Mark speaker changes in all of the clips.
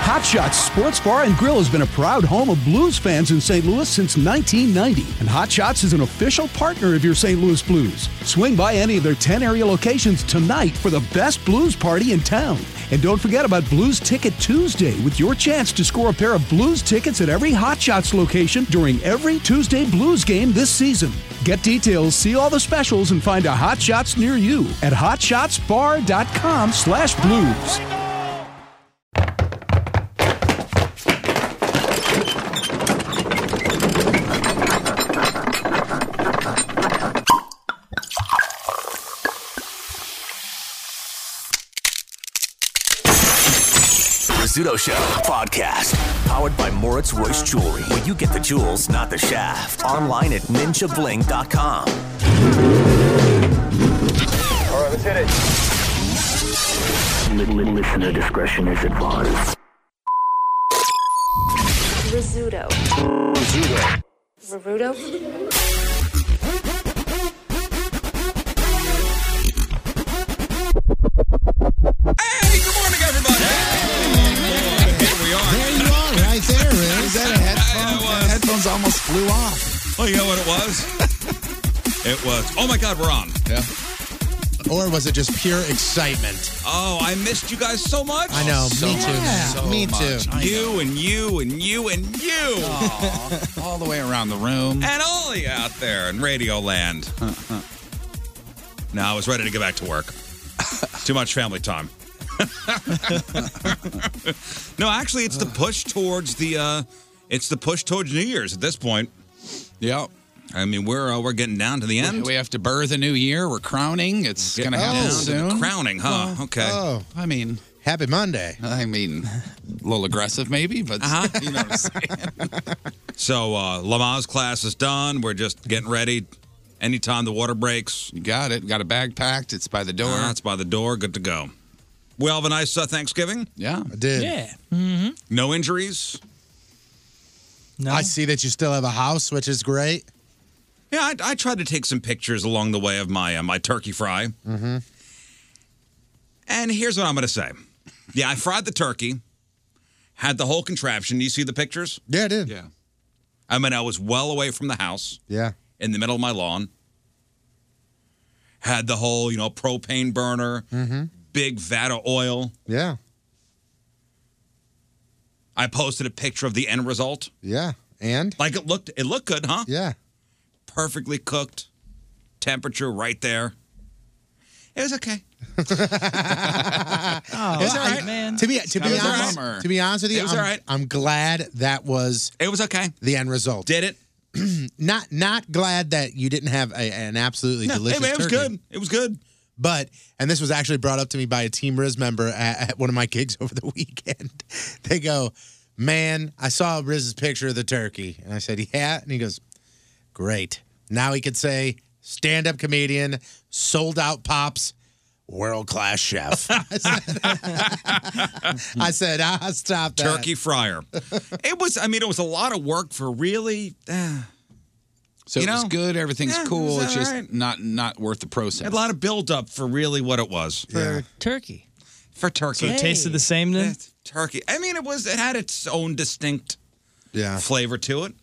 Speaker 1: Hot Shots Sports Bar and Grill has been a proud home of blues fans in St. Louis since 1990, and Hot Shots is an official partner of your St. Louis Blues. Swing by any of their 10 area locations tonight for the best blues party in town. And don't forget about Blues Ticket Tuesday with your chance to score a pair of blues tickets at every Hot Shots location during every Tuesday Blues game this season. Get details, see all the specials, and find a Hot Shots near you at hotshotsbar.com slash blues.
Speaker 2: Rizzuto Show podcast, powered by Moritz Royce Jewelry, where you get the jewels, not the shaft. Online at ninjabling.com.
Speaker 3: All right, let's hit it. Listener discretion is advised.
Speaker 4: Rizzuto. Rizzuto.
Speaker 5: Hey, good morning, everybody. Here we are.
Speaker 6: There you are, right there. man. Is that a headphone? The headphones almost flew off.
Speaker 5: Oh, you know what it was? it was. Oh my God, we're on. Yeah.
Speaker 6: Or was it just pure excitement?
Speaker 5: Oh, I missed you guys so much.
Speaker 6: I know, me too. Yeah, me too. I
Speaker 5: You and you and you and you.
Speaker 6: all the way around the room.
Speaker 5: And all of you out there in Radio Land. now I was ready to get back to work. Too much family time. no, actually, it's the push towards the. Uh, it's the push towards New Year's at this point. Yeah. I mean, we're uh, we're getting down to the end.
Speaker 7: We have to birth a new year. We're crowning. It's going to happen soon.
Speaker 5: crowning, huh?
Speaker 7: Well,
Speaker 5: okay.
Speaker 7: Oh, I mean,
Speaker 6: happy Monday.
Speaker 7: I mean, a little aggressive maybe, but you know what I'm saying.
Speaker 5: So uh, Lama's class is done. We're just getting ready. Anytime the water breaks, you got it. Got a bag packed. It's by the door. it's by the door. Good to go. We all have a nice uh, Thanksgiving.
Speaker 7: Yeah,
Speaker 6: I did.
Speaker 5: Mm-hmm. No injuries.
Speaker 6: I see that you still have a house, which is great.
Speaker 5: Yeah, I, I tried to take some pictures along the way of my uh, my turkey fry.
Speaker 6: Mm-hmm.
Speaker 5: And here's what I'm going to say. Yeah, I fried the turkey, had the whole contraption. You see the pictures?
Speaker 6: Yeah, I did.
Speaker 5: Yeah. I mean, I was well away from the house.
Speaker 6: Yeah.
Speaker 5: in the middle of my lawn. Had the whole, you know, propane burner,
Speaker 6: Mm-hmm.
Speaker 5: big vat of oil.
Speaker 6: Yeah.
Speaker 5: I posted a picture of the end result.
Speaker 6: Yeah. And
Speaker 5: Like it looked it looked good, huh?
Speaker 6: Yeah.
Speaker 5: Perfectly cooked. Temperature right there. It was okay.
Speaker 6: Oh,
Speaker 5: all right, man.
Speaker 6: To be to
Speaker 5: That
Speaker 6: be
Speaker 5: was a
Speaker 6: honest,
Speaker 5: bummer.
Speaker 6: to be honest with you,
Speaker 5: It was
Speaker 6: I'm,
Speaker 5: all right.
Speaker 6: I'm glad that was
Speaker 5: it was okay.
Speaker 6: The end result
Speaker 5: did it.
Speaker 6: not not glad that you didn't have a, an absolutely
Speaker 5: No, hey,
Speaker 6: delicious.
Speaker 5: man, it was
Speaker 6: turkey.
Speaker 5: good. It was good.
Speaker 6: But and this was actually brought up to me by a Team Riz member at, at one of my gigs over the weekend. They go, "Man, I saw Riz's picture of the turkey," and I said, "Yeah," and he goes, "Great." Now he could say, "Stand-up comedian, sold out pops." world class chef. I said, ah, stop that.
Speaker 5: Turkey fryer. it was. I mean, it was a lot of work for really. Uh,
Speaker 7: So
Speaker 5: you
Speaker 7: it was
Speaker 5: know,
Speaker 7: good. Everything's
Speaker 5: yeah, it
Speaker 7: cool.
Speaker 5: was
Speaker 7: It's
Speaker 5: all
Speaker 7: just
Speaker 5: right.
Speaker 7: not not worth the process.
Speaker 5: a lot of build up for really what it was for
Speaker 4: turkey.
Speaker 5: For turkey,
Speaker 4: So it tasted the same then?
Speaker 5: Turkey. I mean, it was. It had its own distinct
Speaker 6: yeah.
Speaker 5: flavor to it.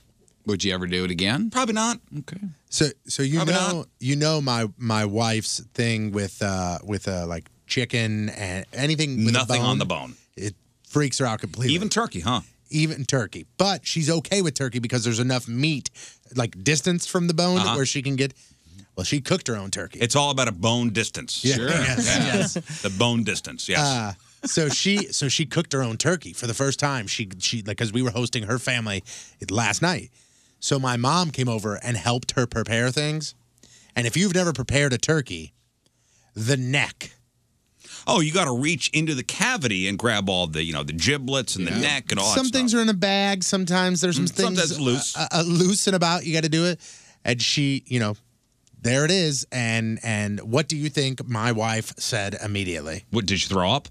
Speaker 7: Would you ever do it again?
Speaker 5: Probably not.
Speaker 7: Okay.
Speaker 6: So so you
Speaker 5: Probably
Speaker 6: know
Speaker 5: not.
Speaker 6: you know my my wife's thing with uh with uh like chicken and anything with a
Speaker 5: Nothing on
Speaker 6: bone,
Speaker 5: the bone.
Speaker 6: It freaks her out completely.
Speaker 5: Even turkey, huh?
Speaker 6: Even turkey. But she's okay with turkey because there's enough meat like distance from the bone
Speaker 5: Uh-huh.
Speaker 6: where she can get well she cooked her own turkey.
Speaker 5: It's all about a bone distance.
Speaker 6: Yeah. Sure. Yes,
Speaker 5: The bone distance. Yes.
Speaker 6: Uh, so she so she cooked her own turkey for the first time. She she like because we were hosting her family last night. So my mom came over and helped her prepare things. And if you've never prepared a turkey, the neck.
Speaker 5: oh, you got to reach into the cavity and grab all the you know the giblets and the neck and
Speaker 6: some
Speaker 5: all that stuff.
Speaker 6: things are in a bag. Sometimes there's some
Speaker 5: Mm,
Speaker 6: things
Speaker 5: sometimes loose.
Speaker 6: uh, uh, loose and about. You got to do it. And she, you know, there it is. And and what do you think my wife said immediately?
Speaker 5: What did you throw up?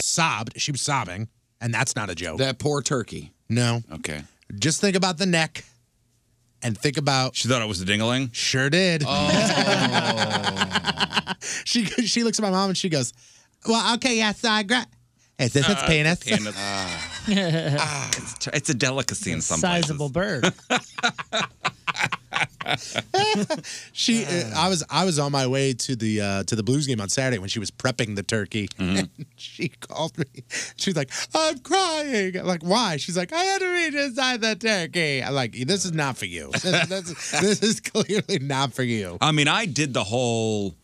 Speaker 6: Sobbed. She was sobbing, and that's not a joke.
Speaker 7: That poor turkey.
Speaker 6: no,
Speaker 7: Okay.
Speaker 6: just think about the neck, and think about
Speaker 5: She thought it was the dingaling.
Speaker 6: Sure did.
Speaker 7: Oh.
Speaker 6: she she looks at my mom and she goes, "Well, okay, yes, I gra- Is this its penis?
Speaker 5: Uh, penis. It's, t- it's a delicacy in some
Speaker 4: Sizable bird.
Speaker 6: she, uh, I was I was on my way to the uh, to the Blues game on Saturday when she was prepping the turkey, and she called me. She's like, "I'm crying." I'm like, "Why?" She's like, "I had to reach inside the turkey." I'm like, "This is not for you. This, this- this is clearly not for you."
Speaker 5: I mean, I did the whole,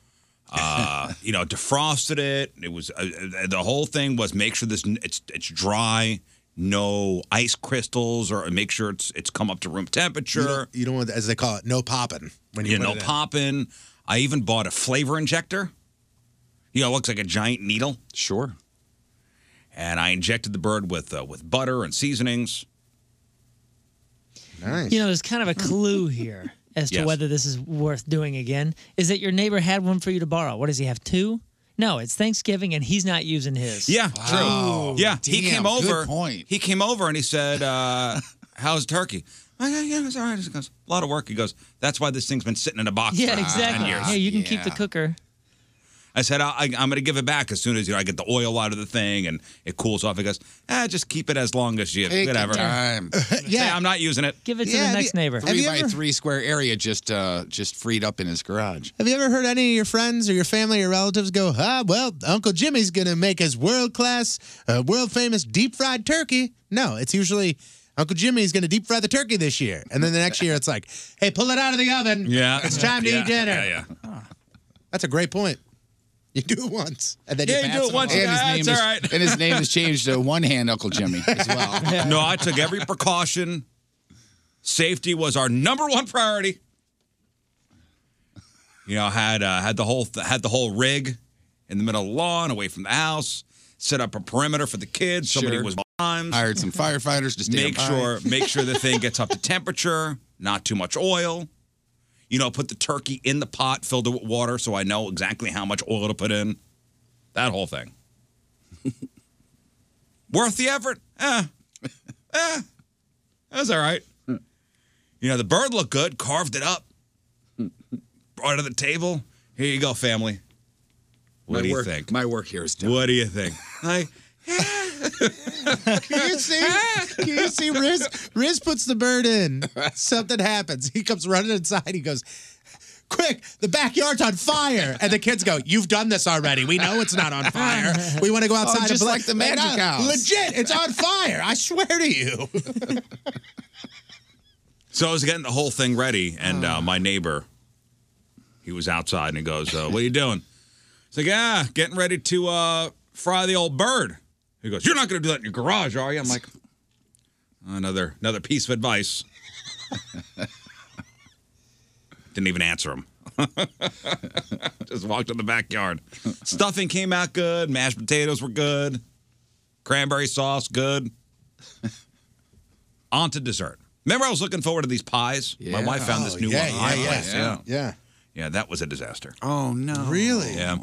Speaker 5: uh, you know, defrosted it. It was uh, uh, the whole thing was make sure this it's it's dry, no ice crystals, or make sure it's it's come up to room temperature.
Speaker 6: You don't, you don't want, as they call it, no popping when you
Speaker 5: you
Speaker 6: put
Speaker 5: know,
Speaker 6: it in.
Speaker 5: popping. I even bought a flavor injector. You know, it looks like a giant needle.
Speaker 7: Sure.
Speaker 5: And I injected the bird with uh, with butter and seasonings.
Speaker 6: Nice.
Speaker 4: You know, there's kind of a clue here as to
Speaker 5: Yes.
Speaker 4: whether this is worth doing again. Is that your neighbor had one for you to borrow? What does he have? Two? No, it's Thanksgiving and he's not using his.
Speaker 5: Yeah,
Speaker 7: Wow.
Speaker 5: true. Yeah, he
Speaker 7: Damn,
Speaker 5: came
Speaker 7: good
Speaker 5: over.
Speaker 7: point.
Speaker 5: He came over and he said, uh, "How's turkey?" I go, yeah, it's all right. He goes, "A lot of work." He goes, "That's why this thing's been sitting in a box for
Speaker 4: Yeah,
Speaker 5: ten
Speaker 4: exactly.
Speaker 5: years."
Speaker 4: Yeah, you can keep the
Speaker 7: Yeah.
Speaker 4: cooker.
Speaker 5: I said, I, I, "I'm going to give it back as soon as you know I get the oil out of the thing and it cools off." He goes, "Ah, just keep it as long as you
Speaker 7: Take
Speaker 5: whatever."
Speaker 7: your time.
Speaker 5: Yeah, I'm not using it.
Speaker 4: Give it to
Speaker 6: Yeah,
Speaker 4: the
Speaker 6: have
Speaker 4: next
Speaker 6: you-
Speaker 4: neighbor.
Speaker 6: have
Speaker 7: three
Speaker 6: you
Speaker 7: by
Speaker 6: ever-
Speaker 7: three square area just uh just freed up in his garage.
Speaker 6: Have you ever heard any of your friends or your family or relatives go, ah, well, Uncle Jimmy's going to make his world class, uh, world famous deep fried turkey? No, it's usually Uncle Jimmy's going to deep fry the turkey this year. And then the next year it's like, hey, pull it out of the oven.
Speaker 5: Yeah,
Speaker 6: It's time to
Speaker 5: Yeah,
Speaker 6: eat dinner. Ah.
Speaker 5: Yeah, yeah.
Speaker 6: That's a great point. You do it once. And then
Speaker 5: Yeah, you
Speaker 6: pass
Speaker 5: do it once,
Speaker 6: along.
Speaker 5: yeah.
Speaker 7: name
Speaker 5: That's
Speaker 7: is,
Speaker 5: all right.
Speaker 7: and his name is changed to one hand Uncle Jimmy as well.
Speaker 5: No, I took every precaution. Safety was our number one priority. You know, had uh, had the whole had the whole rig in the middle of the lawn, away from the house. Set up a perimeter for the kids. Somebody
Speaker 7: Sure.
Speaker 5: was behind.
Speaker 7: Hired some firefighters to stand
Speaker 5: Make
Speaker 7: by.
Speaker 5: sure make sure the thing gets up to temperature. Not too much oil. You know, put the turkey in the pot, filled it with water, so I know exactly how much oil to put in. That whole thing. Worth the effort? Eh. Eh. That's all right. You know, the bird looked good, carved it up, brought it to the table. Here you go, family. What
Speaker 7: My
Speaker 5: do you
Speaker 7: work-
Speaker 5: think?
Speaker 7: My work here is done.
Speaker 5: What do you think? Like,
Speaker 6: Can you see? Can you see? Riz, Riz puts the bird in. Something happens. He comes running inside. He goes, "Quick! The backyard's on fire!" And the kids go, "You've done this already. We know it's not on fire. We want to go outside."
Speaker 7: Oh, just
Speaker 6: and play."
Speaker 7: like the magic
Speaker 6: And, uh,
Speaker 7: house.
Speaker 6: Legit, it's on fire. I swear to you.
Speaker 5: So I was getting the whole thing ready, and uh, my neighbor, he was outside, and he goes, uh, "What are you doing?" It's like, "Ah, getting ready to uh, fry the old bird." He goes, "You're not going to do that in your garage, are you?" I'm like, "Another another piece of advice." Didn't even answer him. Just walked in the backyard. Stuffing came out good. Mashed potatoes were good. Cranberry sauce, good. On to dessert. Remember, I was looking forward to these pies. My wife found this new one.
Speaker 6: Oh, yeah,
Speaker 5: High
Speaker 6: yeah,
Speaker 5: Place,
Speaker 7: yeah.
Speaker 5: yeah, that was a disaster.
Speaker 7: Oh no.
Speaker 6: Really?
Speaker 5: Yeah.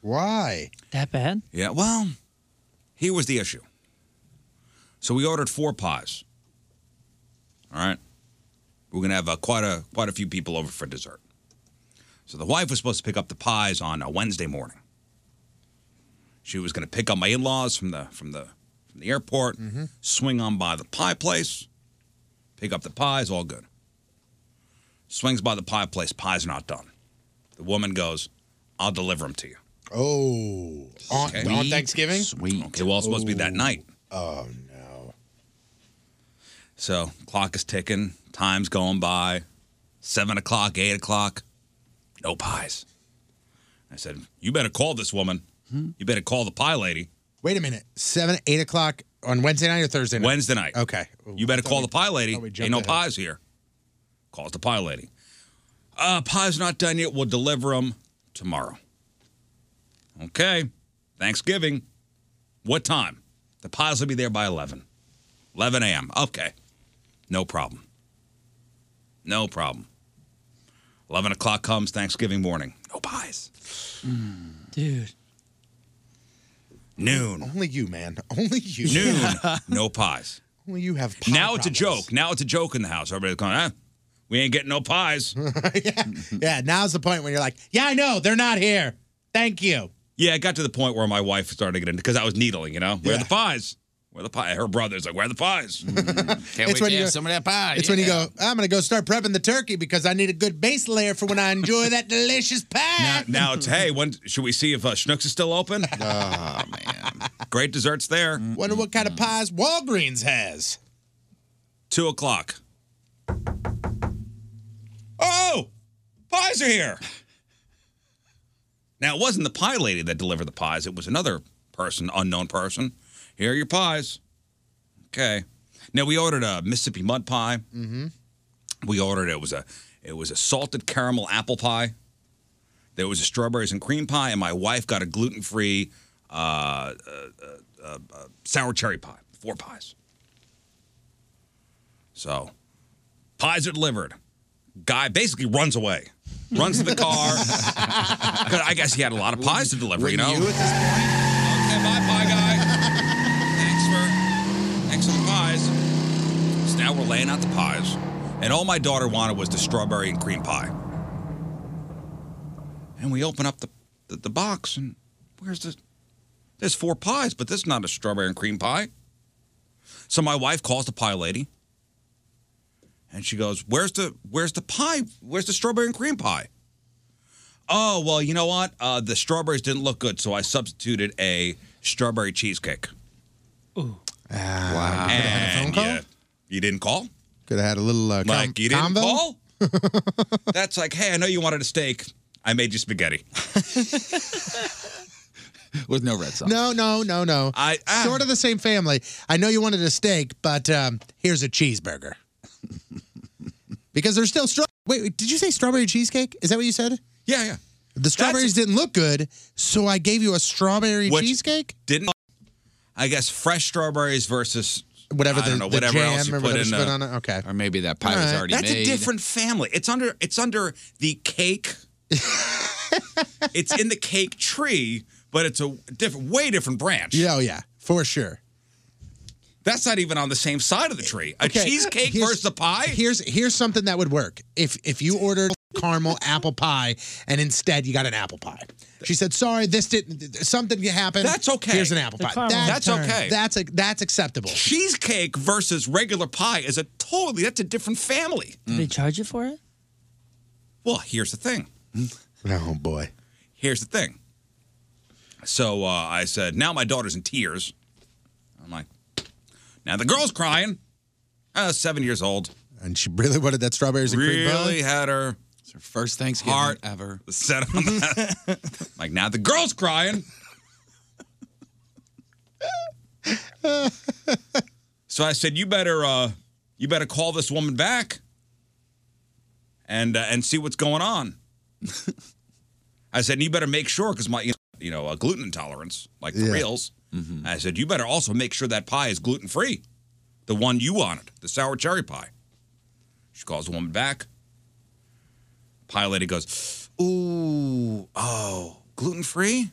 Speaker 5: Why?
Speaker 4: That bad?
Speaker 5: Yeah, well, here was the issue. So we ordered four pies. All right. We're gonna have uh, quite a quite a few people over for dessert. So the wife was supposed to pick up the pies on a Wednesday morning. She was gonna pick up my in-laws from the from the from the airport, swing on by the pie place, pick up the pies, all good. Swings by the pie place, pies not done. The woman goes, "I'll deliver them to you."
Speaker 6: Oh, on,
Speaker 5: Okay.
Speaker 6: on Thanksgiving?
Speaker 5: Sweet. Okay, well, it's supposed to be that night.
Speaker 6: Oh,
Speaker 5: So clock is ticking, time's going by, seven o'clock, eight o'clock, no pies. I said, "You better call this woman.
Speaker 6: Hmm?
Speaker 5: You better call the pie lady."
Speaker 6: wait a minute. Seven, eight o'clock on Wednesday night or Thursday night?
Speaker 5: Wednesday night.
Speaker 6: Okay.
Speaker 5: You better
Speaker 6: I thought
Speaker 5: call
Speaker 6: we-
Speaker 5: the pie lady.
Speaker 6: thought we
Speaker 5: Ain't
Speaker 6: jumped
Speaker 5: no
Speaker 6: ahead.
Speaker 5: pies here. Calls the pie lady. Uh, pie's not done yet. We'll deliver them tomorrow. Okay. Thanksgiving. What time? The pies will be there by 11. 11 a.m. Okay. No problem. No problem. 11 o'clock comes Thanksgiving morning. No pies.
Speaker 4: Dude.
Speaker 5: Noon.
Speaker 6: Only you, man. Only you.
Speaker 5: Noon. No pies.
Speaker 6: Only you have pie
Speaker 5: now it's a
Speaker 6: problems.
Speaker 5: joke. Now it's a joke in the house. Everybody's going, eh, we ain't getting no pies.
Speaker 6: Yeah, now's the point when you're like, yeah, I know, they're not here. Thank you.
Speaker 5: yeah, it got to the point where my wife started to get into because I was needling, you know, where are the pies? Where are the pie? Her brother's like, where are the pies? Can't
Speaker 6: It's wait when to have you- some
Speaker 5: of that pie.
Speaker 6: it's when you go, I'm going to go start prepping the turkey because I need a good base layer for when I enjoy that delicious pie.
Speaker 5: Now, now it's, hey, when should we see if uh, Schnucks is still open? oh, man. Great desserts there.
Speaker 6: Wonder what kind of pies Walgreens has.
Speaker 5: Two o'clock. Oh, pies are here. Now, it wasn't the pie lady that delivered the pies, it was another person, unknown person. Here are your pies. Okay. Now, we ordered a Mississippi mud pie.
Speaker 6: Mm-hmm.
Speaker 5: We ordered it was a it was a salted caramel apple pie. There was a strawberries and cream pie, and my wife got a gluten free uh, uh, uh, uh, uh, sour cherry pie. Four pies. So pies are delivered. Guy basically runs away, runs to the car. 'Cause I guess he had a lot of pies to deliver. You know. Okay, bye, bye, guy. Thanks for thanks for the pies. So now we're laying out the pies, and all my daughter wanted was the strawberry and cream pie. And we open up the the, the box, and where's the there's four pies, but this is not a strawberry and cream pie. So my wife calls the pie lady, and she goes, "Where's the where's the pie? Where's the strawberry and cream pie?" Oh well, you know what? Uh, the strawberries didn't look good, so I substituted a strawberry cheesecake.
Speaker 6: wow.
Speaker 5: And you, you didn't call.
Speaker 6: Could have had a little uh, com-
Speaker 5: Like you didn't
Speaker 6: combo.
Speaker 5: call? That's like, hey, I know you wanted a steak. I made you spaghetti with no red sauce.
Speaker 6: No, no, no, no.
Speaker 5: I, ah.
Speaker 6: sort of the same family. I know you wanted a steak, but um, here's a cheeseburger. because there's still straw. Wait, wait, did you say strawberry cheesecake? Is that what you said?
Speaker 5: Yeah, yeah.
Speaker 6: The strawberries didn't look good, so I gave you a strawberry
Speaker 5: Which-
Speaker 6: cheesecake.
Speaker 5: Didn't I guess fresh strawberries versus
Speaker 6: Whatever
Speaker 5: I
Speaker 6: the-
Speaker 5: don't know,
Speaker 6: the
Speaker 5: whatever else
Speaker 6: jam
Speaker 5: you
Speaker 6: or
Speaker 5: put
Speaker 6: whatever's
Speaker 5: in
Speaker 6: put
Speaker 5: the-
Speaker 6: on it. Okay.
Speaker 7: Or maybe that pie
Speaker 6: All
Speaker 7: was
Speaker 6: right.
Speaker 7: already
Speaker 5: That's
Speaker 7: made.
Speaker 5: a different family. It's under it's under the cake. it's in the cake tree, but it's a different, way different branch.
Speaker 6: Yeah, oh yeah, for sure.
Speaker 5: That's not even on the same side of the tree. A
Speaker 6: Okay,
Speaker 5: cheesecake
Speaker 6: here's-
Speaker 5: versus a pie.
Speaker 6: Here's here's something that would work. If if you ordered caramel apple pie and instead you got an apple pie. She said, "Sorry, this didn't. Something happened.
Speaker 5: That's okay.
Speaker 6: Here's an apple
Speaker 5: The
Speaker 6: pie.
Speaker 5: caramel That's okay.
Speaker 6: That's a, that's acceptable.
Speaker 5: Cheesecake versus regular pie is a totally that's a different family.
Speaker 4: Did they charge you for it?
Speaker 5: Well, here's the thing.
Speaker 6: Oh boy.
Speaker 5: Here's the thing. So uh, I said, now my daughter's in tears. I'm like, now the girl's crying. Uh, seven years old.
Speaker 6: And she really wanted that strawberries and cream pie.
Speaker 5: really had her. It's her first Thanksgiving heart ever. Set on that. like now the girl's crying. so I said, "You better, uh, you better call this woman back, and uh, and see what's going on." I said, "You better make sure because my, you know, uh, gluten intolerance, like the
Speaker 8: Yeah.
Speaker 5: reals."
Speaker 7: Mm-hmm.
Speaker 5: I said, "You better also make sure that pie is gluten free, the one you wanted, the sour cherry pie." She calls the woman back. Pie lady goes, "Ooh, oh, gluten free?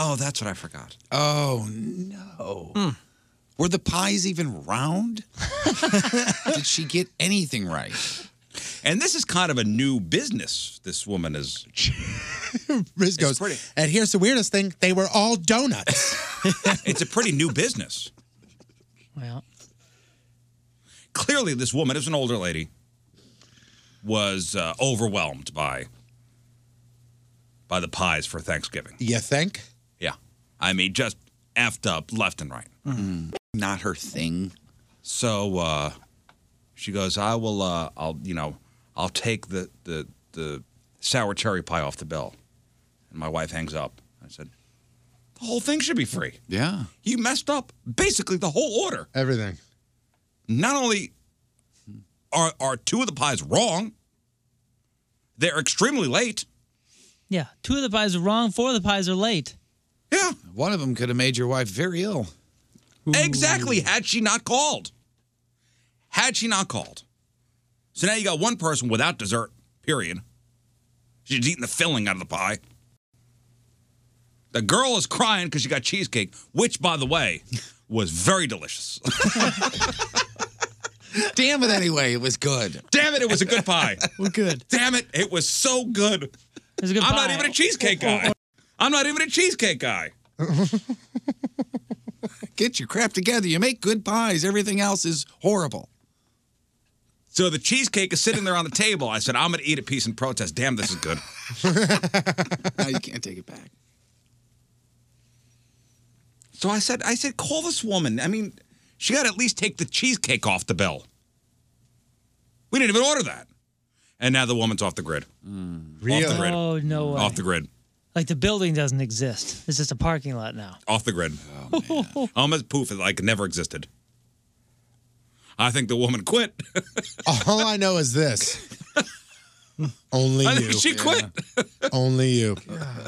Speaker 5: Oh, that's what I forgot.
Speaker 7: Oh no. Were the pies even round? Did she get anything right?
Speaker 5: And this is kind of a new business this woman is.
Speaker 6: Riz goes, and here's the weirdest thing: they were all donuts.
Speaker 5: it's a pretty new business.
Speaker 4: Well.
Speaker 5: Clearly, this woman, as an older lady, was uh, overwhelmed by by the pies for Thanksgiving.
Speaker 6: you think?
Speaker 5: Yeah. I mean, just effed up left and right. Mm-hmm. Not her thing. So uh, she goes, I will, uh, I'll, you know, I'll take the, the, the sour cherry pie off the bill. And my wife hangs up. I said, the whole thing should be free.
Speaker 7: Yeah.
Speaker 5: You messed up basically the whole order.
Speaker 6: Everything.
Speaker 5: Not only are, are two of the pies wrong, they're extremely late.
Speaker 4: Yeah, two of the pies are wrong, four of the pies are late.
Speaker 5: Yeah.
Speaker 7: One of them could have made your wife very ill.
Speaker 5: Exactly. Had she not called. Had she not called. So now you got one person without dessert, period. She's eating the filling out of the pie. The girl is crying because she got cheesecake, which, by the way, was very delicious.
Speaker 7: Damn it anyway, it was good.
Speaker 5: Damn it, it was a good pie.
Speaker 4: Well, good.
Speaker 5: Damn it, it was so good.
Speaker 4: was a
Speaker 5: I'm
Speaker 4: good
Speaker 5: not
Speaker 4: pie.
Speaker 5: even a cheesecake
Speaker 7: Oh,
Speaker 5: guy. I'm not even a cheesecake guy.
Speaker 7: Get your crap together. You make good pies. Everything else is horrible.
Speaker 5: So the cheesecake is sitting there on the table. I said, I'm going to eat a piece in protest. Damn, this is good.
Speaker 7: now you can't take it back.
Speaker 5: So I said, I said, call this woman. I mean, she got to at least take the cheesecake off the bill. We didn't even order that. And now the woman's off the grid.
Speaker 7: Mm.
Speaker 5: Off the grid.
Speaker 4: Oh, no way.
Speaker 5: Off the grid.
Speaker 4: Like the building doesn't exist. It's just a parking lot now.
Speaker 5: Off the grid.
Speaker 7: Oh,
Speaker 5: Almost poof, it like never existed. I think the woman quit.
Speaker 6: All I know is this. Only
Speaker 5: I think
Speaker 6: you.
Speaker 5: she quit.
Speaker 6: Only you.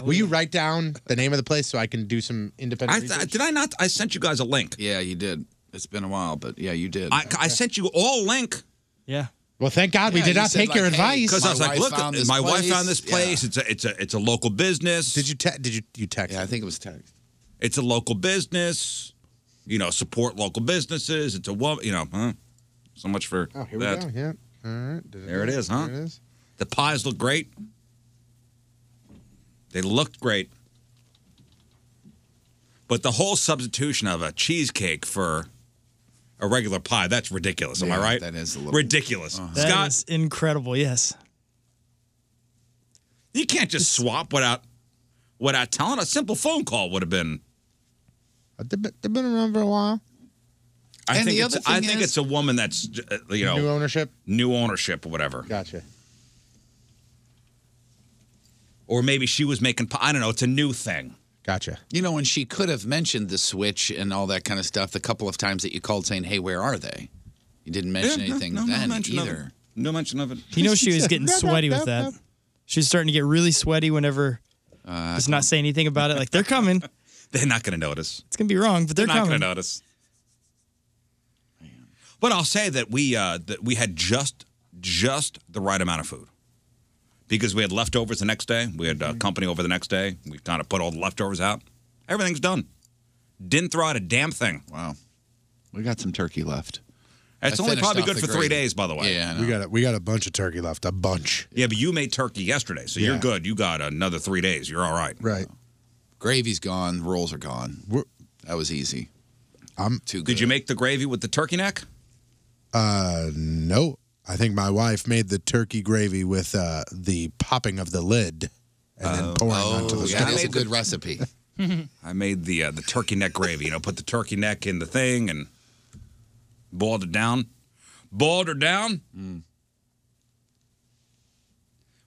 Speaker 6: Will you write down the name of the place so I can do some independent?
Speaker 5: I th- did I not? I sent you guys a link.
Speaker 7: Yeah, you did. It's been a while, but yeah, you did.
Speaker 5: I, I sent you all link.
Speaker 4: Yeah.
Speaker 6: Well, thank God we did not take your advice.
Speaker 5: because I was like, look, my wife found this place. It's a it's a it's a local business. Did
Speaker 6: you te- did you you text?
Speaker 7: Yeah, I think it was text.
Speaker 5: It's a local business. You know, support local businesses. It's a woman. You know, huh? so much for
Speaker 6: Oh, here
Speaker 5: that.
Speaker 6: we go. Yeah. All right. Did
Speaker 5: There it is, huh?
Speaker 6: There it is.
Speaker 5: The pies look great. They looked great. But the whole substitution of a cheesecake for a regular pie, that's ridiculous. Am I
Speaker 8: Yeah,
Speaker 5: right?
Speaker 8: that is a little- Uh-huh.
Speaker 5: ridiculous.
Speaker 8: That
Speaker 5: Scott,
Speaker 8: is incredible. Yes.
Speaker 5: you can't just swap without without telling. A simple phone call would have been.
Speaker 6: They've been- they've been around for a while.
Speaker 5: I
Speaker 6: And
Speaker 5: think
Speaker 6: the
Speaker 5: it's,
Speaker 6: other
Speaker 5: I
Speaker 6: thing
Speaker 5: think
Speaker 6: is-
Speaker 5: it's a woman that's uh, you know
Speaker 6: New ownership.
Speaker 5: new ownership or whatever.
Speaker 6: Gotcha.
Speaker 5: Or maybe she was making. pi- I don't know. It's a new thing.
Speaker 6: Gotcha.
Speaker 7: You know, and she could have mentioned the switch and all that kind of stuff the couple of times that you called saying, hey, where are they? You didn't mention
Speaker 5: Yeah, no,
Speaker 7: anything
Speaker 5: no, no
Speaker 7: then
Speaker 5: mention of it.
Speaker 7: either.
Speaker 5: No mention of it.
Speaker 8: You know she was getting sweaty with that. She's starting to get really sweaty whenever. Uh, does not say anything about it. Like they're coming.
Speaker 5: They're not going to notice.
Speaker 8: It's gonna be wrong, but they're,
Speaker 5: not
Speaker 8: coming.
Speaker 5: going to notice. But I'll say that we uh, that we had just just the right amount of food because we had leftovers the next day. We had uh, company over the next day. We kind of put all the leftovers out. Everything's done. Didn't throw out a damn thing.
Speaker 7: Wow. We got some turkey left.
Speaker 5: That's
Speaker 7: I
Speaker 5: only
Speaker 7: finished
Speaker 5: probably
Speaker 7: off
Speaker 5: good
Speaker 7: the
Speaker 5: for three
Speaker 7: gravy.
Speaker 5: days, by the way.
Speaker 7: Yeah, I
Speaker 6: We got a, we got a bunch of turkey left. A bunch.
Speaker 5: Yeah, but you made turkey yesterday, so you're
Speaker 6: Yeah.
Speaker 5: good. You got another three days. You're all right.
Speaker 6: Right.
Speaker 7: Gravy's gone. Rolls are gone. that was easy.
Speaker 6: I'm
Speaker 7: too good.
Speaker 5: Did you make the gravy with the turkey neck?
Speaker 6: Uh, no. I think my wife made the turkey gravy with uh, the popping of the lid and
Speaker 7: Uh,
Speaker 6: then pouring onto
Speaker 7: oh,
Speaker 6: the
Speaker 5: yeah,
Speaker 6: stuff.
Speaker 5: that is a good
Speaker 7: recipe.
Speaker 5: I made the uh, the turkey neck gravy. You know, put the turkey neck in the thing and boiled it down. Boiled her down.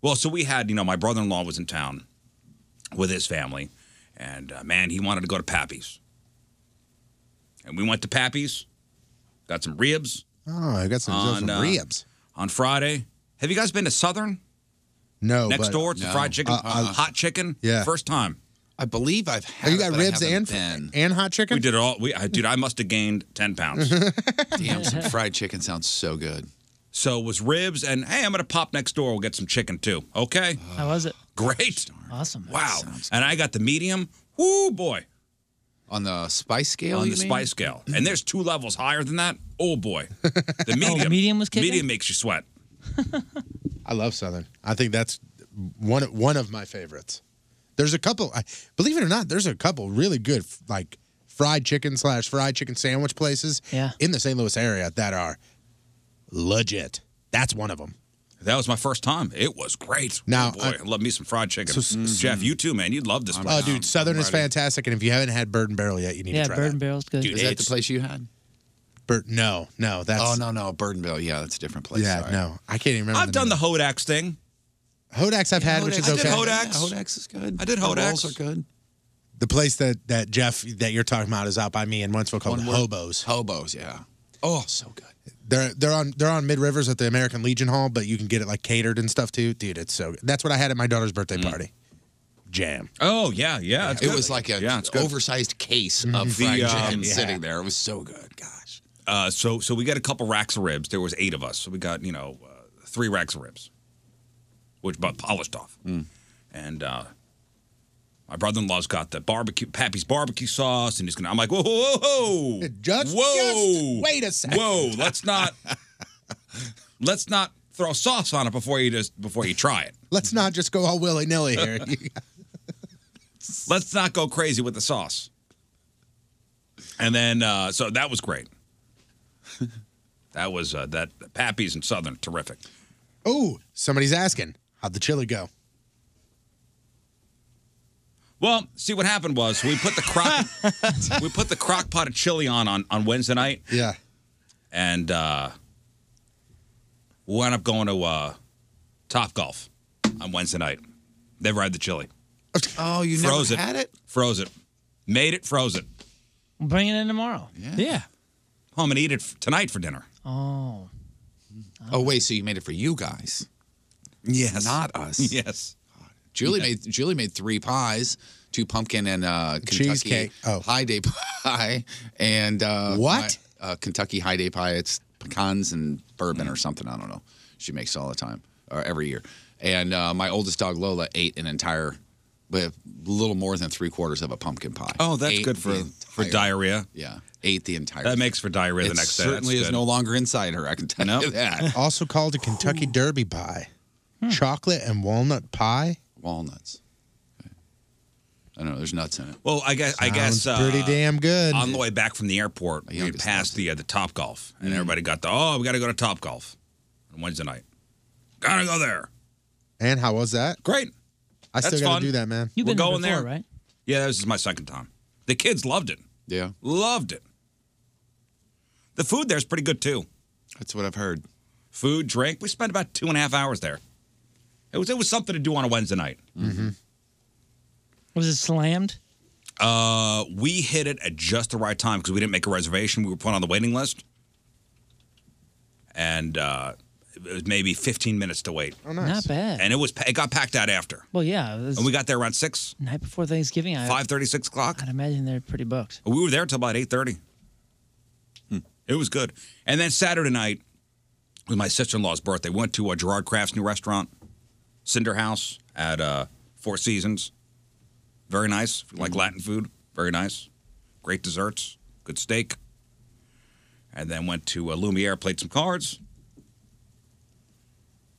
Speaker 5: Well, so we had you know my brother in law was in town with his family, and uh, man, he wanted to go to Pappy's, and we went to Pappy's, got some ribs
Speaker 6: Oh, I got some, some
Speaker 5: uh,
Speaker 6: ribs.
Speaker 5: on Friday. Have you guys been to Southern?
Speaker 6: No,
Speaker 5: next
Speaker 6: but-
Speaker 5: door to
Speaker 6: No.
Speaker 5: fried chicken,
Speaker 6: Uh, uh,
Speaker 5: hot chicken.
Speaker 6: yeah.
Speaker 5: first time.
Speaker 7: I believe I've
Speaker 6: Oh, you got ribs and and hot chicken.
Speaker 5: We did it all. We, I, dude, I must have gained ten pounds.
Speaker 7: Damn, some fried chicken sounds so good.
Speaker 5: So it was ribs, and hey, I'm gonna pop next door. We'll get some chicken too. Okay,
Speaker 4: How was it?
Speaker 5: great,
Speaker 4: Awesome.
Speaker 5: wow. And I got the medium. Woo boy.
Speaker 7: On the spice scale?
Speaker 5: On
Speaker 7: you
Speaker 5: the
Speaker 7: mean?
Speaker 5: spice scale. And there's two levels higher than that. Oh boy. The medium.
Speaker 6: medium was kicking?
Speaker 5: Medium makes you sweat.
Speaker 6: I love Southern. I think that's one one of my favorites. There's a couple. I, believe it or not, there's a couple really good f- like fried chicken slash fried chicken sandwich places
Speaker 5: Yeah.
Speaker 6: in the St. Louis area that are legit. That's one of them.
Speaker 5: That was my first time. It was great.
Speaker 6: Now,
Speaker 5: oh boy, I, love me some fried chicken. Mm. Jeff, you too, man. You'd love this
Speaker 6: Oh,
Speaker 5: place.
Speaker 6: dude, Southern is fantastic, and if you haven't had Bird and Barrel yet, you need
Speaker 5: Yeah,
Speaker 6: to try
Speaker 5: Bird
Speaker 6: that.
Speaker 5: and Barrel's good. Dude,
Speaker 6: Is
Speaker 5: it's-
Speaker 7: place you had?
Speaker 6: Bird, no, no, that's
Speaker 7: oh no no Burtonville. Yeah, that's a different place.
Speaker 6: yeah,
Speaker 7: Sorry.
Speaker 6: no, I can't even remember.
Speaker 5: I've done the Hodax thing.
Speaker 6: Hodax I've had, which is
Speaker 5: I
Speaker 6: okay.
Speaker 5: did Hodax.
Speaker 7: Yeah, Hodax is good.
Speaker 5: I did
Speaker 7: The
Speaker 5: Hodax.
Speaker 7: rolls are good.
Speaker 6: The place that that Jeff that you're talking about is out by me in Wentzville called
Speaker 7: One word.
Speaker 6: Hobos.
Speaker 7: Hobos, yeah. Oh, so good.
Speaker 6: They're they're on they're on Mid Rivers at the American Legion Hall, but you can get it like catered and stuff too. Dude, it's so that's what I had at my daughter's birthday
Speaker 7: Mm.
Speaker 6: party. Jam.
Speaker 5: Oh yeah, yeah.
Speaker 7: it was like a oversized case of
Speaker 5: Mhm.
Speaker 7: fried
Speaker 5: The,
Speaker 7: chicken
Speaker 5: um,
Speaker 7: sitting
Speaker 5: yeah.
Speaker 7: there. It was so good.
Speaker 5: Uh, so so we got a couple racks of ribs. There was eight of us, so we got you know uh, three racks of ribs, which about polished off.
Speaker 7: Mm.
Speaker 5: And uh, my brother-in-law's got the barbecue Pappy's barbecue sauce, and he's gonna. I'm like, whoa, whoa, whoa, whoa.
Speaker 6: just,
Speaker 5: whoa,
Speaker 6: just wait a second.
Speaker 5: Whoa, let's not let's not throw sauce on it before you just before you try it.
Speaker 6: Let's not just go all willy nilly here.
Speaker 5: Let's not go crazy with the sauce. And then, uh, so that was great. that was uh, that Pappy's and Southern, terrific.
Speaker 6: oh, somebody's asking, how'd the chili go?
Speaker 5: Well, see what happened was we put the crock we put the crock pot of chili on on, on Wednesday night.
Speaker 6: Yeah.
Speaker 5: And uh, we wound up going to uh, Top Golf on Wednesday night. Never had the chili.
Speaker 7: Oh, you
Speaker 5: froze
Speaker 7: never
Speaker 5: it.
Speaker 7: had it?
Speaker 5: Froze it. Made it. Froze it.
Speaker 4: We'll bring it in tomorrow.
Speaker 7: Yeah.
Speaker 5: Home and eat it f- tonight for dinner.
Speaker 4: Oh.
Speaker 7: Oh wait, so you made it for you guys?
Speaker 5: Yes.
Speaker 7: Not us.
Speaker 5: Yes.
Speaker 7: Julie
Speaker 5: Yeah.
Speaker 7: made Julie made three pies, two pumpkin and uh, Kentucky
Speaker 6: Cheesecake. Oh.
Speaker 7: High Day pie and uh,
Speaker 6: What?
Speaker 7: my- uh, Kentucky High Day pie. It's pecans and bourbon or something. I don't know. She makes it all the time or every year. And uh, my oldest dog Lola ate an entire, with little more than three quarters of a pumpkin pie.
Speaker 5: Oh, that's
Speaker 7: Ate
Speaker 5: good for
Speaker 7: the
Speaker 5: for
Speaker 7: entire-
Speaker 5: diarrhea.
Speaker 7: Yeah, ate the entire.
Speaker 5: That
Speaker 7: thing.
Speaker 5: makes for diarrhea the
Speaker 7: It
Speaker 5: next day.
Speaker 7: Certainly
Speaker 5: That's
Speaker 7: is
Speaker 5: good.
Speaker 7: no longer inside her. I can tell you that.
Speaker 6: also called a Kentucky Derby pie. Chocolate and walnut pie.
Speaker 7: Walnuts. I know there's nuts in it.
Speaker 5: Well, I guess I guess uh,
Speaker 6: Sounds pretty damn good.
Speaker 5: On the way back from the airport, we had passed the uh, the Top Golf, and everybody got the oh, we got to go to Top Golf on Wednesday night. Gotta go there.
Speaker 6: And how was that?
Speaker 5: Great.
Speaker 6: I
Speaker 5: That's
Speaker 6: still gotta
Speaker 5: fun.
Speaker 6: do that, man.
Speaker 5: We're going there, Yeah, this is my second time. The kids loved it.
Speaker 7: Yeah,
Speaker 5: loved it. The food there's pretty good too.
Speaker 7: That's what I've heard.
Speaker 5: Food, drink. We spent about two and a half hours there. It was it was something to do on a Wednesday night.
Speaker 4: Mm-hmm. Was it slammed?
Speaker 5: Uh, we hit it at just the right time because we didn't make a reservation. We were put on the waiting list, and uh, it was maybe 15 minutes to wait.
Speaker 4: Oh, nice. Not bad.
Speaker 5: And it was it got packed out after,
Speaker 4: Well, yeah. It was
Speaker 5: and we got there around six,
Speaker 4: night before Thanksgiving. I,
Speaker 5: five thirty, six o'clock.
Speaker 4: I'd imagine they're pretty booked.
Speaker 7: Oh,
Speaker 5: We were there till about eight thirty. It was good. And then Saturday night was my sister in law's birthday. We went to uh, Gerard Kraft's new restaurant, Cinder House at uh, Four Seasons. Very nice. If you
Speaker 7: Mm.
Speaker 5: like Latin food, very nice. Great desserts, good steak. And then went to uh, Lumiere, played some cards.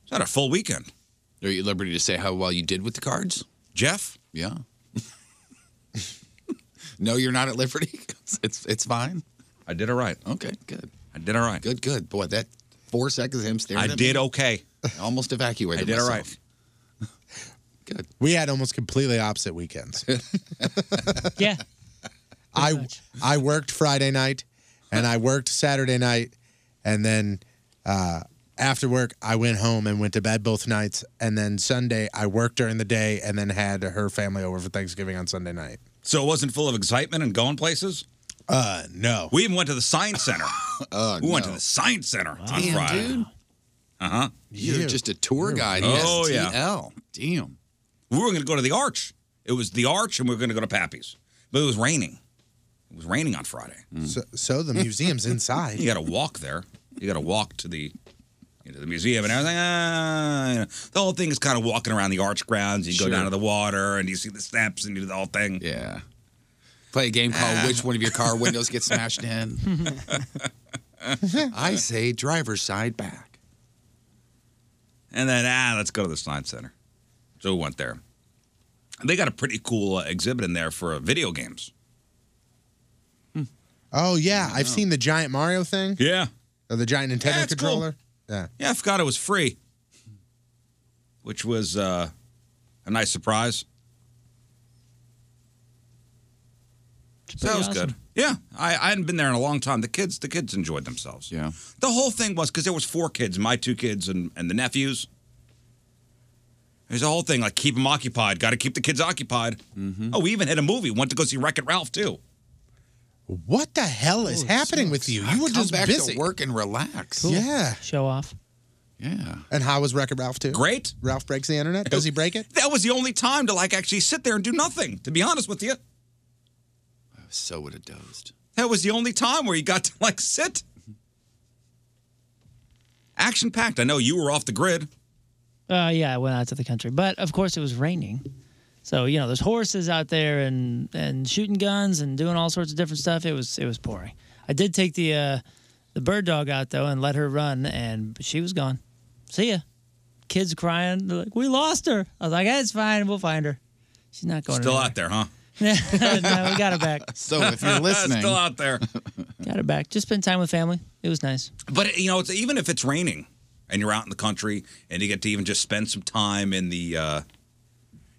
Speaker 5: It's not a full weekend.
Speaker 7: Are you at liberty to say how well you did with the cards?
Speaker 5: Jeff?
Speaker 7: Yeah. no, you're not at liberty. It's it's fine.
Speaker 5: I did all right.
Speaker 7: Okay, good.
Speaker 5: I did all right.
Speaker 7: Good, good. Boy, that four seconds of him staring.
Speaker 5: I
Speaker 7: at
Speaker 5: did
Speaker 7: me,
Speaker 5: okay.
Speaker 7: I Almost evacuated.
Speaker 5: I did all right.
Speaker 6: We had almost completely opposite weekends.
Speaker 4: yeah.
Speaker 6: I I worked Friday night and I worked Saturday night and then uh, after work I went home and went to bed both nights and then Sunday I worked during the day and then had her family over for Thanksgiving on Sunday night.
Speaker 5: So it wasn't full of excitement and going places?
Speaker 6: Uh, no.
Speaker 5: We even went to the Science Center.
Speaker 7: uh,
Speaker 5: we went to
Speaker 7: no.
Speaker 5: the Science Center on
Speaker 7: Damn,
Speaker 5: Friday.
Speaker 7: dude.
Speaker 5: Uh huh.
Speaker 7: You're just a tour guide.
Speaker 5: Oh, yeah.
Speaker 7: STL. Damn.
Speaker 5: We were going to go to the Arch. It was the Arch, and we were going to go to Pappy's. But it was raining. It was raining on Friday.
Speaker 6: So, so the museum's inside.
Speaker 5: You got to walk there. You got to walk to the you know, the museum and everything. Ah, you know. The whole thing is kind of walking around the arch grounds. You
Speaker 7: Sure.
Speaker 5: go down to the water and you see the steps and you do the whole thing.
Speaker 7: Yeah. Play a game called Which One of Your Car Windows Gets Smashed In? I say driver's side back.
Speaker 5: And then, ah, let's go to the Science Center. So we went there. They got a pretty cool uh, exhibit in there for uh, video games.
Speaker 6: Oh yeah, I've seen the giant Mario thing.
Speaker 5: Yeah.
Speaker 6: Or the giant Nintendo
Speaker 5: Yeah, it's cool.
Speaker 6: controller. Yeah.
Speaker 5: Yeah, I forgot it was free, which was uh, a nice surprise. So that was
Speaker 9: awesome.
Speaker 5: good. Yeah, I, I hadn't been there in a long time. The kids, the kids enjoyed themselves. Yeah, the whole thing was because there was four kids, my two kids and, and the nephews. There's a whole thing like keep them occupied. Got to keep the kids occupied.
Speaker 6: Mm-hmm.
Speaker 5: Oh, we even had a movie. Went to go see Wreck It Ralph too.
Speaker 6: What the hell is happening with you? You were
Speaker 7: Come
Speaker 6: just
Speaker 7: back
Speaker 6: busy.
Speaker 7: to work and relax.
Speaker 6: Yeah.
Speaker 4: Show off.
Speaker 7: Yeah.
Speaker 6: And how was Wreck-It Ralph too?
Speaker 5: Great.
Speaker 6: Ralph breaks the internet. Does he break it?
Speaker 5: That was the only time to like actually sit there and do nothing. To be honest with you, I
Speaker 7: so would have dozed.
Speaker 5: That was the only time where you got to like sit. Action packed. I know you were off the grid.
Speaker 4: Uh, yeah, I went out to the country, but of course it was raining, so you know there's horses out there and and shooting guns and doing all sorts of different stuff. It was it was pouring. I did take the uh, the bird dog out though and let her run, and she was gone. See ya. Kids crying. They're like, "We lost her." I was like, "Eh, "It's fine. We'll find her. She's not going."
Speaker 5: Still
Speaker 4: anywhere."
Speaker 5: out there, huh?
Speaker 4: no, we got her back.
Speaker 5: still out there.
Speaker 4: got her back. Just spend time with family. It was nice.
Speaker 5: But you know, it's, even if it's raining and you're out in the country and you get to even just spend some time in the, uh,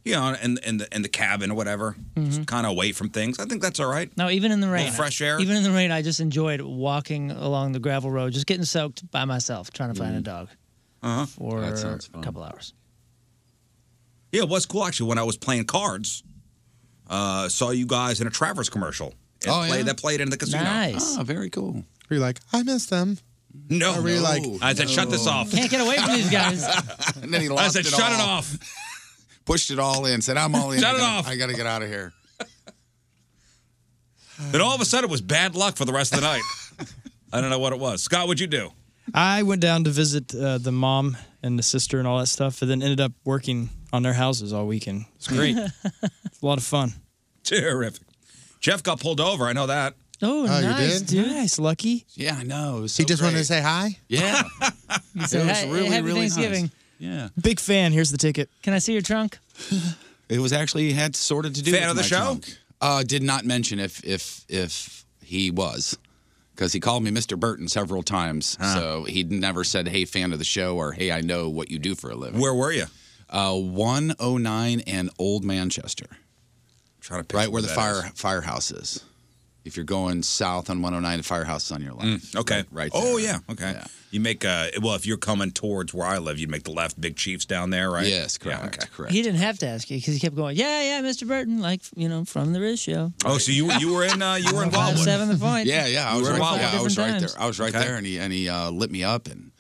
Speaker 5: you know, in in the in the cabin or whatever,
Speaker 8: Mm-hmm.
Speaker 4: Mhm.
Speaker 5: kind of away from things. I think that's all right.
Speaker 4: No, even in the rain,
Speaker 5: Little fresh air.
Speaker 4: Even in the rain, I just enjoyed walking along the gravel road, just getting soaked by myself, trying to find a
Speaker 8: Mm-hmm.
Speaker 5: Mm.
Speaker 4: dog
Speaker 5: Uh-huh.
Speaker 4: for a couple hours.
Speaker 5: Yeah, it was cool actually when I was playing cards. Uh, saw you guys in a Travers commercial. It
Speaker 6: Oh,
Speaker 5: played,
Speaker 6: yeah?
Speaker 5: That played in the casino.
Speaker 6: Nice. Ah,
Speaker 7: very cool.
Speaker 6: Were you like, I miss them?
Speaker 5: No,
Speaker 6: Or were you like,
Speaker 5: I said, shut this off.
Speaker 4: Can't get away from these guys.
Speaker 7: and then he
Speaker 5: I
Speaker 7: lost
Speaker 5: said,
Speaker 7: it
Speaker 5: "Shut it
Speaker 7: all."
Speaker 5: off.
Speaker 7: Pushed it all in. Said, I'm all in.
Speaker 5: Shut
Speaker 7: I
Speaker 5: it
Speaker 7: gotta-
Speaker 5: off."
Speaker 7: I got to get out of here.
Speaker 5: Then all of a sudden, it was bad luck for the rest of the night. I don't know what it was. Scott, what'd you do?
Speaker 8: I went down to visit uh, the mom and the sister and all that stuff, and then ended up working on their houses all weekend. It's great. it's a lot of fun.
Speaker 5: Terrific. Jeff got pulled over. I know that.
Speaker 4: Oh,
Speaker 8: Oh, you nice, did? dude. Nice, Lucky.
Speaker 7: Yeah, I know. It was
Speaker 6: he
Speaker 7: so
Speaker 6: just wanted
Speaker 7: great.
Speaker 6: to say hi.
Speaker 7: Yeah.
Speaker 4: So,
Speaker 7: it was
Speaker 4: hey,
Speaker 7: really,
Speaker 4: happy
Speaker 7: really
Speaker 4: Thanksgiving.
Speaker 7: nice. Yeah.
Speaker 8: Big fan. Here's the ticket.
Speaker 4: Can I see your trunk?
Speaker 7: It was actually had sorted to do.
Speaker 8: Fan
Speaker 7: with
Speaker 8: of the
Speaker 7: my
Speaker 8: show?
Speaker 7: Drunk. Uh, did not mention if if if he was, because he called me Mr. Burton several times. So he never said, "Hey, fan of the show," or "Hey, I know what you do for a living."
Speaker 5: Where were you?
Speaker 7: Uh, 109 and Old Manchester.
Speaker 5: Trying to
Speaker 7: right where the
Speaker 5: where that
Speaker 7: fire firehouse is. If you're going south on 109, the firehouse is on your left.
Speaker 5: Okay.
Speaker 7: Right.
Speaker 5: Oh yeah. Okay. You make uh well if you're coming towards where I live, you make the left big chiefs down there, right? Yes, correct. Correct.
Speaker 4: He didn't have to ask you because he kept going, yeah, yeah, Mr. Burton, like, you know, from the Riz show.
Speaker 5: Oh, so you you were in uh, you were in Wildwood.
Speaker 4: Seven the point.
Speaker 7: Yeah, yeah. I
Speaker 4: You
Speaker 7: was
Speaker 4: were
Speaker 7: right,
Speaker 4: in Wildwood.
Speaker 7: yeah, I was
Speaker 4: Different
Speaker 7: right
Speaker 4: times.
Speaker 7: there. I was right
Speaker 5: Okay.
Speaker 7: there, and he and he uh, lit me up, and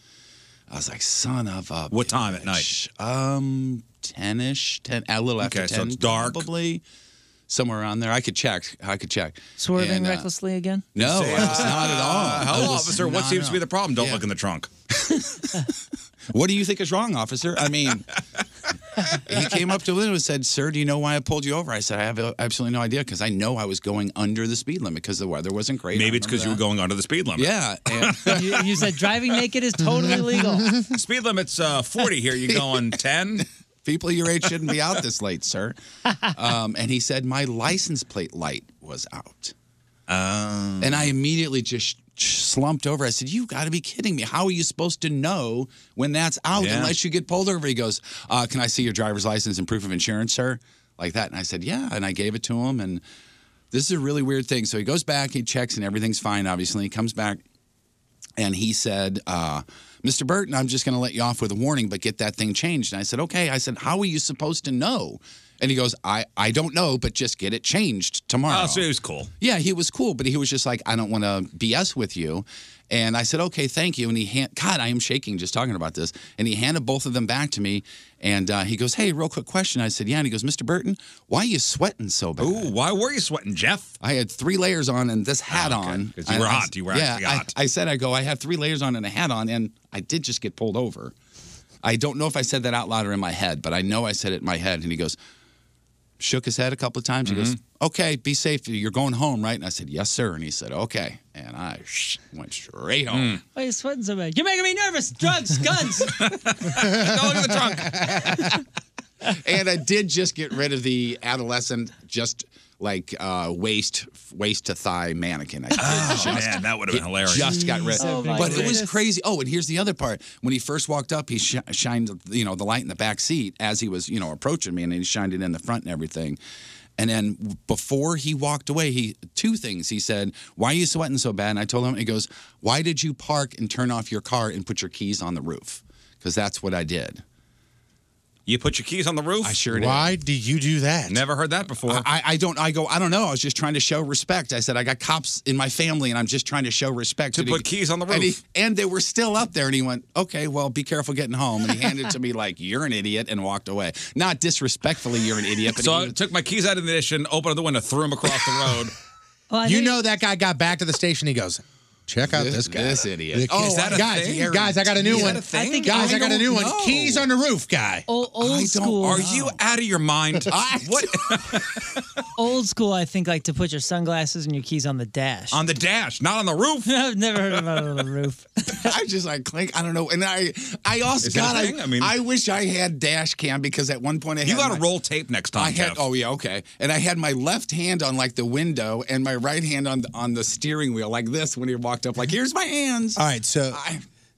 Speaker 7: I was like, "Son of a."
Speaker 5: What time at night?
Speaker 7: Um, ten ish, ten a little after
Speaker 5: Okay, so
Speaker 7: ten.
Speaker 5: it's dark.
Speaker 7: probably somewhere around there. I could check. I could check.
Speaker 4: Swerving
Speaker 7: And, uh,
Speaker 4: recklessly again?
Speaker 7: No,
Speaker 5: Say,
Speaker 7: it's not at all.
Speaker 5: uh, hello,
Speaker 7: I was
Speaker 5: officer. What
Speaker 7: not
Speaker 5: seems
Speaker 7: at
Speaker 5: to be the problem? Don't
Speaker 7: Yeah.
Speaker 5: look in the trunk.
Speaker 7: What do you think is wrong, officer? I mean, he came up to me and said, Sir, do you know why I pulled you over? I said, I have absolutely no idea because I know I was going under the speed limit because the weather wasn't great.
Speaker 5: Maybe it's 'cause you were going under the speed limit.
Speaker 7: Yeah. and-
Speaker 4: you, you said driving naked is totally legal.
Speaker 5: Speed limit's uh, 40 here. You going 10?
Speaker 7: People your age shouldn't be out this late, sir. Um, and he said, My license plate light was out. And I immediately just slumped over. I said, You got to be kidding me. How are you supposed to know when that's out
Speaker 9: Yeah.
Speaker 7: unless you get pulled over? He goes, uh, Can I see your driver's license and proof of insurance, sir? Like that. And I said, Yeah. And I gave it to him. And this is a really weird thing. So he goes back, he checks, and everything's fine, obviously. He comes back and he said, uh, Mr. Burton, I'm just going to let you off with a warning, but get that thing changed. And I said, okay. I said, how are you supposed to know And he goes, I, I don't know, but just get it changed tomorrow.
Speaker 5: Oh, so he was cool.
Speaker 7: Yeah, he was cool, but he was just like, I don't want to BS with you. And I said, okay, thank you. And he hand, God, I am shaking just talking about this. And he handed both of them back to me. And uh, he goes, hey, real quick question. I said, yeah. And he goes, Mr. Burton, why are you sweating so bad? Ooh,
Speaker 5: why were you sweating, Jeff?
Speaker 7: I had three layers on and this hat
Speaker 5: okay.
Speaker 7: on.
Speaker 5: 'Cause you were
Speaker 7: I- I-
Speaker 5: hot. You were
Speaker 7: yeah,
Speaker 5: actually
Speaker 7: I-
Speaker 5: hot.
Speaker 7: I, said, I go, I have three layers on and a hat on. And I did just get pulled over. I don't know if I said that out loud or in my head, but I know I said it in my head. And he goes, shook his head a couple of times. He goes,
Speaker 5: Mhm.
Speaker 7: "Okay, be safe. You're going home, right?" And I said, "Yes, sir." And he said, "Okay." And I sh- went straight home.
Speaker 4: Why are you sweating so bad? You're making me nervous. Drugs, guns.
Speaker 7: and I did just get rid of the adolescent, just like uh, waist waist to thigh mannequin. I
Speaker 5: Oh,
Speaker 7: just-
Speaker 5: man, that would've been
Speaker 7: it
Speaker 5: hilarious.
Speaker 7: Just got rid.
Speaker 5: Oh,
Speaker 7: of
Speaker 5: my
Speaker 7: but it was
Speaker 5: goodness.
Speaker 7: crazy. Oh, and here's the other part. When he first walked up, he sh- shined you know the light in the back seat as he was you know approaching me, and he shined it in the front and everything. And then before he walked away, he two things. He said, "Why are you sweating so bad?" And I told him, "He goes, why did you park and turn off your car and put your keys on the roof? Because that's what I did."
Speaker 5: You put your keys on the roof? I sure
Speaker 7: Why do you do that?
Speaker 5: Never heard that before.
Speaker 7: I, I- I don't. I go. I don't know. I was just trying to show respect. I said I got cops in my family, and I'm just trying to show respect.
Speaker 5: To
Speaker 7: And
Speaker 5: put keys on the
Speaker 7: And, he-
Speaker 5: roof.
Speaker 7: and they were still up there. And he went, "Okay, well, be careful getting home." And he handed it to me like, "You're an idiot," and walked away. Not disrespectfully, you're an idiot. But
Speaker 5: so
Speaker 7: he
Speaker 5: I took my keys out of the ignition, opened the window, threw them across the road.
Speaker 6: you know that guy got back to the station. He goes, check out this,
Speaker 7: This-
Speaker 6: guy.
Speaker 7: this idiot.
Speaker 6: The-
Speaker 7: Oh,
Speaker 6: is that a
Speaker 7: guys,
Speaker 6: thing?
Speaker 7: Aaron,
Speaker 6: guys, I got a new
Speaker 7: is that
Speaker 6: one.
Speaker 7: a thing? I think-
Speaker 6: guys, I,
Speaker 7: I
Speaker 6: got a
Speaker 7: don't
Speaker 6: new
Speaker 7: know.
Speaker 6: one. Keys on the roof, guy.
Speaker 4: Old, old school.
Speaker 5: Are you out of your mind? what?
Speaker 4: Old school, I think, like to put your sunglasses and your keys on the dash.
Speaker 5: on the dash, not on the roof.
Speaker 4: I've never heard about it on the roof.
Speaker 7: I'm just like Clink. I don't know. And I, I also
Speaker 5: Is that a thing?
Speaker 7: God, I,
Speaker 5: I
Speaker 7: I,
Speaker 5: mean-
Speaker 7: wish I had dash cam because at one point I had
Speaker 5: You got to
Speaker 7: my-
Speaker 5: roll tape next time,
Speaker 7: I had
Speaker 5: Jeff.
Speaker 7: oh yeah okay, and I had my left hand on like the window and my right hand on on the steering wheel like this when he walked up like here's my hands.
Speaker 6: All right, so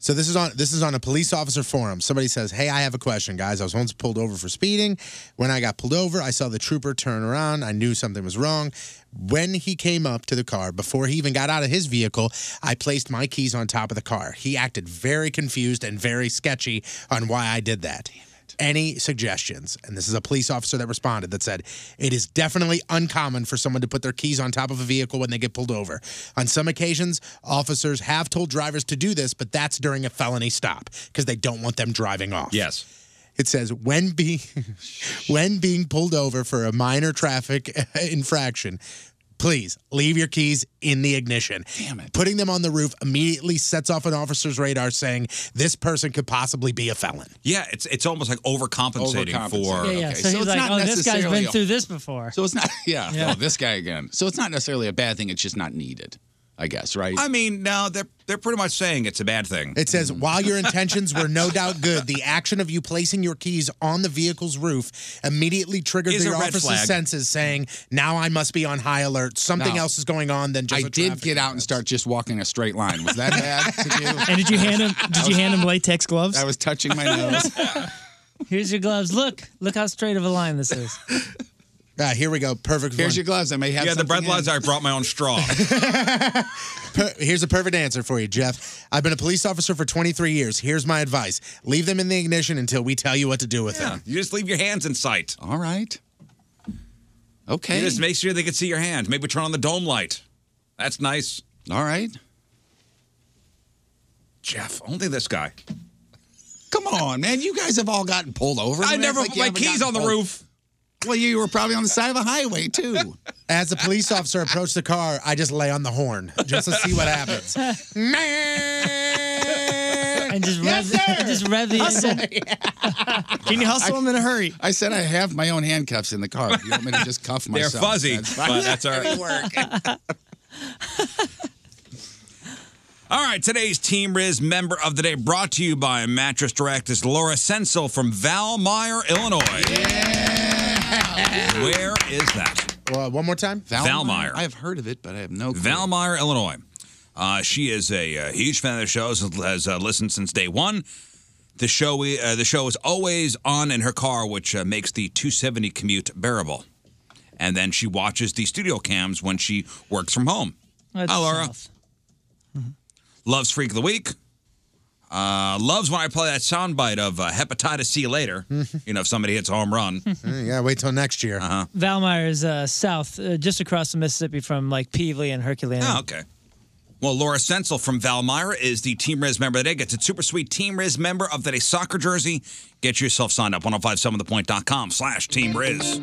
Speaker 6: so this is on this is on a police officer forum. Somebody says, "Hey, I have a question, guys. I was once pulled over for speeding. When I got pulled over, I saw the trooper turn around. I knew something was wrong. When he came up to the car, before he even got out of his vehicle, I placed my keys on top of the car. He acted very confused and very sketchy on why I did that." Any suggestions? And this is a police officer that responded that said, It is definitely uncommon for someone to put their keys on top of a vehicle when they get pulled over. On some occasions, officers have told drivers to do this, but that's during a felony stop because they don't want them driving off.
Speaker 5: Yes.
Speaker 6: It says when being when being pulled over for a minor traffic infraction, please leave your keys in the ignition. Damn it. Putting them on the roof immediately sets off an officer's radar saying this person could possibly be a felon.
Speaker 5: Yeah, it's it's almost like overcompensating, for.
Speaker 6: Yeah,
Speaker 4: yeah.
Speaker 7: Okay, so
Speaker 4: So, he's
Speaker 7: it's
Speaker 4: like,
Speaker 7: not
Speaker 4: oh, this guy's
Speaker 7: necessarily
Speaker 4: been
Speaker 7: a-
Speaker 4: through this before.
Speaker 7: So it's not yeah,
Speaker 4: Yeah.
Speaker 7: No, this guy again. So it's not necessarily a bad thing. It's just not needed, I guess. Right?
Speaker 5: I mean, no, they're they're pretty much saying it's a bad thing.
Speaker 6: It says,
Speaker 7: Mm.
Speaker 6: while your intentions were no doubt good, the action of you placing your keys on the vehicle's roof immediately triggered
Speaker 7: Is
Speaker 6: the
Speaker 7: a red
Speaker 6: officer's
Speaker 7: flag.
Speaker 6: senses, saying, "Now I must be on high alert. Something
Speaker 7: No.
Speaker 6: else is going on." Than just
Speaker 7: I
Speaker 6: a
Speaker 7: did
Speaker 6: traffic
Speaker 7: get out and start just walking a straight line. Was that bad to do?
Speaker 8: And did you hand him? Did you hand him latex gloves?
Speaker 7: I was touching my nose.
Speaker 4: Here's your gloves. Look, look how straight of a line this is.
Speaker 6: Ah, here we go. Perfect.
Speaker 7: Here's your gloves. I may have.
Speaker 5: yeah, the bread lines. I brought my own straw.
Speaker 6: Per- Here's a perfect answer for you, Jeff. I've been a police officer for 23 years. Here's my advice: leave them in the ignition until we tell you what to do with
Speaker 5: Yeah,
Speaker 6: them.
Speaker 5: you just leave your hands in sight.
Speaker 7: All right. Okay.
Speaker 5: You just make sure they can see your hand. Maybe turn on the dome light. That's nice.
Speaker 7: All right.
Speaker 5: Jeff, only this guy.
Speaker 7: Come on, man. You guys have all gotten pulled over.
Speaker 5: I
Speaker 7: You act
Speaker 5: never
Speaker 7: like
Speaker 5: put
Speaker 7: you
Speaker 5: my
Speaker 7: haven't
Speaker 5: keys
Speaker 7: gotten
Speaker 5: on the
Speaker 7: pulled-
Speaker 5: roof.
Speaker 7: Well, you were probably on the side of a highway too.
Speaker 6: As the police officer approached the car, I just lay on the horn just to see what happens.
Speaker 4: and just rev, and just rev the engine.
Speaker 7: Can you hustle them in a hurry? I said I have my own handcuffs in the car. You want me to just cuff
Speaker 5: They're
Speaker 7: myself?
Speaker 5: fuzzy, but that's all right. All right, today's Team Riz member of the day brought to you by Mattress Direct is Laura Sensil from Valmire, Illinois. Where is that?
Speaker 6: Well, one more time.
Speaker 5: Valmire.
Speaker 7: I've heard of it, but I have no clue.
Speaker 5: Valmire, Illinois. Uh, she is a, uh huge fan of the show, has, has uh, listened since day one. The show, i- uh, the show is always on in her car, which uh, makes the 270 commute bearable. And then she watches the studio cams when she works from home.
Speaker 4: That's
Speaker 5: Hi, Laura.
Speaker 4: south.
Speaker 5: Loves Freak of the Week. Uh, loves when I play that soundbite of uh, hepatitis C later.
Speaker 6: Mm-hmm.
Speaker 5: you know, if somebody hits a home run.
Speaker 6: yeah, wait till next year.
Speaker 5: Uh-huh.
Speaker 4: Valmire is uh, south, uh, just across the Mississippi from like Peavey and Herculean.
Speaker 5: Oh, okay. Well, Laura Sensel from Valmyra is the Team Riz member of the day. Gets a super sweet Team Riz member of the day soccer jersey. Get yourself signed up, 1057thepoint.com slash Team Riz.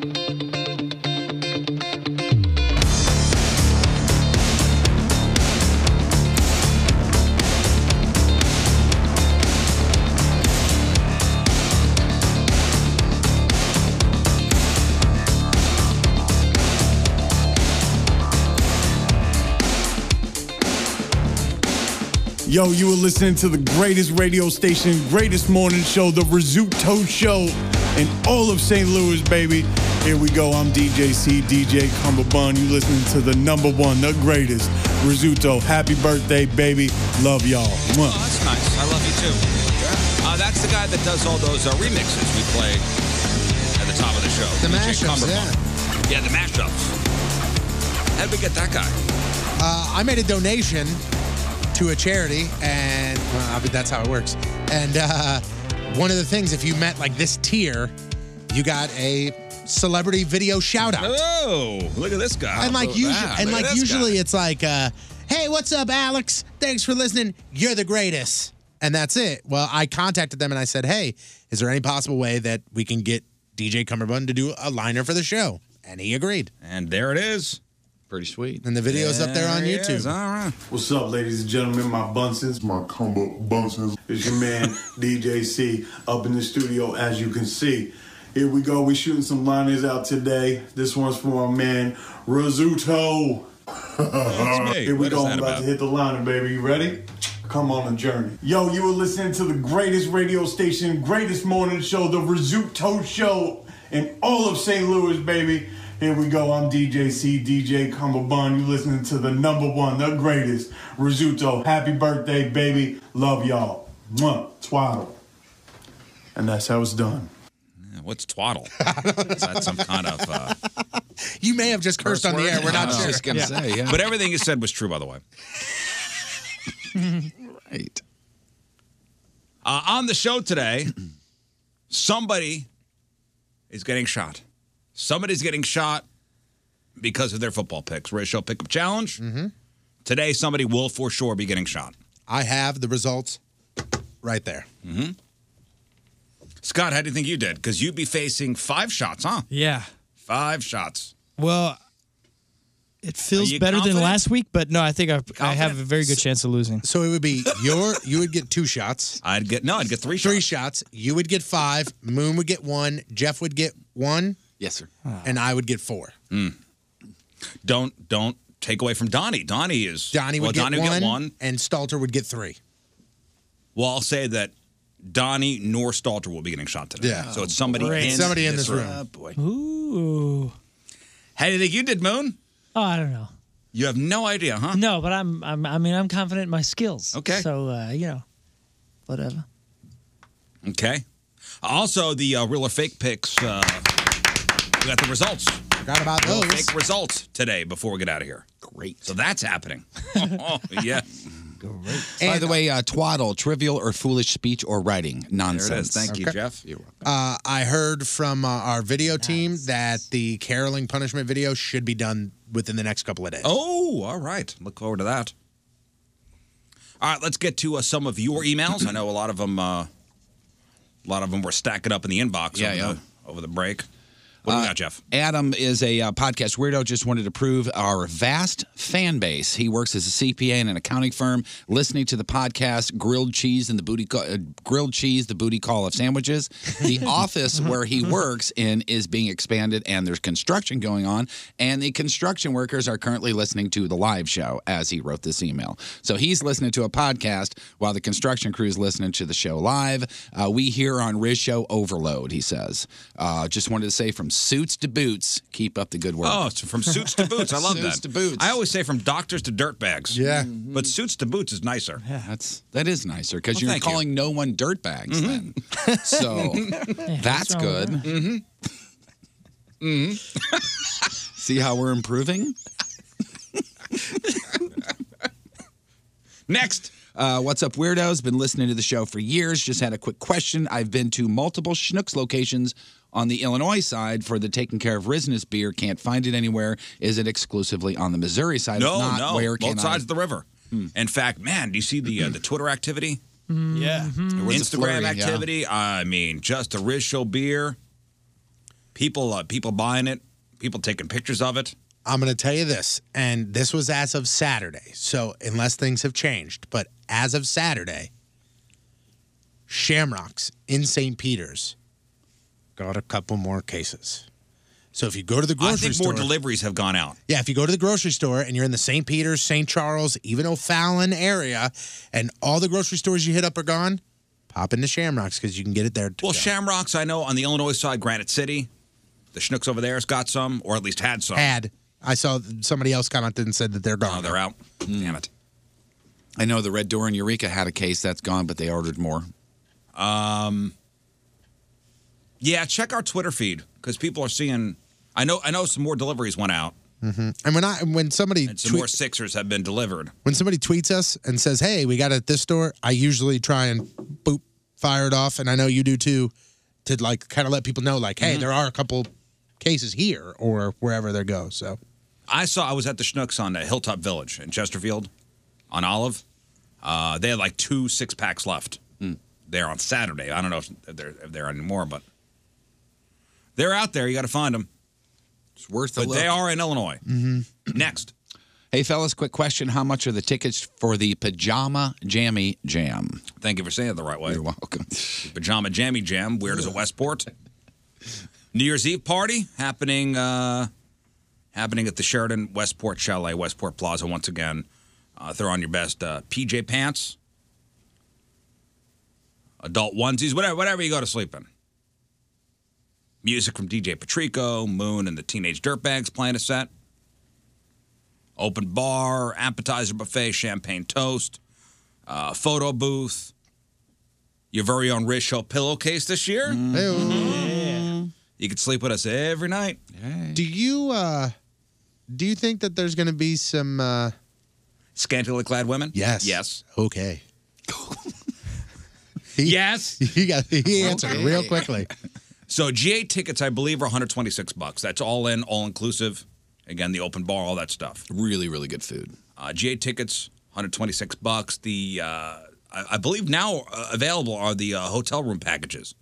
Speaker 9: Yo, you were listening to the greatest radio station, greatest morning show, the Rizzuto Show in all of St. Louis, baby. Here we go. I'm DJ C, DJ Cumberbund. You listening to the number one, the greatest, Rizzuto. Happy birthday, baby. Love y'all.
Speaker 5: Oh,
Speaker 9: Mwah.
Speaker 5: that's nice. I love you too. Uh, that's the guy that does all those uh, remixes we play at the top of the show.
Speaker 6: The
Speaker 5: DJ
Speaker 6: mashups,
Speaker 5: Cumberbund. Yeah, the mashups. How'd we get that guy?
Speaker 6: Uh, I made a donation to a charity, and well, I mean, that's how it works. And uh, one of the things, if you met like this tier, you got a celebrity video shout out.
Speaker 5: Oh, look at this guy.
Speaker 6: and like usually, and like usually, it's like, uh, "Hey, what's up, Alex? Thanks for listening. You're the greatest." And that's it. Well, I contacted them and I said, "Hey, is there any possible way that we can get DJ Cumberbund to do a liner for the show?" And he agreed.
Speaker 5: And there it is.
Speaker 7: Pretty sweet.
Speaker 6: And the video's up there on
Speaker 9: There he
Speaker 6: YouTube.
Speaker 9: is.
Speaker 5: All right.
Speaker 9: What's up, ladies and gentlemen? My Bunsons, my combo Bunsons. It's your man DJ C up in the studio, as you can see. Here we go. We shooting some liners out today. This one's for my man Rizzuto.
Speaker 5: me.
Speaker 9: Here we
Speaker 5: What is
Speaker 9: go.
Speaker 5: that
Speaker 9: I'm about
Speaker 5: about?
Speaker 9: to hit the liner, baby. You ready? Come on a journey. Yo, you were listening to the greatest radio station, greatest morning show, the Rizzuto Show in all of St. Louis, baby. Here we go. I'm DJ C, DJ Cumberbund. You listening to the number one, the greatest, Rizzuto. Happy birthday, baby. Love y'all. Mwah. Twaddle. And that's how it's done.
Speaker 5: Yeah, What's twaddle? is that some kind of uh,
Speaker 6: You may have just cursed on the air. We're not sure. Yeah.
Speaker 5: But everything you said was true, by the way.
Speaker 7: right.
Speaker 5: Uh, on the show today, somebody is getting shot. Somebody's getting shot because of their football picks. Ratio pickup challenge. Mm-hmm. Today, somebody will for sure be getting shot.
Speaker 6: I have the results right there.
Speaker 5: Mm-hmm. Scott, how do you think you did? Because you'd be facing five shots, huh?
Speaker 8: Yeah.
Speaker 5: Five shots.
Speaker 8: Well, it feels
Speaker 5: you
Speaker 8: better
Speaker 5: confident?
Speaker 8: than last week, but no, I think I, I have a very good chance of losing.
Speaker 6: So it would be your you would get two shots.
Speaker 5: I'd get no, I'd get three
Speaker 6: shots. Three shots. You would get five. Moon would get one. Jeff would get one.
Speaker 7: Yes, sir.
Speaker 6: And I would get four.
Speaker 5: Mm. Don't don't take away from Donnie. Donnie is
Speaker 6: Donnie would,
Speaker 5: well,
Speaker 6: get,
Speaker 5: Donnie
Speaker 6: one,
Speaker 5: would get one.
Speaker 6: And Stalter would get three.
Speaker 5: Well, I'll say that Donnie nor Stalter will be getting shot today.
Speaker 6: Yeah.
Speaker 5: So it's somebody
Speaker 6: Great.
Speaker 5: in
Speaker 6: Somebody in this room.
Speaker 5: room.
Speaker 4: Ooh.
Speaker 5: How do you think you did, Moon?
Speaker 4: Oh, I don't know.
Speaker 5: You have no idea, huh?
Speaker 4: No, but I'm, I'm. I mean, I'm confident in my skills.
Speaker 5: Okay.
Speaker 4: So uh, you know, whatever.
Speaker 5: Okay. Also, the uh, real or fake picks. Uh, we got the results.
Speaker 6: Forgot about
Speaker 5: real or
Speaker 6: those.
Speaker 5: Fake results today before we get out of here. Great. So that's happening. oh, yeah.
Speaker 7: By the way, uh, twaddle, trivial or foolish speech or writing, nonsense.
Speaker 5: Thank you, Jeff.
Speaker 6: Uh, I heard from uh, our video team that the caroling punishment video should be done within the next couple of days.
Speaker 5: Oh, all right. Look forward to that. All right, let's get to uh, some of your emails. I know a lot of them. Uh, a lot of them were stacking up in the inbox.
Speaker 7: Yeah,
Speaker 5: over,
Speaker 7: yeah.
Speaker 5: The, over the break. What do we
Speaker 7: Uh,
Speaker 5: got, Jeff?
Speaker 7: Adam is a uh, podcast weirdo. Just wanted to prove our vast fan base. He works as a CPA in an accounting firm. Listening to the podcast, grilled cheese and the booty ca- uh, grilled cheese, the booty call of sandwiches. The office where he works in is being expanded, and there's construction going on. And the construction workers are currently listening to the live show as he wrote this email. So he's listening to a podcast while the construction crew is listening to the show live. Uh, we here on Riz Show overload. He says. Uh, just wanted to say from suits to boots, keep up the good work.
Speaker 5: Oh, it's from suits to boots. I love that.
Speaker 7: Suits to boots. Mm-hmm.
Speaker 5: I always say from doctors to dirt bags.
Speaker 7: Yeah.
Speaker 5: But suits to boots is nicer.
Speaker 7: Yeah, that's that is nicer because
Speaker 5: Well,
Speaker 7: you're
Speaker 5: thank you. Mm-hmm.
Speaker 7: calling no one dirtbags then. So
Speaker 5: what's
Speaker 7: that's
Speaker 5: wrong
Speaker 7: good.
Speaker 5: with
Speaker 7: Mm-hmm. hmm Mm-hmm. See how we're improving?
Speaker 5: Next.
Speaker 7: Uh, what's up, weirdos? Been listening to the show for years. Just had a quick question. I've been to multiple Schnooks locations on the Illinois side for the taking care of Risness beer. Can't find it anywhere. Is it exclusively on the Missouri side? If
Speaker 5: Oh, No,
Speaker 7: not,
Speaker 5: no.
Speaker 7: Where can
Speaker 5: both
Speaker 7: I- Hmm.
Speaker 5: sides of the river. In fact, man, do you see the uh, the Twitter activity?
Speaker 8: Yeah.
Speaker 7: was a
Speaker 5: Instagram
Speaker 7: flurry, Mm-hmm. yeah.
Speaker 5: activity. I mean, just a Riz Show beer. People, uh, people buying it. People taking pictures of it.
Speaker 6: I'm going to tell you this, and this was as of Saturday. So, unless things have changed, but as of Saturday, Shamrocks in St. Peter's got a couple more cases. So, if you go to the grocery
Speaker 5: I think
Speaker 6: store,
Speaker 5: more deliveries have gone out.
Speaker 6: yeah, if you go to the grocery store and you're in the St. Peter's, St. Charles, even O'Fallon area, and all the grocery stores you hit up are gone, pop into Shamrocks because you can get it there.
Speaker 5: Well, Shamrocks, I know on the Illinois side, Granite City, the Schnooks over there's got some, or at least had some. Oh,
Speaker 6: Had I saw somebody else commented and said that they're gone.
Speaker 5: they're out. Damn it.
Speaker 7: Hmm. I know the Red Door in Eureka had a case that's gone, but they ordered more.
Speaker 5: Um, yeah, check our Twitter feed because people are seeing. I know, I know, some more deliveries went out,
Speaker 6: hmm And when I when somebody
Speaker 5: and some
Speaker 6: tweet-
Speaker 5: more Sixers have been delivered.
Speaker 6: when somebody tweets us and says, "Hey, we got it at this store," I usually try and boop fire it off, and I know you do too, to like kind of let people know, like, "Hey, there are a couple cases here or wherever they go." So
Speaker 5: I saw I was at the Schnooks on uh, Hilltop Village in Chesterfield, on Olive. Uh, they had like two six packs left.
Speaker 7: Hmm.
Speaker 5: They're on Saturday. I don't know if they're if they're anymore, but they're out there. You got to find them.
Speaker 7: It's worth
Speaker 5: but
Speaker 7: a
Speaker 5: they
Speaker 7: look.
Speaker 5: are in Illinois. Next.
Speaker 7: Hey, fellas, quick question. How much are the tickets for the Pajama Jammy Jam?
Speaker 5: Thank you for saying it the right way.
Speaker 7: You're welcome.
Speaker 5: Pajama Jammy Jam. Weird as a Westport. New Year's Eve party happening uh, happening at the Sheridan Westport Chalet, Westport Plaza once again. Uh, throw on your best uh, PJ pants, adult onesies, whatever, whatever you go to sleep in. Music from DJ Patrico, Moon, and the Teenage Dirtbags playing a set. Open bar, appetizer buffet, champagne toast, uh, photo booth, your very own Riz Show pillowcase this year. Mm-hmm. You can sleep with us every night.
Speaker 6: do you uh do you think that there's going to be some uh
Speaker 5: Scantily clad women?
Speaker 6: Yes.
Speaker 5: Yes.
Speaker 6: Okay. yes. He got he answered it real quickly.
Speaker 5: So GA tickets, I believe, are 126 bucks. That's all in, all inclusive. Again, the open bar, all that stuff.
Speaker 7: Really, really good food.
Speaker 5: Uh, GA tickets, 126 bucks. The uh, I, I believe now uh, available are the uh, hotel room packages.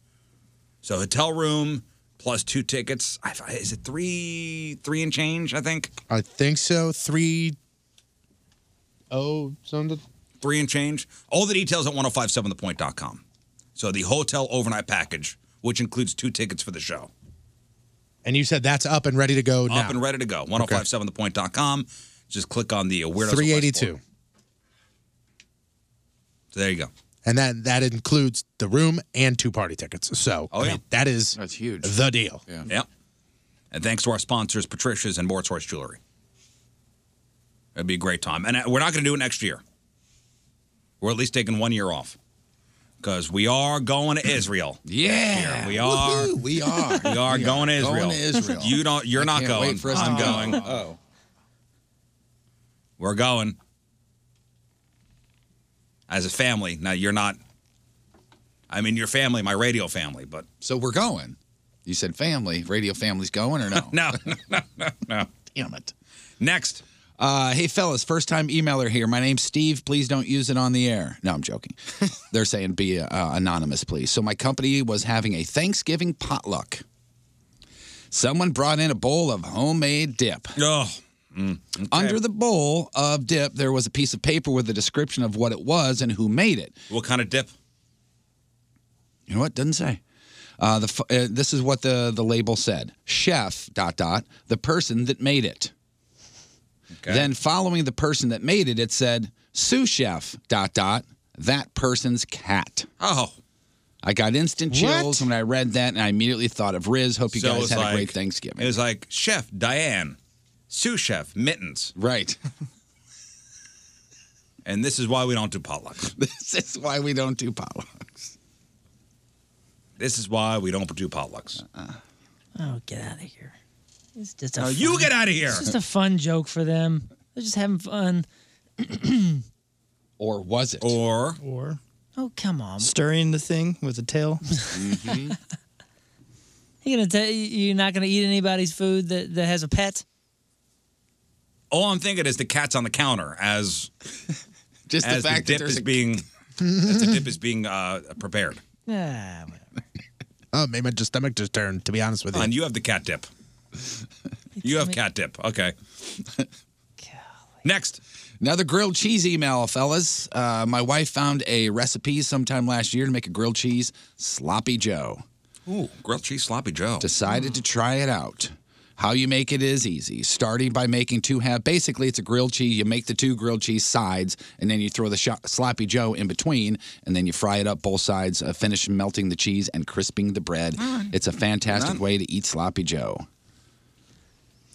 Speaker 5: So hotel room plus two tickets. I, is it three, three and change? I think
Speaker 6: I think so. Three oh something.
Speaker 5: three and change. All the details at 1057thepoint.com. So the hotel overnight package, which includes two tickets for the show.
Speaker 6: And you said that's up and ready to go now.
Speaker 5: up and ready to go. 1057thepoint.com. Just click on the uh, Weirdos. of
Speaker 6: 382.
Speaker 5: Westport. So there you go.
Speaker 6: and that that includes the room and two party tickets. So
Speaker 5: Oh,
Speaker 6: I
Speaker 5: yeah.
Speaker 6: mean, that is
Speaker 7: that's huge.
Speaker 6: The deal.
Speaker 7: Yeah.
Speaker 5: Yep. And thanks to our sponsors, Patricia's and Mort's Horse Jewelry. It'd be a great time. And uh, we're not going to do it next year. We're at least taking one year off because we are going to Israel.
Speaker 7: Yeah.
Speaker 5: We are.
Speaker 7: Woohoo, we are.
Speaker 5: We are
Speaker 7: We
Speaker 5: going to
Speaker 7: are
Speaker 5: Israel.
Speaker 7: going to Israel.
Speaker 5: You don't. You're
Speaker 7: I
Speaker 5: not
Speaker 7: can't
Speaker 5: going.
Speaker 7: wait for us to
Speaker 5: I'm
Speaker 7: go.
Speaker 5: going.
Speaker 7: Oh.
Speaker 5: We're going. As a family. Now you're not. I mean, your family, my radio family, but
Speaker 7: So we're going. You said family. Radio family's going or no?
Speaker 5: no, no, no, no.
Speaker 7: Damn it.
Speaker 5: Next.
Speaker 7: Uh, hey, fellas, first time emailer here. My name's Steve. Please don't use it on the air. No, I'm joking. They're saying be uh, anonymous, please. So, my company was having a Thanksgiving potluck. Someone brought in a bowl of homemade dip.
Speaker 5: Oh.
Speaker 7: Under the bowl of dip, there was a piece of paper with a description of what it was and who made it.
Speaker 5: What kind of dip?
Speaker 7: You know what? Doesn't say. Uh, the f- uh, this is what the the label said: chef dot dot the person that made it. Then following the person that made it, it said sous chef dot dot that person's cat.
Speaker 5: Oh.
Speaker 7: I got instant chills when I read that, and I immediately thought of Riz. Hope you
Speaker 5: So
Speaker 7: guys
Speaker 5: it's
Speaker 7: had a
Speaker 5: like-
Speaker 7: great Thanksgiving.
Speaker 5: It was like Chef Diane, sous chef Mittens.
Speaker 7: Right.
Speaker 5: and this is why we don't do potlucks.
Speaker 7: This is why we don't do potlucks.
Speaker 5: This is why we don't do potlucks.
Speaker 4: Oh, get out of here. It's just a
Speaker 6: Oh,
Speaker 5: Now
Speaker 4: fun-
Speaker 5: you get outta here.
Speaker 4: It's just a fun joke for them. They're just having fun.
Speaker 7: Or was it?
Speaker 5: Or
Speaker 8: Or
Speaker 4: Oh come on!
Speaker 8: stirring the thing with a tail.
Speaker 4: You gonna tell you're not gonna eat anybody's food that, that has a pet?
Speaker 5: All Oh, I'm thinking is the cat's on the counter as
Speaker 7: Just the
Speaker 5: as
Speaker 7: fact that
Speaker 5: dip
Speaker 7: there's
Speaker 5: is
Speaker 7: a-
Speaker 5: being as the dip is being uh, prepared.
Speaker 4: Yeah.
Speaker 6: Oh, maybe my stomach just turned. To be honest with you,
Speaker 5: Oh, And you have the cat dip. You have cat dip. Okay. Next.
Speaker 7: Another grilled cheese email, fellas. Uh, my wife found a recipe sometime last year to make a grilled cheese sloppy Joe.
Speaker 5: Ooh, grilled cheese sloppy Joe.
Speaker 7: Decided to try it out. How you make it is easy. Starting by making two half. Basically, it's a grilled cheese. You make the two grilled cheese sides, and then you throw the sho sloppy Joe in between, and then you fry it up both sides. Uh, finish melting the cheese and crisping the bread.
Speaker 5: Mm.
Speaker 7: It's a fantastic
Speaker 5: Mm.
Speaker 7: way to eat sloppy Joe.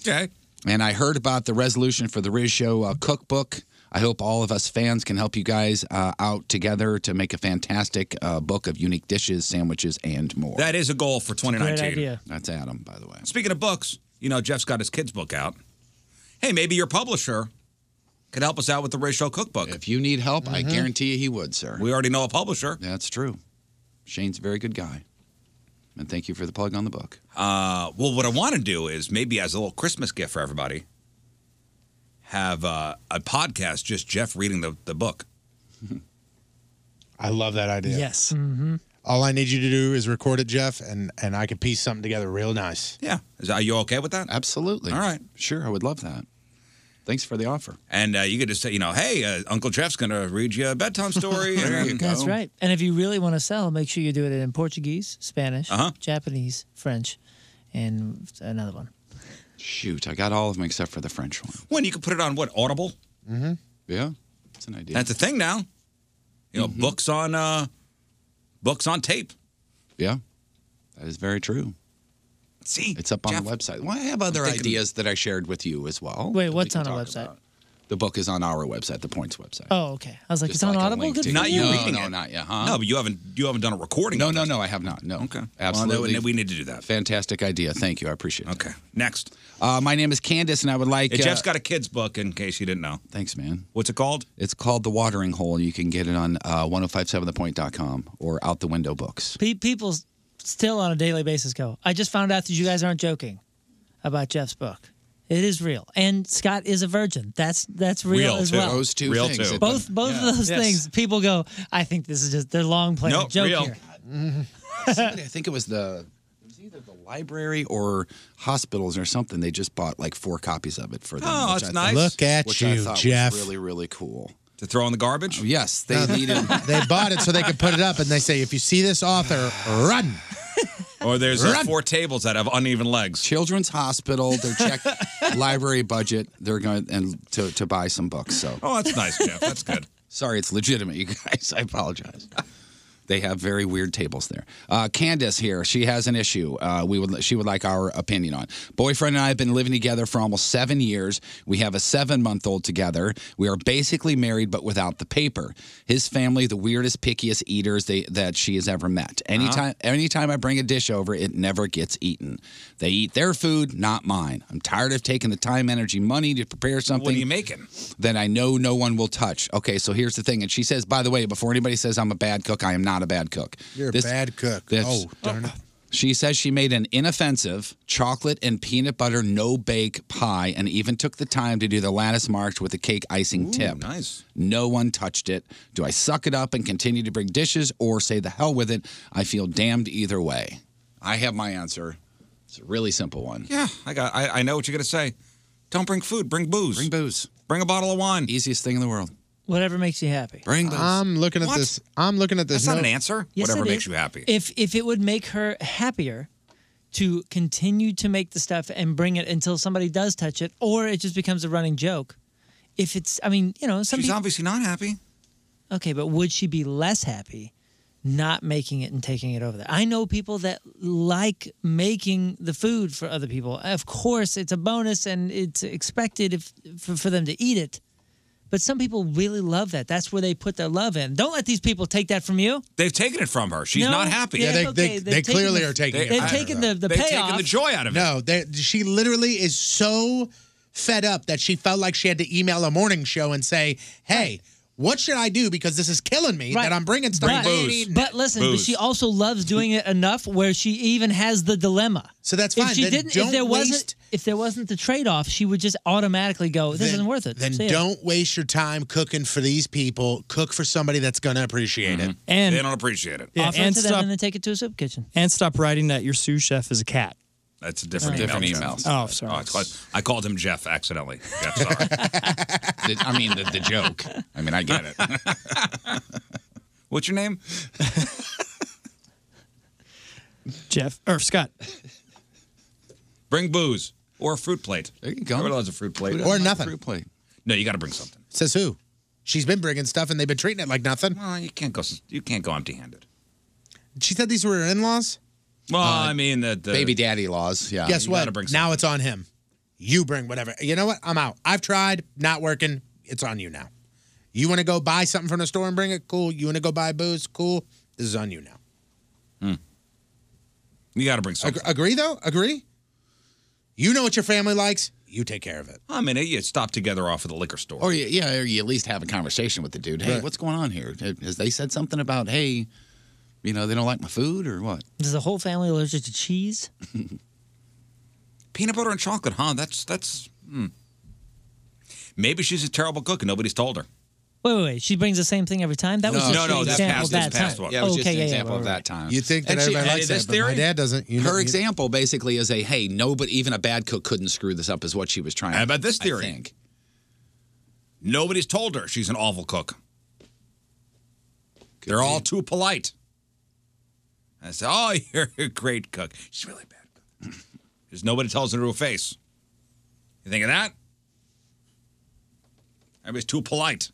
Speaker 5: Okay.
Speaker 7: And I heard about the resolution for the Riz Show uh, cookbook. I hope all of us fans can help you guys uh, out together to make a fantastic uh, book of unique dishes, sandwiches, and more.
Speaker 5: That is a goal for 2019.
Speaker 7: That's Adam, by the way.
Speaker 5: Speaking of books, you know, Jeff's got his kids' book out. Hey, maybe your publisher could help us out with the racial cookbook.
Speaker 7: If you need help, I guarantee you he would, sir.
Speaker 5: Mm-hmm. We already know a publisher.
Speaker 7: That's true. Shane's a very good guy. And thank you for the plug on the book.
Speaker 5: Uh, well, what I want to do is maybe as a little Christmas gift for everybody, have uh, a podcast just Jeff reading the, the book.
Speaker 6: I love that idea.
Speaker 4: Yes.
Speaker 6: Mm-hmm. All I need you to do is record it, Jeff, and and I can piece something together real nice.
Speaker 5: Yeah. Is, are you okay with that?
Speaker 7: Absolutely.
Speaker 5: All right.
Speaker 7: Sure, I would love that. Thanks for the offer.
Speaker 5: And uh, you could just say, you know, hey, uh, Uncle Jeff's going to read you a bedtime story. and- uh,
Speaker 4: That's right. And if you really want to sell, make sure you do it in Portuguese, Spanish,
Speaker 5: Uh-huh.
Speaker 4: Japanese, French, and another one.
Speaker 7: Shoot, I got all of them except for the French one.
Speaker 5: When you can put it on what Audible?
Speaker 7: Mm-hmm. Yeah, it's an idea. Mm-hmm.
Speaker 5: That's a thing now. You know, books on uh, books on tape.
Speaker 7: Yeah, that is very true.
Speaker 5: See,
Speaker 7: it's up on the website. Well, I have other
Speaker 4: I'm thinking-
Speaker 7: ideas that I shared with you as well.
Speaker 4: Wait, what's on a website?
Speaker 7: The book is on our website, the Points website.
Speaker 4: Oh, okay. I was like,
Speaker 7: Just
Speaker 4: it's on
Speaker 7: like a
Speaker 4: Audible.
Speaker 7: link
Speaker 4: Good
Speaker 7: to-
Speaker 4: for
Speaker 7: Not
Speaker 4: you.
Speaker 7: you reading No, it. not yet, huh?
Speaker 5: No, Oh, but you haven't you haven't done a recording.
Speaker 7: No, no, no, I have not. No. Okay. Absolutely.
Speaker 5: Well, no, we need to do that.
Speaker 7: Fantastic idea. Thank you. I appreciate it.
Speaker 5: Okay. Next.
Speaker 7: Uh, my name is Candace, and I would like.
Speaker 5: Hey, Jeff's
Speaker 7: uh,
Speaker 5: got a kid's book in case you didn't know.
Speaker 7: Thanks, man.
Speaker 5: What's it called?
Speaker 7: It's called The Watering Hole. You can get it on uh, 1057thepoint.com or Out the Window Books.
Speaker 4: Pe- people s- still on a daily basis go. I just found out that you guys aren't joking about Jeff's book. It is real, and Scott is a virgin. That's that's real,
Speaker 7: Real,
Speaker 4: as
Speaker 7: too.
Speaker 4: well.
Speaker 7: Those two Real, things. too.
Speaker 4: Both both
Speaker 7: Yeah.
Speaker 4: of those
Speaker 7: Yes.
Speaker 4: things. People go. I think this is just they're long playing a
Speaker 7: Nope,
Speaker 4: joke
Speaker 7: real.
Speaker 4: here.
Speaker 7: Somebody, I think it was the it was either the library or hospitals or something. They just bought like four copies of it for them.
Speaker 5: Oh,
Speaker 7: which
Speaker 5: that's
Speaker 7: I
Speaker 5: nice.
Speaker 7: thought-
Speaker 5: Look at
Speaker 7: which I
Speaker 5: you,
Speaker 7: thought was
Speaker 5: Jeff.
Speaker 7: really, really cool. Oh,
Speaker 5: To throw in the garbage?
Speaker 7: yes, they needed.
Speaker 6: they bought it so they could put it up, and they say, if you see this author, run.
Speaker 5: Or there's uh,
Speaker 7: Run.
Speaker 5: four tables that have uneven legs.
Speaker 7: Children's Hospital, their check library budget. They're going and to, to buy some books. So
Speaker 5: Oh, that's nice, Jeff. That's good.
Speaker 7: Sorry, it's legitimate, you guys. I apologize. They have very weird tables there. Uh, Candace here, she has an issue. Uh, we would she would like our opinion on. Boyfriend and I have been living together for almost seven years. We have a seven month old together. We are basically married, but without the paper. His family, the weirdest, pickiest eaters they, that she has ever met. Anytime anytime I bring a dish over, it never gets eaten. They eat their food, not mine. I'm tired of taking the time, energy, money to prepare something.
Speaker 5: What are you making?
Speaker 7: That I know no one will touch. Okay, so here's the thing. And she says, by the way, before anybody says I'm a bad cook, I am not a bad cook.
Speaker 6: You're
Speaker 7: This-
Speaker 6: a bad cook.
Speaker 7: this-
Speaker 6: oh, darn it.
Speaker 7: She says she made an inoffensive chocolate and peanut butter no bake pie and even took the time to do the lattice marks with a cake icing tip.
Speaker 5: Nice.
Speaker 7: No one touched it. Do I suck it up and continue to bring dishes or say the hell with it? I feel damned either way. I have my answer. It's a really simple one.
Speaker 5: Yeah, I got. I, I know what you're gonna say. Don't bring food. Bring booze. Bring
Speaker 7: booze.
Speaker 5: Bring a bottle of wine.
Speaker 7: Easiest thing in the world.
Speaker 4: Whatever makes you happy.
Speaker 7: Bring those.
Speaker 6: I'm looking at
Speaker 4: What?
Speaker 6: this. I'm looking at this. note.
Speaker 4: Yes, it is. If if it would make her happier to continue to make the stuff and bring it until somebody does touch it, or it just becomes a running joke. If it's, I mean, you know, some
Speaker 5: She's
Speaker 4: people-
Speaker 5: obviously not happy.
Speaker 4: Okay, but would she be less happy not making it and taking it over there? I know people that like making the food for other people. Of course, it's a bonus and it's expected if, for, for them to eat it. But some people really love that. That's where they put their love in. Don't let these people take that from you.
Speaker 5: They've taken it from her. She's
Speaker 4: No,
Speaker 5: not happy.
Speaker 4: yeah, Yeah, they- it's okay. they- They've they taken clearly the- are taking it they've from her. taken the- the
Speaker 5: They've
Speaker 4: payoff.
Speaker 5: taken the joy out of it.
Speaker 6: No, they, she literally is so fed up that she felt like she had to email a morning show and say, "Hey, what should I do because this is killing me that I'm bringing stuff.
Speaker 4: But,
Speaker 6: I ain't eating
Speaker 4: but
Speaker 6: it.
Speaker 4: listen, but she also loves doing it enough where she even has the dilemma.
Speaker 6: So that's
Speaker 4: If
Speaker 6: fine.
Speaker 4: she
Speaker 6: Then
Speaker 4: didn't, if
Speaker 6: don't
Speaker 4: there wasn't,
Speaker 6: waste-
Speaker 4: if there wasn't the trade-off, she would just automatically go, "This
Speaker 6: Then-
Speaker 4: isn't worth it."
Speaker 6: Then
Speaker 4: See ya.
Speaker 6: don't waste your time cooking for these people. Cook for somebody that's going to appreciate it.
Speaker 8: And-
Speaker 5: they don't appreciate it.
Speaker 8: Yeah,
Speaker 4: offer it
Speaker 8: and
Speaker 4: to them
Speaker 8: stop
Speaker 4: and then take it to a soup kitchen.
Speaker 8: and stop writing that your sous chef is a cat.
Speaker 5: That's a different
Speaker 8: Oh.
Speaker 5: email.
Speaker 8: Different email. Oh, sorry.
Speaker 5: I, called, I called him Jeff accidentally. Jeff, sorry.
Speaker 7: I mean, the, the joke. I mean, I get it.
Speaker 5: What's your name?
Speaker 8: Jeff or Scott.
Speaker 5: Bring booze or a fruit plate. There you go. Everyone loves a fruit plate.
Speaker 6: Who doesn't Or like a nothing.
Speaker 5: fruit plate. No, you got to bring something.
Speaker 6: Says who? She's been bringing stuff and they've been treating it like nothing.
Speaker 5: Well, you can't go. You can't go empty-handed.
Speaker 6: She said these were her in-laws. Uh,
Speaker 5: Well, I mean the, the
Speaker 6: baby
Speaker 5: daddy laws. Yeah.
Speaker 6: Guess what? Now it's on him. You bring whatever. You know what? I'm out. I've tried. Not working. It's on you now. You want to go buy something from the store and bring it? Cool. You want to go buy booze? Cool. This is on you now.
Speaker 5: Hmm. You got to bring something.
Speaker 6: Ag- agree though. Agree. You know what your family likes. You take care of it.
Speaker 5: I mean, you stop together off at the liquor store.
Speaker 7: Or you, yeah, or you at least have a conversation with the dude. Hey, what's going on here? Has they said something about hey, you know, they don't like my food or what?
Speaker 4: Is the whole family allergic to cheese?
Speaker 5: Peanut butter and chocolate, huh? That's that's. Hmm. Maybe she's a terrible cook and nobody's told her.
Speaker 4: Wait, wait, wait. She brings the same thing every time. That was
Speaker 5: No,
Speaker 4: just
Speaker 5: no,
Speaker 4: an
Speaker 5: no, this
Speaker 4: example
Speaker 5: past-
Speaker 4: that
Speaker 5: this past
Speaker 4: time.
Speaker 5: one.
Speaker 7: Yeah, it was
Speaker 4: okay,
Speaker 7: just an
Speaker 4: yeah, yeah,
Speaker 7: example
Speaker 4: right,
Speaker 7: of
Speaker 4: right.
Speaker 7: that time.
Speaker 6: You think that
Speaker 7: And she-
Speaker 6: everybody
Speaker 7: and
Speaker 6: likes
Speaker 7: this
Speaker 6: that, but my
Speaker 7: theory-
Speaker 6: dad doesn't. You know-
Speaker 7: her
Speaker 6: you-
Speaker 7: example basically is a hey, nobody, even a bad cook couldn't screw this up, is what she was trying.
Speaker 5: How about this
Speaker 7: I
Speaker 5: theory?
Speaker 7: think.
Speaker 5: Nobody's told her she's an awful cook. They're all too polite. I said, "Oh, you're a great cook." She's really bad. Because nobody tells her to her face. You think of that? Everybody's too polite.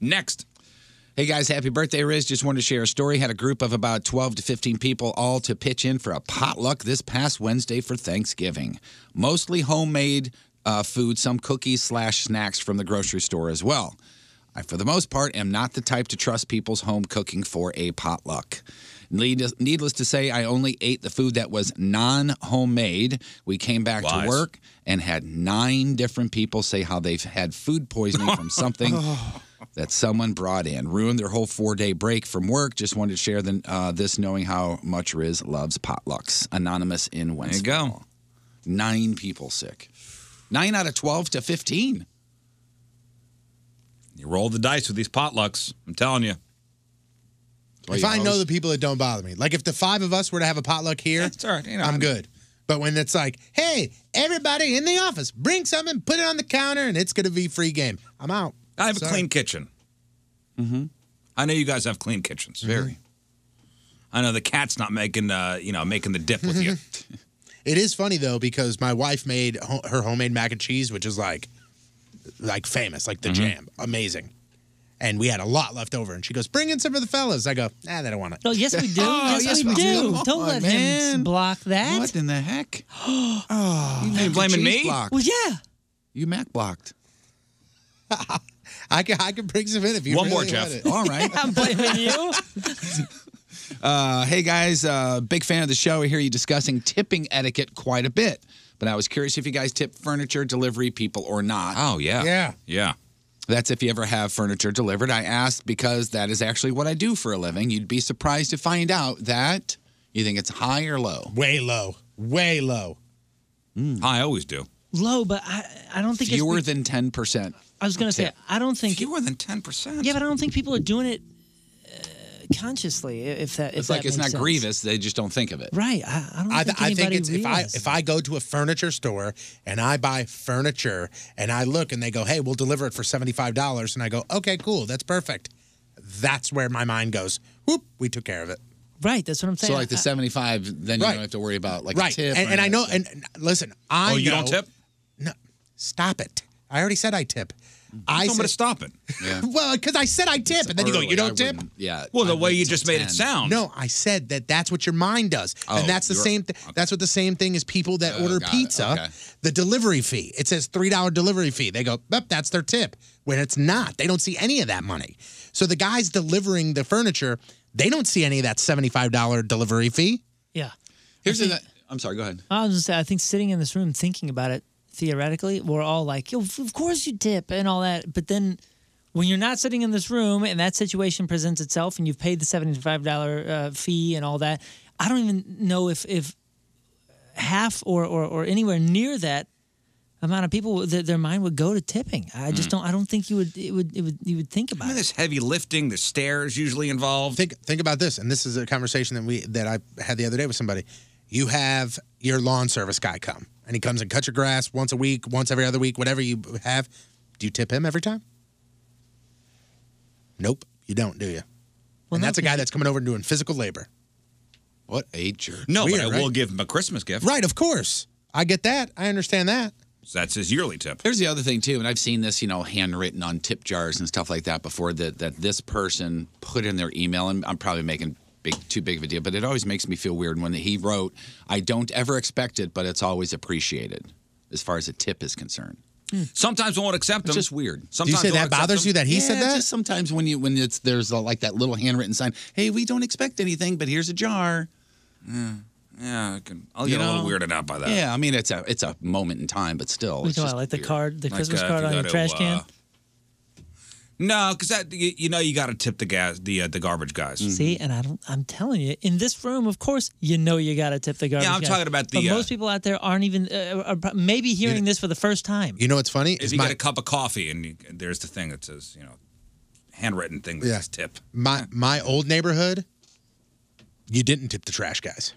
Speaker 5: Next.
Speaker 7: Hey guys, happy birthday, Riz. Just wanted to share a story. Had a group of about 12 to 15 people all to pitch in for a potluck this past Wednesday for Thanksgiving. Mostly homemade uh, food, some cookies slash snacks from the grocery store as well. I, for the most part, am not the type to trust people's home cooking for a potluck. Needless, needless to say, I only ate the food that was non homemade. We came back
Speaker 5: Lies.
Speaker 7: to work and had nine different people say how they've had food poisoning from something that someone brought in. Ruined their whole four day break from work. Just wanted to share the, uh, this knowing how much Riz loves potlucks. Anonymous in Wednesday. There you go. Nine people sick. Nine out of 12 to 15.
Speaker 5: You roll the dice with these potlucks. I'm telling you.
Speaker 6: if I know the people, it don't bother me. Like if the five of us were to have a potluck here, I'm good. But when it's like, hey, everybody in the office, bring something, put it on the counter, and it's gonna be free game. I'm out.
Speaker 5: I have
Speaker 6: Sorry.
Speaker 5: a clean kitchen. Mm-hmm. I know you guys have clean kitchens. Very. I know the cat's not making, uh, you know, making the dip with you.
Speaker 6: It is funny though because my wife made ho- her homemade mac and cheese, which is like, like famous, like the
Speaker 5: Mm-hmm.
Speaker 6: jam, amazing. And we had a lot left over, and she goes, "Bring in some for the fellas." I go, "Nah, they don't want it."
Speaker 4: No, Oh, yes we do. yes, we, do. Don't let him block that. What
Speaker 7: in the heck?
Speaker 4: oh,
Speaker 7: You mac and blaming cheese me? blocked.
Speaker 4: Well, yeah.
Speaker 7: You Mac blocked.
Speaker 6: I can I can bring some in if you
Speaker 7: One
Speaker 6: really
Speaker 7: more,
Speaker 6: want
Speaker 7: Jeff.
Speaker 6: it.
Speaker 7: All right.
Speaker 4: I'm blaming you.
Speaker 7: Uh, hey guys, uh, big fan of the show. I hear you discussing tipping etiquette quite a bit, but I was curious if you guys tip furniture delivery people or not.
Speaker 5: Oh yeah,
Speaker 7: yeah,
Speaker 5: yeah.
Speaker 7: That's if you ever have furniture delivered. I asked because that is actually what I do for a living. You'd be surprised to find out that you think it's high or low.
Speaker 6: Way low. Way low.
Speaker 5: Hmm. I always do.
Speaker 4: Low, but I, I don't think
Speaker 7: Fewer
Speaker 4: it's.
Speaker 7: than ten percent.
Speaker 4: I was gonna say
Speaker 7: Yeah.
Speaker 4: I don't think
Speaker 5: fewer than ten percent.
Speaker 4: Yeah, but I don't think people are doing it uh, consciously. i- If that, if
Speaker 7: It's like
Speaker 4: that
Speaker 7: it's
Speaker 4: makes
Speaker 7: not
Speaker 4: sense.
Speaker 7: grievous. They just don't think of it.
Speaker 4: Right. I, I don't
Speaker 6: I,
Speaker 4: think
Speaker 6: I think
Speaker 4: anybody
Speaker 6: it's if I
Speaker 4: realizes.
Speaker 6: if I go to a furniture store and I buy furniture and I look and they go, "Hey, we'll deliver it for seventy five dollars," and I go, "Okay, cool, that's perfect." That's where my mind goes. Whoop, we took care of it.
Speaker 4: Right. That's what I'm
Speaker 7: So like the seventy-five, then you
Speaker 6: Right.
Speaker 7: don't have to worry about like
Speaker 6: right,
Speaker 7: a tip.
Speaker 6: and,
Speaker 7: or
Speaker 6: and I
Speaker 7: anything.
Speaker 6: know. And, and listen, I
Speaker 7: Oh, you
Speaker 6: know-
Speaker 7: don't tip?
Speaker 6: No, stop it. I already said I tip. I
Speaker 5: told me to stop it.
Speaker 7: Yeah.
Speaker 6: well, because I said I tip, and then you go,
Speaker 5: early.
Speaker 6: you don't
Speaker 5: I
Speaker 6: tip.
Speaker 5: wouldn't- yeah, Well, the I'd way wait you till just made it 10. sound.
Speaker 6: No, I said that that's what your mind does,
Speaker 5: Oh,
Speaker 6: and that's the
Speaker 5: you're-
Speaker 6: same. Th- That's what the same thing is. People that order
Speaker 7: Uh, got it.
Speaker 6: pizza,
Speaker 7: Okay.
Speaker 6: the delivery fee. It says three dollar delivery fee. They go, "Yep, that's their tip." When it's not, they don't see any of that money. So the guys delivering the furniture, they don't see any of that seventy five dollar delivery fee.
Speaker 4: yeah.
Speaker 7: Here's
Speaker 4: I
Speaker 7: the.
Speaker 4: think,
Speaker 7: I'm sorry. Go ahead.
Speaker 4: I was gonna say I think sitting in this room thinking about it theoretically, we're all like, Yo, of course you tip and all that, but then. when you're not sitting in this room and that situation presents itself and you've paid the $75 uh, fee and all that, I don't even know if, if half or, or, or anywhere near that amount of people th- their mind would go to tipping. I just
Speaker 5: Mm.
Speaker 4: don't I don't think you would it would it would you would think
Speaker 5: I
Speaker 4: about
Speaker 5: mean,
Speaker 4: it.
Speaker 5: there's heavy lifting. There's stairs usually involved.
Speaker 6: Think think about this, and this is a conversation that we that I had the other day with somebody. You have your lawn service guy come, and he comes and cuts your grass once a week, once every other week, whatever you have. Do you tip him every time? Nope, you don't, do you? and that's a guy that's coming over and doing physical labor.
Speaker 7: What a jerk.
Speaker 5: No,
Speaker 6: Weird,
Speaker 5: but I
Speaker 6: right?
Speaker 5: will give him a Christmas gift.
Speaker 6: Right, of course. I get that. I understand that.
Speaker 5: So that's his yearly tip.
Speaker 7: Here's the other thing too, and I've seen this, you know, handwritten on tip jars and stuff like that before that that this person put in their email, and I'm probably making big too big of a deal, but it always makes me feel weird when he wrote, "I don't ever expect it, but it's always appreciated," as far as a tip is concerned.
Speaker 5: Sometimes I won't accept
Speaker 7: It's
Speaker 5: them.
Speaker 7: just weird.
Speaker 5: Sometimes I won't accept them.
Speaker 7: Yeah, Just sometimes when you when it's there's a, like that little handwritten sign, "Hey, we don't expect anything, but here's a jar."
Speaker 5: Yeah, yeah I can, I'll
Speaker 7: You
Speaker 5: get a
Speaker 7: know?
Speaker 5: little weirded out by that.
Speaker 7: Yeah, I mean it's a it's a moment in time, but still.
Speaker 4: We
Speaker 7: it's
Speaker 4: talking
Speaker 7: just
Speaker 4: about like the
Speaker 7: weird.
Speaker 4: card, the
Speaker 7: Like,
Speaker 4: Christmas
Speaker 7: uh,
Speaker 4: card
Speaker 7: if
Speaker 4: on
Speaker 7: you
Speaker 4: your
Speaker 7: go to,
Speaker 4: trash can.
Speaker 5: uh, No, because that you, you know you got to tip the gas the uh, the garbage guys.
Speaker 4: See, and I don't. I'm telling you, in this room, of course, you know you got to tip the garbage.
Speaker 5: I'm
Speaker 4: guy.
Speaker 5: talking about the,
Speaker 4: But
Speaker 5: uh,
Speaker 4: most people out there aren't even uh, are pro- maybe hearing this for the first time.
Speaker 6: You know what's funny?
Speaker 5: If you get a cup of coffee and you, there's the thing that says you know handwritten thing that
Speaker 6: Yeah.
Speaker 5: says tip.
Speaker 6: My my old neighborhood, you didn't tip the trash guys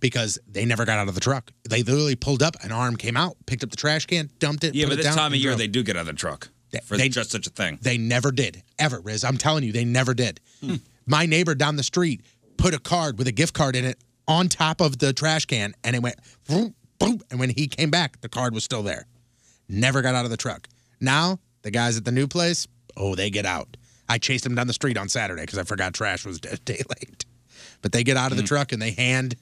Speaker 6: because they never got out of the truck. They literally pulled up, an arm came out, picked up the trash can, dumped it.
Speaker 5: Yeah,
Speaker 6: put
Speaker 5: but
Speaker 6: it
Speaker 5: this
Speaker 6: down,
Speaker 5: time of
Speaker 6: and
Speaker 5: year
Speaker 6: drove.
Speaker 5: they do get out of the truck for
Speaker 6: they-
Speaker 5: just such a thing.
Speaker 6: They never did ever, Riz. I'm telling you, they never did.
Speaker 5: Hmm.
Speaker 6: My neighbor down the street put a card with a gift card in it on top of the trash can, and it went boom, boom. And when he came back, the card was still there. Never got out of the truck. Now the guys at the new place, oh, they get out. I chased them down the street on Saturday because I forgot trash was a day late. But they get out of the truck and they hand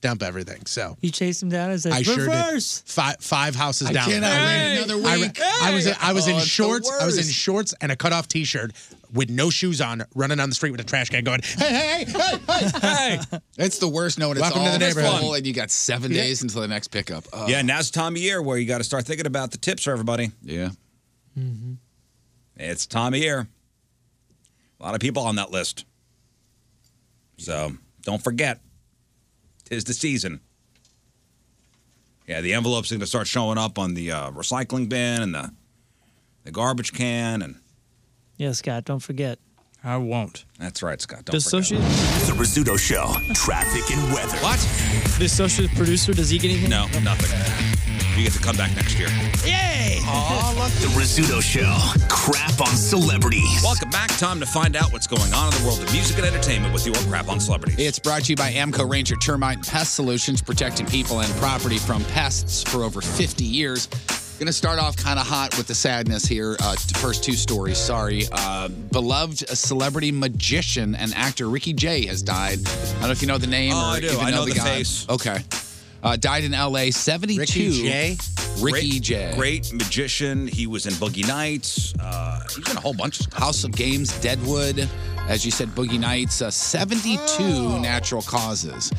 Speaker 6: dump everything. So
Speaker 4: You chase them down and say,
Speaker 6: I sure did.
Speaker 4: "Reverse."
Speaker 6: Five five houses
Speaker 4: I
Speaker 6: down.
Speaker 4: cannot Hey! wait another
Speaker 6: I ra-
Speaker 4: week.
Speaker 6: I, was
Speaker 4: Hey!
Speaker 6: I was
Speaker 4: Oh,
Speaker 6: in
Speaker 4: it's the
Speaker 6: shorts. I was in
Speaker 4: worst.
Speaker 6: shorts and a cutoff T-shirt with no shoes on, running down the street with a trash can, going, "Hey, hey, hey, hey, hey!"
Speaker 7: It's the worst. No, when it's
Speaker 6: Welcome
Speaker 7: all
Speaker 6: to the neighborhood.
Speaker 7: full and you got seven
Speaker 5: Yeah.
Speaker 7: days until the next pickup. Uh,
Speaker 5: yeah, now's the time of year where you got to start thinking about the tips for everybody.
Speaker 7: Yeah.
Speaker 5: It's time of year. A lot of people on that list. So don't forget, tis the season. Yeah, the envelopes are going to start showing up on the uh, recycling bin and the the garbage can, and
Speaker 4: Yeah, Scott, don't forget.
Speaker 5: I won't. That's right, Scott. Don't
Speaker 8: Does
Speaker 5: forget.
Speaker 8: Associate
Speaker 5: The Rizzuto Show, traffic and weather. What?
Speaker 8: the associate producer does he get anything?
Speaker 5: No, nothing. You get to come back next year.
Speaker 8: Yay!
Speaker 10: The Rizzuto Show. Crap on celebrities.
Speaker 5: Welcome back. Time to find out what's going on in the world of music and entertainment with your crap on celebrities.
Speaker 7: It's brought to you by Amco Ranger Termite and Pest Solutions, protecting people and property from pests for over 50 years. Going to start off kind of hot with the sadness here. Uh, t- first two stories, sorry. Uh, beloved celebrity magician and actor Ricky Jay has died. I don't know if you know the name
Speaker 5: Oh,
Speaker 7: or
Speaker 5: I do.
Speaker 7: even
Speaker 5: I know
Speaker 7: the,
Speaker 5: the
Speaker 7: guy.
Speaker 5: face.
Speaker 7: Okay. Uh, died in L.A. 72. Ricky
Speaker 6: E
Speaker 5: great,
Speaker 7: Jay.
Speaker 5: Great magician. He was in Boogie Nights. Uh, he was in a whole bunch of stuff.
Speaker 7: House of Games, Deadwood, as you said, Boogie Nights, uh, 72
Speaker 5: Oh.
Speaker 7: natural causes.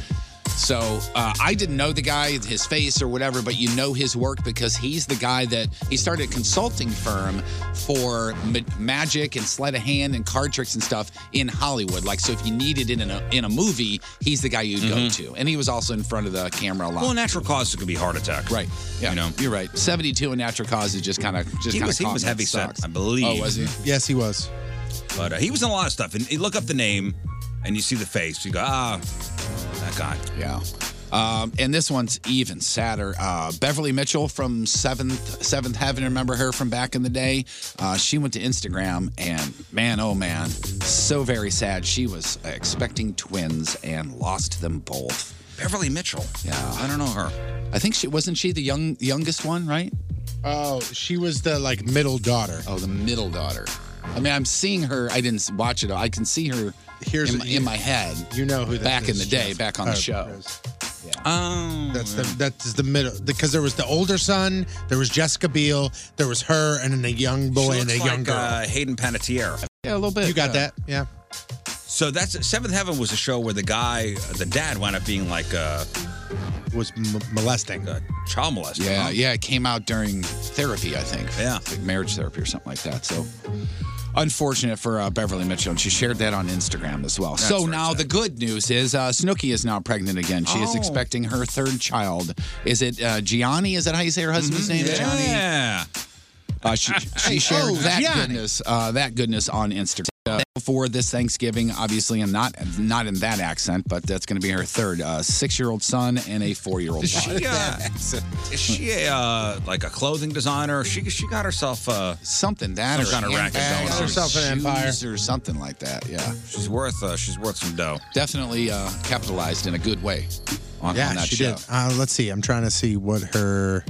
Speaker 7: So uh, I didn't know the guy, his face or whatever, but you know his work because he's the guy that he started a consulting firm for ma- magic and sleight of hand and card tricks and stuff in Hollywood. Like, so if you needed it in a, in a movie, he's the guy you'd go
Speaker 5: Mhm.
Speaker 7: to. And he was also in front of the camera a lot.
Speaker 5: Well, natural causes could be heart attack.
Speaker 7: Right. Yeah.
Speaker 5: You know.
Speaker 7: You're right. 72 in natural causes just kind of just
Speaker 5: He
Speaker 7: kind
Speaker 5: was-
Speaker 7: of
Speaker 5: he was heavy set, I believe.
Speaker 7: Oh, was he?
Speaker 6: Yes, he was.
Speaker 5: But uh, he was in a lot of stuff. And you look up the name and you see the face. You go, ah, that guy.
Speaker 7: Yeah. Um, and this one's even sadder. Uh, Beverly Mitchell from Seventh Seventh Heaven. Remember her from back in the day? Uh, she went to Instagram, and man, oh man, so very sad. She was expecting twins and lost them both.
Speaker 5: Beverly Mitchell.
Speaker 7: Yeah, I
Speaker 5: don't know her.
Speaker 7: I think she wasn't she the young youngest one, right?
Speaker 6: Oh, she was the like middle daughter.
Speaker 7: Oh, the middle daughter. I mean, I'm seeing her. I didn't watch it. I can see her
Speaker 6: Here's
Speaker 7: in, my- in my head.
Speaker 6: You know who that
Speaker 7: back in
Speaker 6: is,
Speaker 7: the day,
Speaker 6: Jeff.
Speaker 7: back on the
Speaker 6: Oh,
Speaker 7: show.
Speaker 5: Oh,
Speaker 6: that's the that's the middle because there was the older son, there was Jessica Biel, there was her, and then a young boy
Speaker 5: She
Speaker 6: and a
Speaker 5: looks
Speaker 6: young
Speaker 5: like,
Speaker 6: girl.
Speaker 5: Uh, Hayden Panettiere.
Speaker 7: Yeah, a little bit. Uh,
Speaker 6: you got that? Yeah.
Speaker 5: So that's Seventh Heaven was a show where the guy, the dad, wound up being like a,
Speaker 6: was m- molesting.
Speaker 5: child molester.
Speaker 7: Yeah,
Speaker 6: huh?
Speaker 7: yeah, it came out during therapy, I think. Yeah, like marriage therapy or something like that. So unfortunate for uh, Beverly Mitchell, and she shared that on Instagram as well.
Speaker 5: That's
Speaker 7: so
Speaker 5: right,
Speaker 7: now the good news is uh, Snooki is now pregnant again. She is
Speaker 5: Oh.
Speaker 7: expecting her third child. Is it uh, Gianni? Is that how you say her husband's name? Gianni.
Speaker 5: Mm-hmm. Yeah.
Speaker 7: Uh, she she
Speaker 5: Hey,
Speaker 7: shared
Speaker 5: oh,
Speaker 7: that
Speaker 5: Gianni.
Speaker 7: goodness uh, that goodness on Instagram. Uh, for this Thanksgiving, obviously, and not not in that accent, but that's going to be her third uh, six-year-old son and a four-year-old.
Speaker 5: Is she,
Speaker 7: daughter.
Speaker 5: uh, is she a, uh, like a clothing designer? She she got herself uh,
Speaker 7: something that
Speaker 5: some
Speaker 7: or
Speaker 5: kind of racket
Speaker 7: handbags
Speaker 5: going
Speaker 7: or
Speaker 5: on.
Speaker 7: shoes or something like that. Yeah,
Speaker 5: she's worth uh, she's worth some dough.
Speaker 7: Definitely uh, capitalized in a good way on,
Speaker 6: yeah,
Speaker 7: on that
Speaker 6: she
Speaker 7: show.
Speaker 6: did. Uh, let's see. I'm trying to see what her.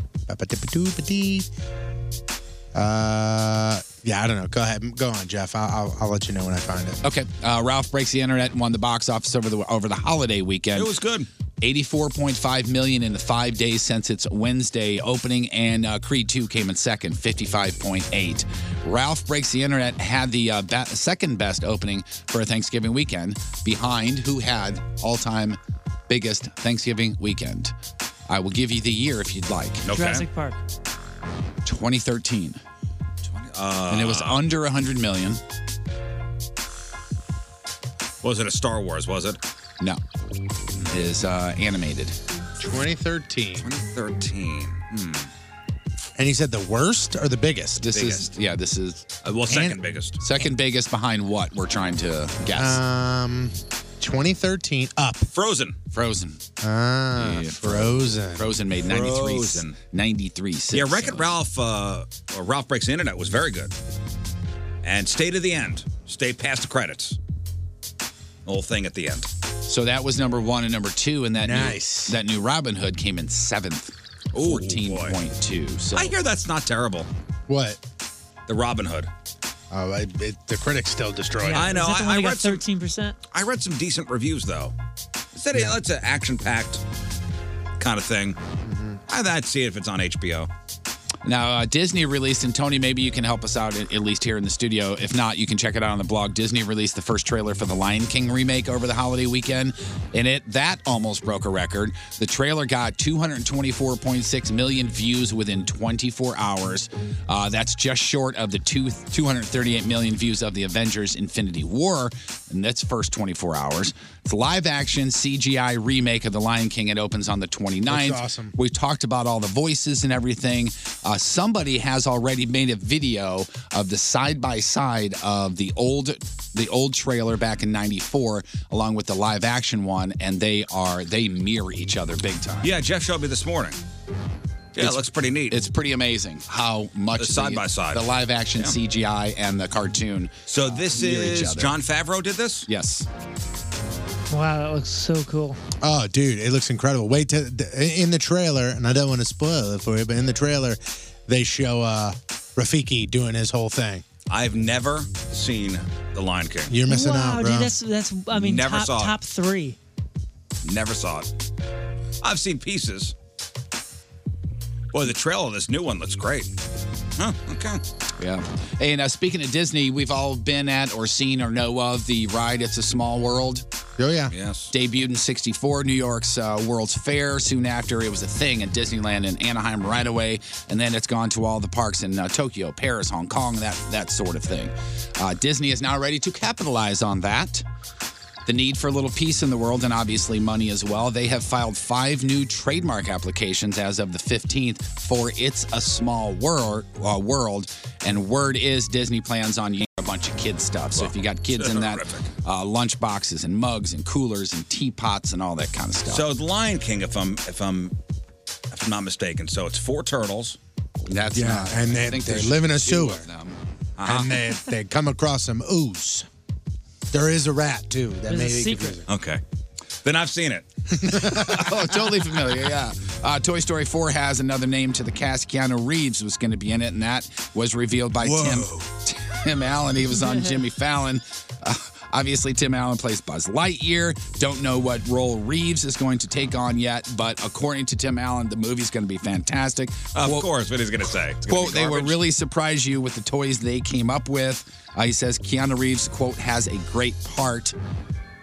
Speaker 6: Uh, yeah, I don't know. Go ahead, go on, Jeff. I'll, I'll, I'll let you know when I find it.
Speaker 7: Okay, uh, Ralph breaks the internet and won the box office over the over the holiday weekend. It was
Speaker 5: good.
Speaker 7: 84.5 million in the five days since its Wednesday opening, and uh, Creed 2 came in second, 55.8. Ralph Breaks the Internet had the uh, be- second best opening for a Thanksgiving weekend, behind who had all time biggest Thanksgiving weekend. I will give you the year if you'd like.
Speaker 4: Jurassic Park.
Speaker 7: 2013.
Speaker 5: Uh.
Speaker 7: and it was under 100 million.
Speaker 5: Was it a Star Wars? Was it?
Speaker 7: No. Is uh, animated.
Speaker 6: 2013.
Speaker 5: 2013. Hmm.
Speaker 6: And he said the worst or the biggest.
Speaker 7: This is yeah. This is
Speaker 5: Uh, well
Speaker 6: second
Speaker 5: biggest.
Speaker 7: Second biggest behind what we're trying to guess.
Speaker 5: Uh.
Speaker 6: um, 2013 up.
Speaker 5: Frozen.
Speaker 7: Frozen.
Speaker 6: Ah,
Speaker 7: Yeah.
Speaker 6: Frozen.
Speaker 7: Frozen made 93.
Speaker 5: Frozen.
Speaker 7: 93
Speaker 5: Yeah, Wreck It Ralph. Uh, or Ralph breaks the internet was very good, and stay to the end. Stay past the credits. The whole thing at the end.
Speaker 7: So that was number one and number two, and that
Speaker 5: Nice.
Speaker 7: new, that new Robin Hood came in seventh, fourteen point two. So
Speaker 5: I hear that's not terrible.
Speaker 6: What?
Speaker 5: The Robin Hood.
Speaker 6: Oh, I, it, the critics still destroyed.
Speaker 5: I know.
Speaker 4: Is that the
Speaker 5: I,
Speaker 4: one
Speaker 5: I
Speaker 4: that got
Speaker 5: read some,
Speaker 4: 13%?
Speaker 5: I read some decent reviews though. It said yeah. it's an action packed kind of thing.
Speaker 6: Mm-hmm.
Speaker 5: I'd, I'd see it if it's on HBO.
Speaker 7: now uh, Disney released, and Tony, maybe you can help us out at, at least here in the studio. If not, you can check it out on the blog. Disney released the first trailer for the Lion King remake over the holiday weekend, and it that almost broke a record. The trailer got two hundred twenty four point six million views within twenty four hours. Uh, that's just short of the two, 238 million views of the Avengers Infinity War in its first 24 hours. It's a live action CGI remake of The Lion King. It opens on the 29th.
Speaker 6: Looks awesome.
Speaker 7: We've talked about all the voices and everything. Uh, somebody has already made a video of the side by side of the old the old trailer back in 94 along with the live action one and they are they mirror each other big time.
Speaker 5: Yeah, Jeff showed me this morning. Yeah, it
Speaker 7: It's-
Speaker 5: looks pretty neat.
Speaker 7: It's pretty amazing how much
Speaker 5: The side by side.
Speaker 7: the live action
Speaker 5: Yeah.
Speaker 7: CGI and the cartoon.
Speaker 5: So this is John Favreau did this.
Speaker 7: Yes.
Speaker 4: Wow, that looks so cool.
Speaker 6: Oh, dude, it looks incredible. Wait to in the trailer, and I don't want to spoil it for you, but in the trailer, they show uh, Rafiki doing his whole thing.
Speaker 5: I've never seen The Lion King.
Speaker 6: You're missing out,
Speaker 4: wow, dude,
Speaker 6: bro.
Speaker 4: that's that's I mean
Speaker 5: Never
Speaker 4: top,
Speaker 5: saw it.
Speaker 4: top three.
Speaker 5: Never saw it. I've seen pieces. Boy, the trail of this new one looks great. Huh, okay.
Speaker 7: Yeah. Hey, and uh, speaking of Disney, we've all been at or seen or know of the ride It's a Small World.
Speaker 6: Oh, yeah.
Speaker 5: Yes.
Speaker 7: Debuted in 64, New York's uh, World's Fair. Soon after, it was a thing at Disneyland in Anaheim right away. And then it's gone to all the parks in uh, Tokyo, Paris, Hong Kong, that, that sort of thing. Uh, Disney is now ready to capitalize on that. The need for a little peace in the world and obviously money as well. They have filed five new trademark applications as of the 15th for It's a Small World. Uh, world. And word is Disney plans on a bunch of kid stuff. So if you got kids in that, uh, lunch boxes and mugs and coolers and teapots and all that kind of stuff.
Speaker 5: So The Lion King, if I'm if I'm if I'm not mistaken, so it's four turtles.
Speaker 7: That's
Speaker 6: Yeah, not- and I they- think they there's live in a two sewer. of
Speaker 7: them.
Speaker 6: And they, they come across some ooze. There is a rat, too. That may be confusing.
Speaker 5: Okay. Then I've seen it.
Speaker 7: oh, totally familiar. Yeah. Uh, Toy Story 4 has another name to the cast. Keanu Reeves was going to be in it, and that was revealed by
Speaker 6: Whoa.
Speaker 7: Tim Tim Allen. He was on Jimmy Fallon. Uh, obviously, Tim Allen plays Buzz Lightyear. Don't know what role Reeves is going to take on yet, but according to Tim Allen, the movie's going to be fantastic.
Speaker 5: Of
Speaker 7: Quote-
Speaker 5: course, what he's gonna say. It's gonna
Speaker 7: Quote,
Speaker 5: be
Speaker 7: they will
Speaker 5: garbage.
Speaker 7: really surprise you with the toys they came up with. Uh, he says Keanu Reeves, quote, has a great part.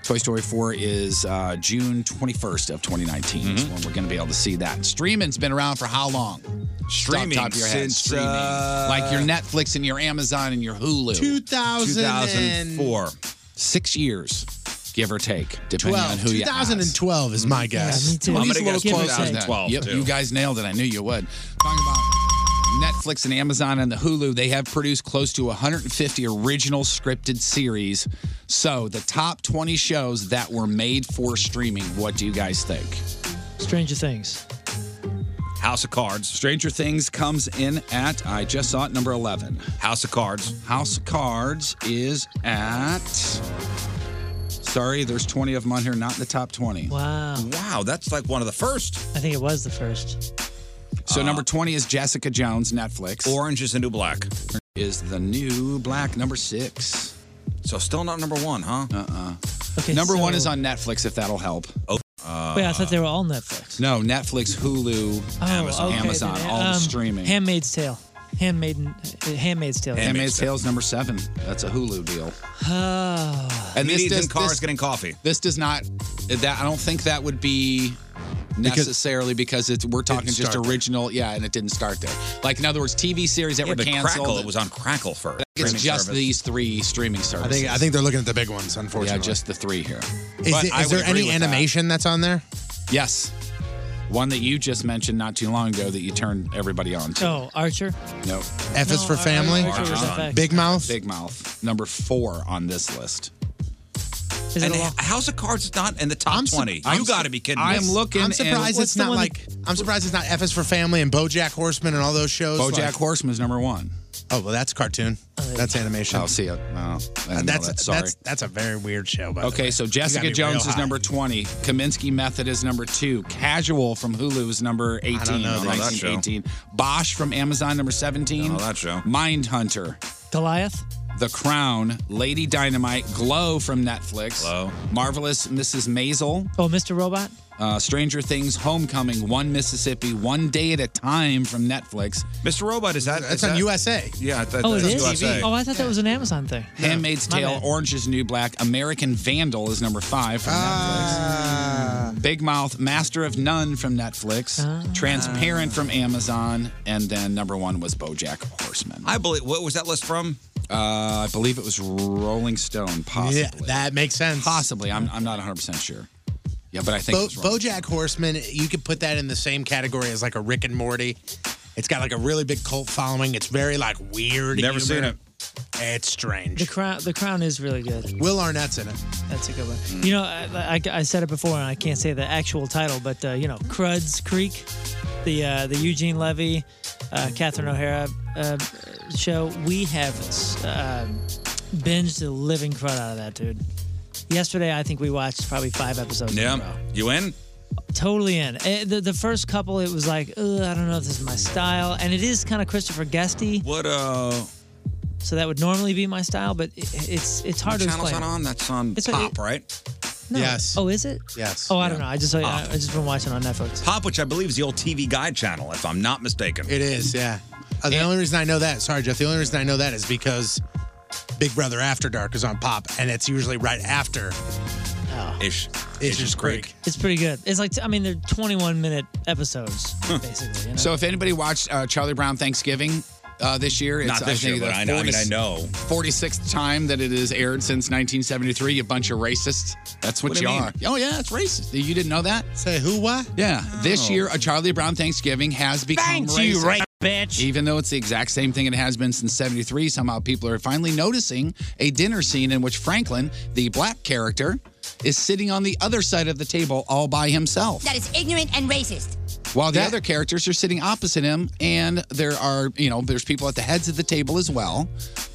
Speaker 7: Toy Story 4 is uh, June 21st of 2019
Speaker 5: Mm-hmm.
Speaker 7: is when we're going to be able to see that. Streaming's been around for how long? Just off the
Speaker 5: Streaming
Speaker 7: top of your head,
Speaker 5: since,
Speaker 7: streaming.
Speaker 5: uh,
Speaker 7: like your Netflix and your Amazon and your Hulu.
Speaker 6: 2000 and-
Speaker 7: 2004. Six years, give or take, depending on
Speaker 6: 12.
Speaker 7: who you ask.
Speaker 6: 2012 is my guess.
Speaker 7: I'm gonna guess 2012. Yep, you guys nailed it. I knew you would. Talking about Netflix and Amazon and the Hulu, they have produced close to 150 original scripted series. So the top 20 shows that were made for streaming. What do you guys think?
Speaker 4: Stranger Things.
Speaker 7: House of Cards. Stranger Things comes in at I just saw it number 11. House of Cards. House of Cards is at. Sorry, there's 20 of them on here, not in the top 20.
Speaker 4: Wow.
Speaker 7: Wow, that's like one of the first.
Speaker 4: I think it was the first.
Speaker 7: So number 20 is Jessica Jones, Netflix. Orange is the New Black. Is the New Black number six. So still not number one, huh? Uh-uh.
Speaker 4: Okay,
Speaker 7: number one
Speaker 4: so-
Speaker 7: is on Netflix, if that'll help. Oh.
Speaker 4: Wait, I thought they were all Netflix.
Speaker 7: No, Netflix, Hulu,
Speaker 4: Oh,
Speaker 7: Amazon,
Speaker 4: okay,
Speaker 7: Amazon
Speaker 4: then,
Speaker 7: all
Speaker 4: um,
Speaker 7: the streaming.
Speaker 4: Handmaid's Tale. Handmaiden, uh, Handmaid's Tale.
Speaker 7: Handmaid's Tale's number seven. That's a Hulu deal.
Speaker 4: Oh.
Speaker 7: And this does, this-
Speaker 5: getting coffee.
Speaker 7: This does not. That I don't think that would be necessarily because, it's we're talking
Speaker 5: Didn't
Speaker 7: just
Speaker 5: start there.
Speaker 7: original. Yeah, and it didn't start there. Like in other words, TV series that
Speaker 5: Yeah,
Speaker 7: were
Speaker 5: but
Speaker 7: canceled.
Speaker 5: Crackle, it was on Crackle first.
Speaker 7: It's
Speaker 5: Streaming
Speaker 7: just
Speaker 5: service.
Speaker 7: these three streaming
Speaker 6: I
Speaker 7: services.
Speaker 6: think I think they're looking at the big ones, unfortunately.
Speaker 7: Yeah, just the three here.
Speaker 6: Is,
Speaker 7: But
Speaker 6: it-
Speaker 7: I
Speaker 6: is
Speaker 7: would
Speaker 6: there
Speaker 7: agree
Speaker 6: any
Speaker 7: with that.
Speaker 6: animation that's on there?
Speaker 7: Yes. One that you just mentioned not too long ago that you turned everybody on to.
Speaker 4: Oh, Archer.
Speaker 7: No.
Speaker 6: F is No, for Ar- family? Archer was
Speaker 7: Archer's
Speaker 6: FX.
Speaker 7: on.
Speaker 6: Big Mouth?
Speaker 7: Big Mouth. Number four on this list.
Speaker 4: Is
Speaker 5: and House of Cards is not in the top 20.
Speaker 6: I'm
Speaker 5: you
Speaker 6: su-
Speaker 5: got to be kidding me.
Speaker 6: I'm surprised it's not like. I'm surprised it's not F is for Family and BoJack Horseman and all those shows.
Speaker 7: BoJack
Speaker 6: like-
Speaker 7: Horseman is number one.
Speaker 6: Oh well, that's cartoon.
Speaker 4: Oh,
Speaker 6: That's animation.
Speaker 5: Oh,
Speaker 7: I'll see it. No, I didn't know
Speaker 6: that's
Speaker 7: that. Sorry.
Speaker 6: that's that's a very weird show. By the
Speaker 7: Okay,
Speaker 6: way.
Speaker 7: so
Speaker 6: You gotta
Speaker 7: Jessica
Speaker 6: be
Speaker 7: Jones
Speaker 6: real
Speaker 7: is
Speaker 6: high.
Speaker 7: number 20. Kaminsky Method is number two. Casual from Hulu is number 18.
Speaker 5: know
Speaker 7: or
Speaker 5: that
Speaker 7: 19,
Speaker 5: show.
Speaker 7: 18. Bosch from Amazon, number 17.
Speaker 5: Don't know that show.
Speaker 7: Mindhunter.
Speaker 4: Goliath.
Speaker 7: The Crown. Lady Dynamite. Glow from Netflix. Glow. Marvelous Mrs. Maisel.
Speaker 4: Oh, Mr. Robot.
Speaker 7: Uh, Stranger Things, Homecoming, One Mississippi, One Day at a Time from Netflix.
Speaker 5: Mr. Robot, is that?
Speaker 7: That's
Speaker 5: is that-
Speaker 7: USA.
Speaker 5: Yeah, that,
Speaker 4: oh, it
Speaker 5: that's
Speaker 4: is.
Speaker 5: USA.
Speaker 4: Oh, I thought that was an Amazon thing.
Speaker 7: Handmaid's
Speaker 4: My
Speaker 7: Tale,
Speaker 4: bad.
Speaker 7: Orange is the New Black, American Vandal is number five from
Speaker 5: Ah.
Speaker 7: Netflix. Big Mouth, Master of None from Netflix,
Speaker 5: Ah.
Speaker 7: Transparent from Amazon, and then number one was BoJack Horseman.
Speaker 5: I believe. What was that list from?
Speaker 7: Uh, I believe it was Rolling Stone, possibly.
Speaker 6: Yeah, that makes sense.
Speaker 7: Possibly, I'm, I'm not 100 percent sure. Yeah, but I think it
Speaker 6: Bo-
Speaker 7: was wrong.
Speaker 6: BoJack Horseman, you could put that in the same category as like a Rick and Morty. It's got like a really big cult following. It's very like weird.
Speaker 5: Never
Speaker 6: humor.
Speaker 5: seen it.
Speaker 6: It's strange.
Speaker 4: The Crown. The Crown is really good.
Speaker 6: Will Arnett's in it.
Speaker 4: That's a good one. You know, I, I, I said it before, and I can't say the actual title, but uh, you know, Cruds Creek, the uh, the Eugene Levy, uh, Catherine O'Hara uh, show. We have um binged the living crud out of that, dude. Yesterday, I think we watched probably five episodes. in a row.
Speaker 5: Yeah. You in?
Speaker 4: Totally in. Eh, The, the first couple, it was like, Ugh, I don't know if this is my style. And it is kind of Christopher Guesty.
Speaker 5: What, uh.
Speaker 4: So that would normally be my style, but it, it's it's hard
Speaker 5: What
Speaker 4: to
Speaker 5: channel's
Speaker 4: explain.
Speaker 5: that on? That's on
Speaker 4: It's a-
Speaker 5: Pop, right?
Speaker 4: No. Oh, is it?
Speaker 5: Yes.
Speaker 4: Oh, I don't know. I just I,
Speaker 5: Pop.
Speaker 4: I just been watching on Netflix.
Speaker 5: Pop, which I believe is the old TV Guide channel, if I'm not mistaken.
Speaker 6: It is, yeah. Uh, the only reason I know that, sorry, Jeff, the only reason I know that is because Big Brother After Dark is on Pop, and it's usually right after
Speaker 4: Oh.
Speaker 5: Ish.
Speaker 6: It's just Creek.
Speaker 4: It's pretty good. It's like I mean they're 21 minute episodes basically. You know?
Speaker 7: Hmm. So if anybody watched uh, Charlie Brown Thanksgiving uh, this year, it's
Speaker 5: Not this
Speaker 7: I think
Speaker 5: year, but
Speaker 7: the
Speaker 5: I know- I mean, I know.
Speaker 7: 46th time that it is aired since 1973. You bunch of racists. That's what,
Speaker 5: What do
Speaker 7: you
Speaker 5: you mean?
Speaker 7: are. Oh yeah, it's racist. You didn't know that?
Speaker 6: Say who? What?
Speaker 7: Yeah.
Speaker 5: Oh.
Speaker 7: This year, a Charlie Brown Thanksgiving has become
Speaker 5: Thanks,
Speaker 7: racist.
Speaker 5: you rape bitch.
Speaker 7: Even though it's the exact same thing it has been since 73, somehow people are finally noticing a dinner scene in which Franklin, the black character, is sitting on the other side of the table all by himself.
Speaker 11: That is ignorant and racist.
Speaker 7: While the other characters are sitting opposite him, and there are, you know, there's people at the heads of the table as well.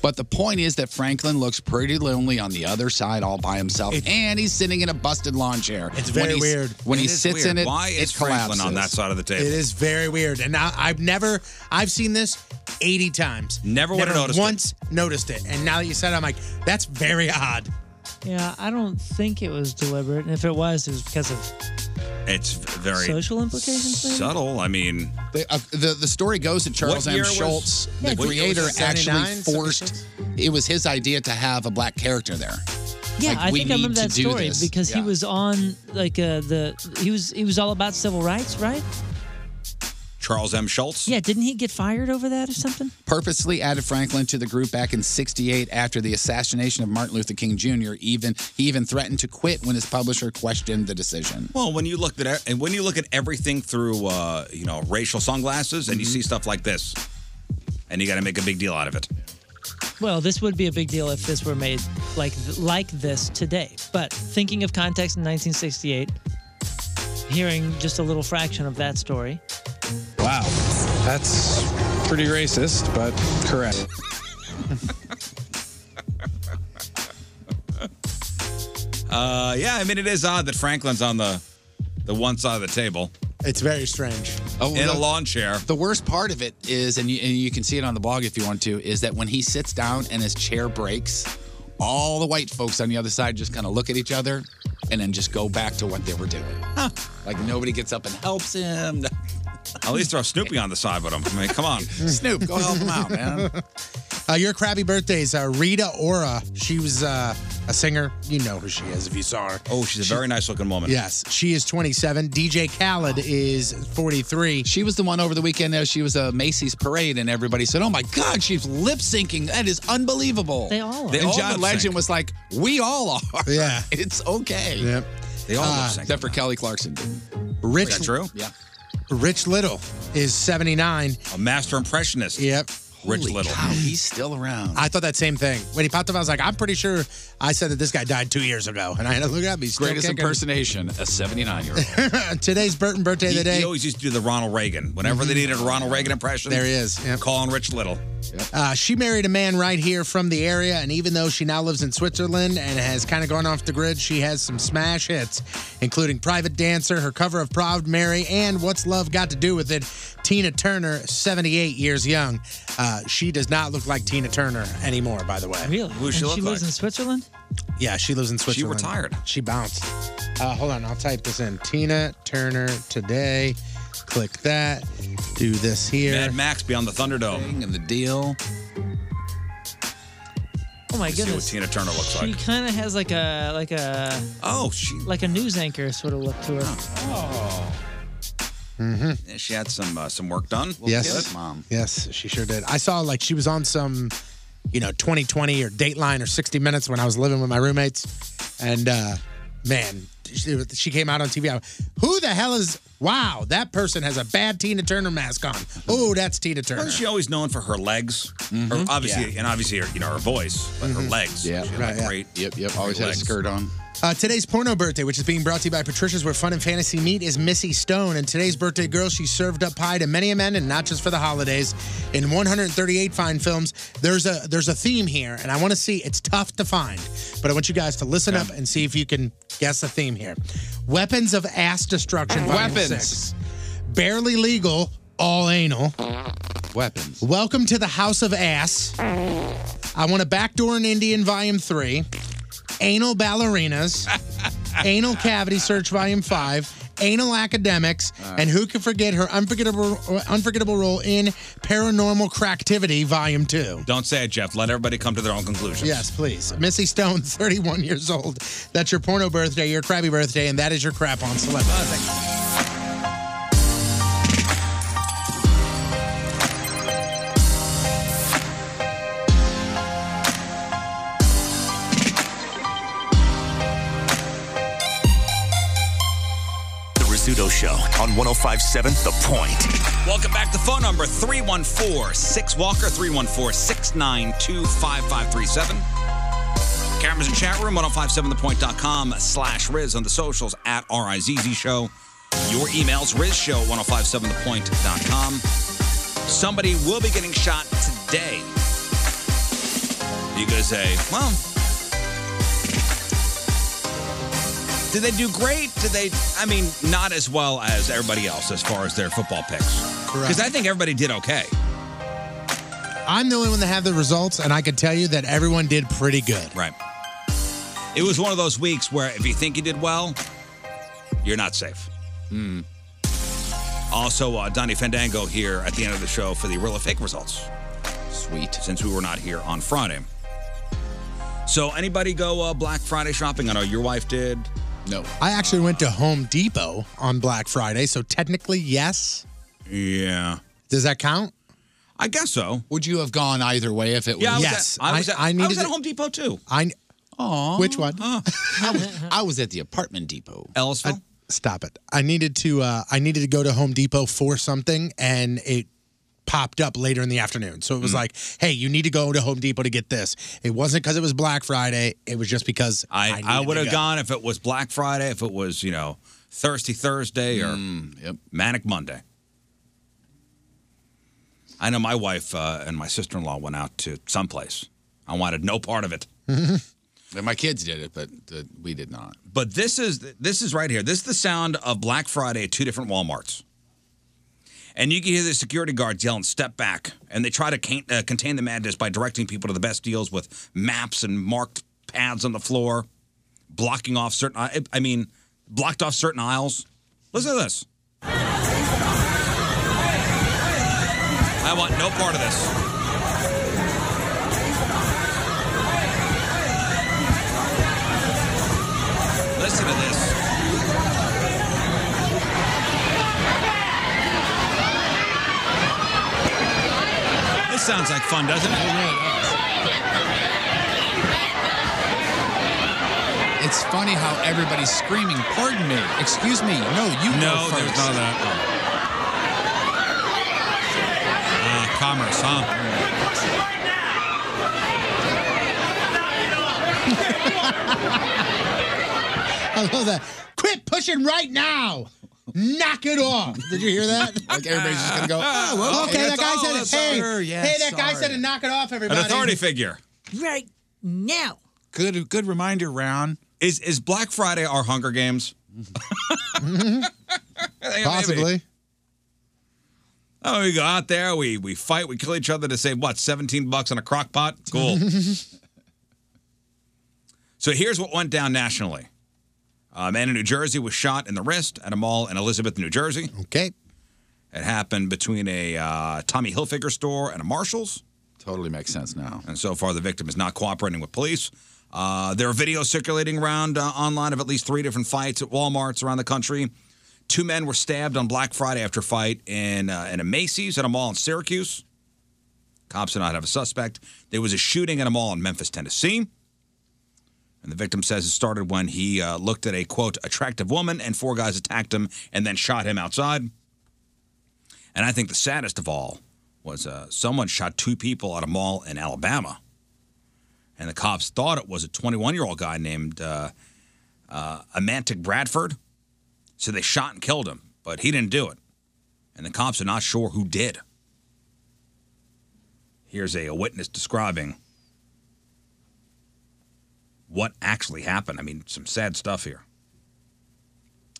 Speaker 7: But the point is that Franklin looks pretty lonely on the other side all by himself, and he's sitting in a busted lawn chair. It's
Speaker 6: very weird.
Speaker 7: When
Speaker 6: It
Speaker 7: he
Speaker 6: is
Speaker 7: sits
Speaker 6: weird.
Speaker 7: in it,
Speaker 6: Why
Speaker 7: it
Speaker 6: is Franklin
Speaker 7: collapses.
Speaker 5: on that side of the table.
Speaker 6: It is very weird. And I, I've never, I've seen this 80 times.
Speaker 5: Never would've noticed it.
Speaker 6: once noticed it. And now that you said it, I'm like, that's very odd.
Speaker 4: yeah, I don't think it was deliberate, and if it was, it was because of
Speaker 5: It's very.
Speaker 4: social implications. Maybe?
Speaker 5: Subtle. I mean,
Speaker 7: The, uh, the the story goes that
Speaker 5: What
Speaker 7: Charles M.
Speaker 5: year was-
Speaker 7: Schultz,
Speaker 5: Yeah,
Speaker 7: the
Speaker 5: what year was
Speaker 7: creator,
Speaker 5: it,
Speaker 7: actually
Speaker 5: 79,
Speaker 7: forced. It was his idea to have a black character there.
Speaker 4: Yeah,
Speaker 7: Like,
Speaker 4: I
Speaker 7: we
Speaker 4: think I
Speaker 7: need to
Speaker 4: remember that
Speaker 7: do
Speaker 4: story
Speaker 7: this.
Speaker 4: because he
Speaker 7: Yeah.
Speaker 4: was on like uh, the he was he was all about civil rights, right?
Speaker 5: Charles M. Schultz.
Speaker 4: Yeah, didn't he get fired over that or something?
Speaker 7: purposely added Franklin to the group back in 68 after the assassination of Martin Luther King Jr. Even he even threatened to quit when his publisher questioned the decision.
Speaker 5: Well, when you look at e- and when you look at everything through uh, you know racial sunglasses, and you
Speaker 6: Mm-hmm.
Speaker 5: see stuff like this, and you got to make a big deal out of it.
Speaker 4: Well, this would be a big deal if this were made like like this today. But thinking of context in 1968, hearing just a little fraction of that story,
Speaker 11: Wow. That's pretty racist, but correct.
Speaker 5: Uh, yeah, I mean it is odd that Franklin's on the the one side of the table
Speaker 7: It's very strange.
Speaker 5: in a lawn chair.
Speaker 7: Oh, The worst part of it is, and you, and you can see it on the blog if you want to, is that when he sits down and his chair breaks, all the white folks on the other side just kind of look at each other and then just go back to what they were doing. Like nobody gets up and helps him.
Speaker 5: At least throw Snoopy on the side with him. I mean, come on.
Speaker 7: Snoop, go help him out, man.
Speaker 6: Uh, your crappy birthdays. Uh, Rita Ora. She was uh, a singer. You know who she is if you saw her.
Speaker 5: Oh, she's a very nice looking woman.
Speaker 6: Yes, she is 27. DJ Khaled is 43.
Speaker 7: She was the one over the weekend, though. She was a Macy's parade, and everybody said, Oh my God, she's lip syncing. That is unbelievable.
Speaker 6: They all are. They
Speaker 7: and
Speaker 6: all lip
Speaker 7: John Legend
Speaker 6: sync.
Speaker 7: was like, We all are.
Speaker 6: Yeah.
Speaker 7: It's okay.
Speaker 6: Yep.
Speaker 7: They all
Speaker 6: Uh,
Speaker 7: lip sync. Except for Kelly Clarkson. didn't.
Speaker 6: Rich.
Speaker 7: Is that true? Yeah.
Speaker 6: Rich Little is 79.
Speaker 5: A master impressionist.
Speaker 6: Yep.
Speaker 5: Rich Little.
Speaker 7: he's still around.
Speaker 6: I thought that same thing. When he popped up, I was like, I'm pretty sure I said that this guy died two years ago. And I had to look at me. still
Speaker 7: Greatest
Speaker 6: kicking.
Speaker 7: impersonation, a 79 year old.
Speaker 6: Today's Burton birthday of
Speaker 5: He,
Speaker 6: the
Speaker 5: he
Speaker 6: day.
Speaker 5: always used to do the Ronald Reagan. Whenever they needed a Ronald Reagan impression,
Speaker 6: There he is.
Speaker 5: Calling Rich Little.
Speaker 6: Uh, she married a man right here from the area, and even though she now lives in Switzerland and has kind of gone off the grid, she has some smash hits, including Private Dancer, her cover of Proud Mary, and What's Love Got to Do with It? Tina Turner, 78 years young. Uh, she does not look like Tina Turner anymore, by the way.
Speaker 4: Really? and she lives in Switzerland.
Speaker 6: Yeah, she lives in Switzerland.
Speaker 4: retired.
Speaker 6: She bounced. Uh, hold on, I'll type this in. Tina Turner today. Click that. Do this here.
Speaker 5: Mad Max beyond the Thunderdome.
Speaker 7: And the deal.
Speaker 4: Oh my
Speaker 5: Let's see what
Speaker 4: goodness.
Speaker 5: Tina Turner looks
Speaker 4: She
Speaker 5: like.
Speaker 4: kind of has like a like a
Speaker 5: oh she
Speaker 4: like a news anchor sort of look to her.
Speaker 5: Oh.
Speaker 6: Mm-hmm.
Speaker 5: Yeah, She had some uh, some work done.
Speaker 6: yes,
Speaker 5: Good.
Speaker 6: Yes, she sure did. I saw like she was on some, you know, 2020 or Dateline or 60 Minutes when I was living with my roommates, and uh man, she, she came out on TV. I, Who the hell is? Wow, that person has a bad Tina Turner mask on. Oh, that's Tina Turner.
Speaker 5: Wasn't she always known for her legs?
Speaker 6: Mm-hmm.
Speaker 5: Her, obviously, and obviously, her, you know, her voice, but her legs. Yeah, she had, like, great.
Speaker 7: Yep, yep.
Speaker 5: Always
Speaker 7: had a skirt on.
Speaker 6: Uh, today's porno birthday, which is being brought to you by Patricia's Where Fun and Fantasy Meet, is Missy Stone. And today's birthday girl, she served up pie to many a men and not just for the holidays. In 138 fine films, there's a there's a theme here, and I want to see it's tough to find, but I want you guys to listen up and see if you can guess the theme here. Weapons of ass destruction. Volume
Speaker 7: Weapons.
Speaker 6: Six. Barely legal, all anal.
Speaker 7: Weapons.
Speaker 6: Welcome to the House of Ass. I want a backdoor in Indian Volume 3. Anal ballerinas. anal cavity search volume 5. Anal academics. and who can forget her unforgettable unforgettable role in Paranormal Cractivity Volume 2.
Speaker 5: Don't say it, Jeff. Let everybody come to their own conclusions.
Speaker 6: Yes, please. Missy Stone, 31 years old. That's your porno birthday, your crabby birthday, and that is your crap on celebrity.
Speaker 10: The Rizzuto Show on 1057 The Point.
Speaker 5: Welcome back. The phone number 314 6 Walker 314 692 5537. Cameras and chat room 1057thepoint.com slash Riz on the socials at RIZZ Show. Your emails, RizShow 1057thepoint.com. Somebody will be getting shot today. You guys say, well, Did they do great? Did they? I mean, not as well as everybody else as far as their football picks.
Speaker 6: Correct.
Speaker 5: Because I think everybody did okay.
Speaker 6: I'm the only one that have the results, and I can tell you that everyone did pretty good.
Speaker 5: Right. It was one of those weeks where if you think you did well, you're not safe. Hmm. Also, uh, Donnie Fandango here at the end of the show for the real or fake results. Sweet. Since we were not here on Friday. So anybody go uh, Black Friday shopping? I know your wife did. No.
Speaker 6: I actually went to Home Depot on Black Friday, so technically, yes.
Speaker 5: Yeah.
Speaker 6: Does that count?
Speaker 5: I guess so.
Speaker 6: Would you have gone either way if it
Speaker 5: Yeah, I was
Speaker 6: yes?
Speaker 5: at- I was at- I was
Speaker 6: needed
Speaker 5: at
Speaker 6: to-
Speaker 5: Home Depot too.
Speaker 6: I.
Speaker 7: Aww.
Speaker 6: Which one?
Speaker 5: Oh.
Speaker 7: I, was, I was at the apartment depot.
Speaker 5: Ellisville?
Speaker 6: Stop it. I needed to. Uh, I needed to go to Home Depot for something, and it popped up later in the afternoon. So it was
Speaker 5: Mm.
Speaker 6: like, hey, you need to go to Home Depot to get this. It wasn't because it was Black Friday. It was just because I
Speaker 5: I, I,
Speaker 6: needed
Speaker 5: would
Speaker 6: to
Speaker 5: have
Speaker 6: go.
Speaker 5: gone if it was Black Friday, if it was, you know, Thirsty Thursday or
Speaker 6: Hmm,
Speaker 5: Manic Monday. I know my wife uh, and my sister in law went out to someplace. I wanted no part of it.
Speaker 7: And my kids did it, but uh, we did not.
Speaker 5: But this is this is right here. This is the sound of Black Friday at two different WalMarts. And you can hear the security guards yelling, step back. And they try to can- uh, contain the madness by directing people to the best deals with maps and marked pads on the floor, blocking off certain, I, I mean, blocked off certain aisles. Listen to this. I want no part of this. Listen to this. This sounds like fun, doesn't it?
Speaker 7: It's funny how everybody's screaming, pardon me, excuse me. No, you
Speaker 5: No,
Speaker 7: go first.
Speaker 5: there's none of that. Ah, commerce, huh?
Speaker 6: I love that. Quit pushing right now. Knock it off. Did you hear that?
Speaker 7: like everybody's just gonna go.
Speaker 6: Oh, okay, that guy said it. Hey, hey, that guy said to knock it off,
Speaker 5: An
Speaker 6: everybody.
Speaker 5: authority figure.
Speaker 6: Right now.
Speaker 5: Good, good reminder, Ron. Is is Black Friday our Hunger Games? Possibly. Oh, we go out there, we we fight, we kill each other to save what, seventeen bucks on a crock pot? Cool. So here's what went down nationally. A man in New Jersey was shot in the wrist at a mall in Elizabeth, New Jersey.
Speaker 6: Okay.
Speaker 5: It happened between a uh, Tommy Hilfiger store and a Marshalls.
Speaker 7: Totally makes sense now.
Speaker 5: And so far, the victim is not cooperating with police. Uh, there are videos circulating around uh, online of at least three different fights at Walmarts around the country. Two men were stabbed on Black Friday after a fight in, uh, in a Macy's at a mall in Syracuse. Cops did not have a suspect. There was a shooting at a mall in Memphis, Tennessee. And the victim says it started when he uh, looked at a, quote, attractive woman and four guys attacked him and then shot him outside. And I think the saddest of all was uh, someone shot two people at a mall in Alabama. And the cops thought it was a 21 year old guy named uh, uh, Amantic Bradford. So they shot and killed him, but he didn't do it. And the cops are not sure who did. Here's a, a witness describing what actually happened. I mean, some sad stuff here.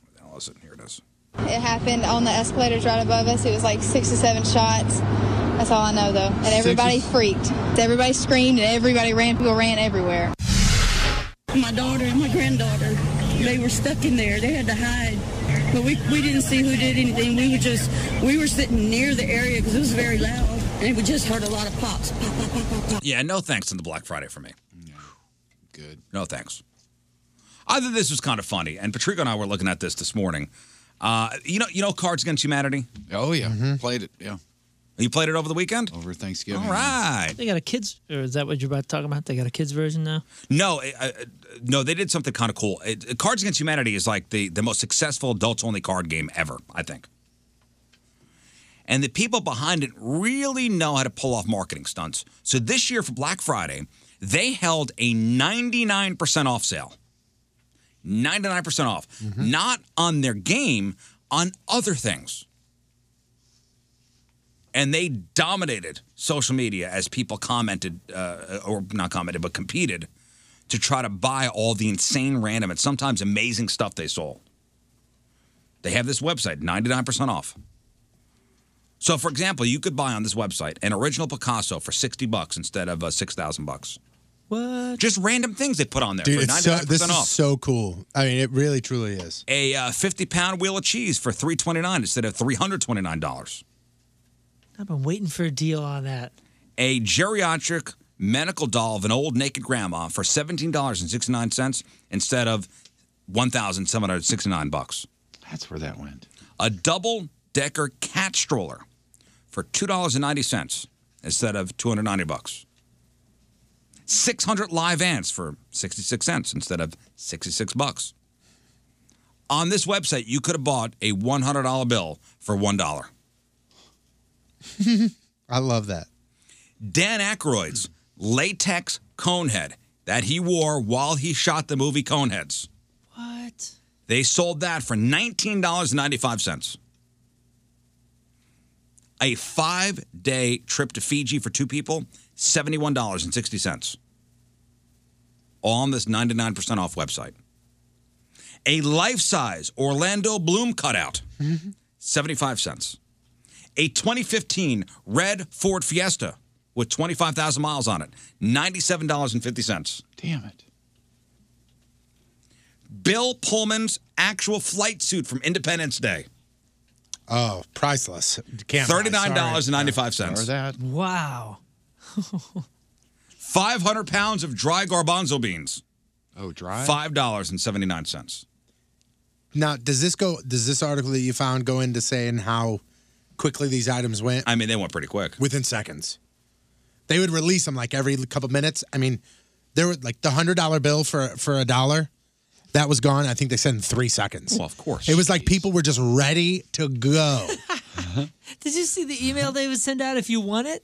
Speaker 5: What the hell is it? Here it is.
Speaker 12: It happened on the escalators right above us. It was like six or seven shots. That's all I know though. And everybody freaked. Everybody screamed and everybody ran. People ran everywhere.
Speaker 13: My daughter and my granddaughter, they were stuck in there. They had to hide. But we, we didn't see who did anything. We were just, we were sitting near the area because it was very loud. And we just heard a lot of pops. Pop, pop, pop, pop, pop.
Speaker 5: Yeah, no thanks on the Black Friday for me. Good. No thanks. I thought this was kind of funny, and Patrico and I were looking at this this morning. Uh, you know, you know, Cards Against Humanity.
Speaker 7: Oh yeah, played it. Yeah.
Speaker 5: You played it over the weekend?
Speaker 7: Over Thanksgiving.
Speaker 5: All right.
Speaker 4: They got a kids, or is that what you're about to talk about? They got a kids version now.
Speaker 5: No, uh, uh, no, they did something kind of cool. It, uh, Cards Against Humanity is like the the most successful adults only card game ever, I think. And the people behind it really know how to pull off marketing stunts. So this year for Black Friday, they held a 99% off sale. 99% off. Not on their game, on other things. And they dominated social media as people commented, uh, or not commented, but competed to try to buy all the insane, random, and sometimes amazing stuff they sold. They have this website, 99% off. So, for example, you could buy on this website an original Picasso for 60 bucks instead of uh, 6,000 bucks.
Speaker 4: What?
Speaker 5: Just random things they put on there
Speaker 6: Dude,
Speaker 5: for
Speaker 6: it's so,
Speaker 5: 99%
Speaker 6: this
Speaker 5: off.
Speaker 6: is so cool. I mean, it really truly is.
Speaker 5: a uh, 50 pound wheel of cheese for 329 instead of $329
Speaker 4: I've been waiting for a deal on that.
Speaker 5: a geriatric medical doll of an old naked grandma for $17.69 instead of 1769 bucks. That's where that went. A double decker cat stroller for $2.90 instead of 290 bucks. 600 live ants for 66 cents instead of 66 bucks. On this website, you could have bought a $100 bill for $1.
Speaker 6: I love that.
Speaker 5: Dan Aykroyd's latex conehead that he wore while he shot the movie Coneheads.
Speaker 4: What?
Speaker 5: They sold that for $19.95. A five day trip to Fiji for two people, $71.60. All on this 99% off website. A life size Orlando Bloom cutout, 75 cents. A 2015 red Ford Fiesta with 25,000 miles on it, $97.50.
Speaker 7: Damn it.
Speaker 5: Bill Pullman's actual flight suit from Independence Day.
Speaker 6: Oh, priceless. Can't buy, sorry.
Speaker 5: Thirty-nine dollars and ninety-five
Speaker 6: Or
Speaker 5: cents.
Speaker 6: that.
Speaker 4: Wow.
Speaker 5: Five hundred pounds of dry garbanzo beans.
Speaker 7: Oh, dry.
Speaker 5: Five dollars and seventy-nine cents.
Speaker 6: Now, does this go? Does this article that you found go into saying how quickly these items went?
Speaker 5: I mean, they went pretty quick.
Speaker 6: Within seconds, they would release them like every couple minutes. I mean, there were like the hundred dollar bill for for a dollar that was gone. I think they said in three seconds.
Speaker 5: Well, of course,
Speaker 6: it was like people were just ready to go.
Speaker 4: Did you see the email they would send out if you won it?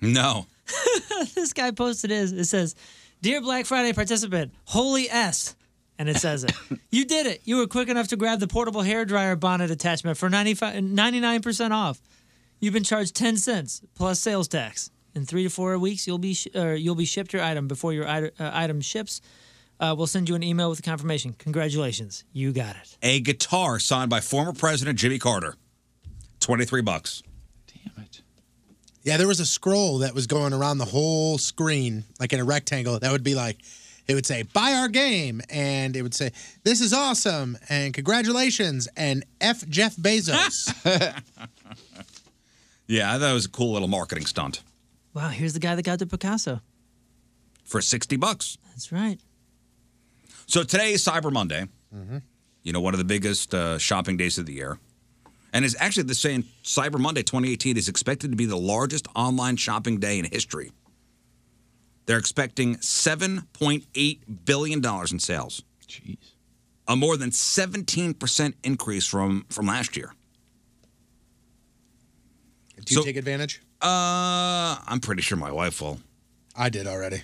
Speaker 5: No.
Speaker 4: this guy posted his. It says, "Dear Black Friday participant, holy s." And it says it. you did it. You were quick enough to grab the portable hair dryer bonnet attachment for 95 99% off. You've been charged 10 cents plus sales tax. In 3 to 4 weeks, you'll be sh- or you'll be shipped your item before your ite- uh, item ships. Uh, we'll send you an email with confirmation. Congratulations. You got it.
Speaker 5: A guitar signed by former President Jimmy Carter. Twenty-three bucks.
Speaker 6: Yeah, there was a scroll that was going around the whole screen, like in a rectangle. That would be like, it would say, buy our game. And it would say, this is awesome. um, And congratulations. And F. Jeff Bezos.
Speaker 5: Yeah, I thought it was a cool little marketing stunt
Speaker 4: Wow, here's the guy that got the Picasso.
Speaker 5: for sixty bucks.
Speaker 4: That's right.
Speaker 5: So today is Cyber Monday.
Speaker 6: Mm-hmm.
Speaker 5: You know, one of the biggest uh, shopping days of the year. And it's actually the same Cyber Monday 2018 is expected to be the largest online shopping day in history. They're expecting $7.8 billion in sales. Jeez. A more than 17% increase from, from last year.
Speaker 6: Do you take advantage?
Speaker 5: Uh, I'm pretty sure my wife will.
Speaker 6: I did already.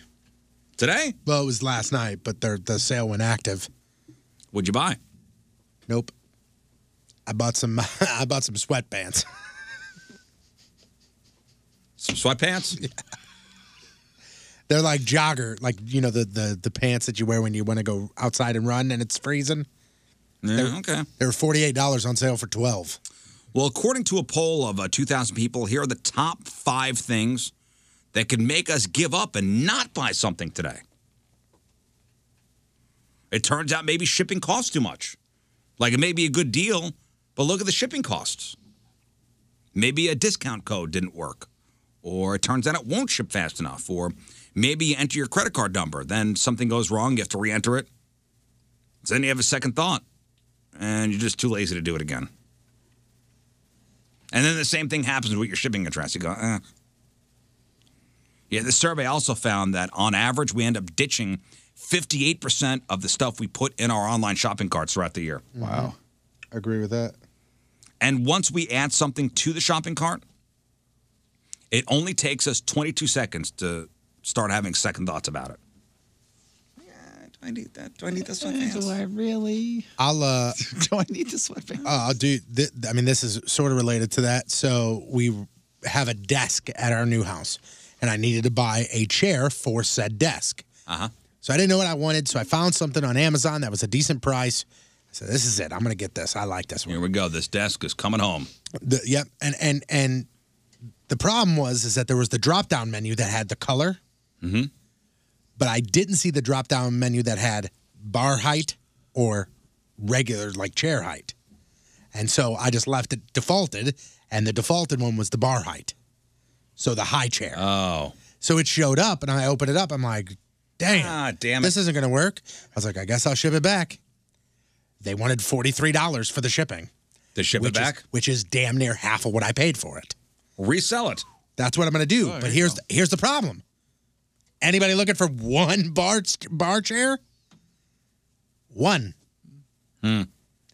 Speaker 5: Today?
Speaker 6: Well, it was last night, but their, the sale went active.
Speaker 5: What'd you buy?
Speaker 6: Nope. I bought some. I bought some sweatpants.
Speaker 5: Some sweatpants?
Speaker 6: They're like jogger, like you know the the, the pants that you wear when you want to go outside and run, and it's freezing.
Speaker 5: Yeah,
Speaker 6: They're-
Speaker 5: okay.
Speaker 6: They were forty eight dollars on sale for twelve.
Speaker 5: Well, according to a poll of uh, 2,000 people, here are the top five things that could make us give up and not buy something today. It turns out maybe shipping costs too much. Like it may be a good deal, but look at the shipping costs. Maybe a discount code didn't work, or it turns out it won't ship fast enough, or maybe you enter your credit card number, then something goes wrong, you have to re enter it. Then you have a second thought, and you're just too lazy to do it again. And then the same thing happens with your shipping address. You go, eh. Yeah, the survey also found that on average, we end up ditching 58% of the stuff we put in our online shopping carts throughout the year.
Speaker 6: Wow, Mm-hmm. agree with that.
Speaker 5: And once we add something to the shopping cart, it only takes us 22 seconds to start having second thoughts about it. I need that. Do I need this one?
Speaker 6: Do
Speaker 5: I
Speaker 6: really? I'll. Uh,
Speaker 7: Do I need the sweatpants?
Speaker 6: Oh, dude. Th- I mean, this is sort of related to that. So we have a desk at our new house, and I needed to buy a chair for said desk.
Speaker 5: Uh huh.
Speaker 6: So I didn't know what I wanted. So I found something on Amazon that was a decent price. I said, "This is it. I'm gonna get this. I like this one."
Speaker 5: Here we go. This desk is coming home.
Speaker 6: The, yep. And and and the problem was is that there was the drop down menu that had the color,
Speaker 5: Mm-hmm.
Speaker 6: but I didn't see the drop down menu that had bar height or regular like chair height. And so I just left it defaulted, and the defaulted one was the bar height. So the high chair.
Speaker 5: Oh.
Speaker 6: So it showed up, and I opened it up. I'm like, damn,
Speaker 5: Ah, damn it.
Speaker 6: this isn't going to work. I was like, I guess I'll ship it back. They wanted $43 for the shipping.
Speaker 5: To ship
Speaker 6: which
Speaker 5: it
Speaker 6: is-
Speaker 5: back?
Speaker 6: which is damn near half of what I paid for it.
Speaker 5: Resell it.
Speaker 6: That's what I'm going to do. but here's here's the problem. Anybody looking for one bar bar chair? One.
Speaker 5: Hmm.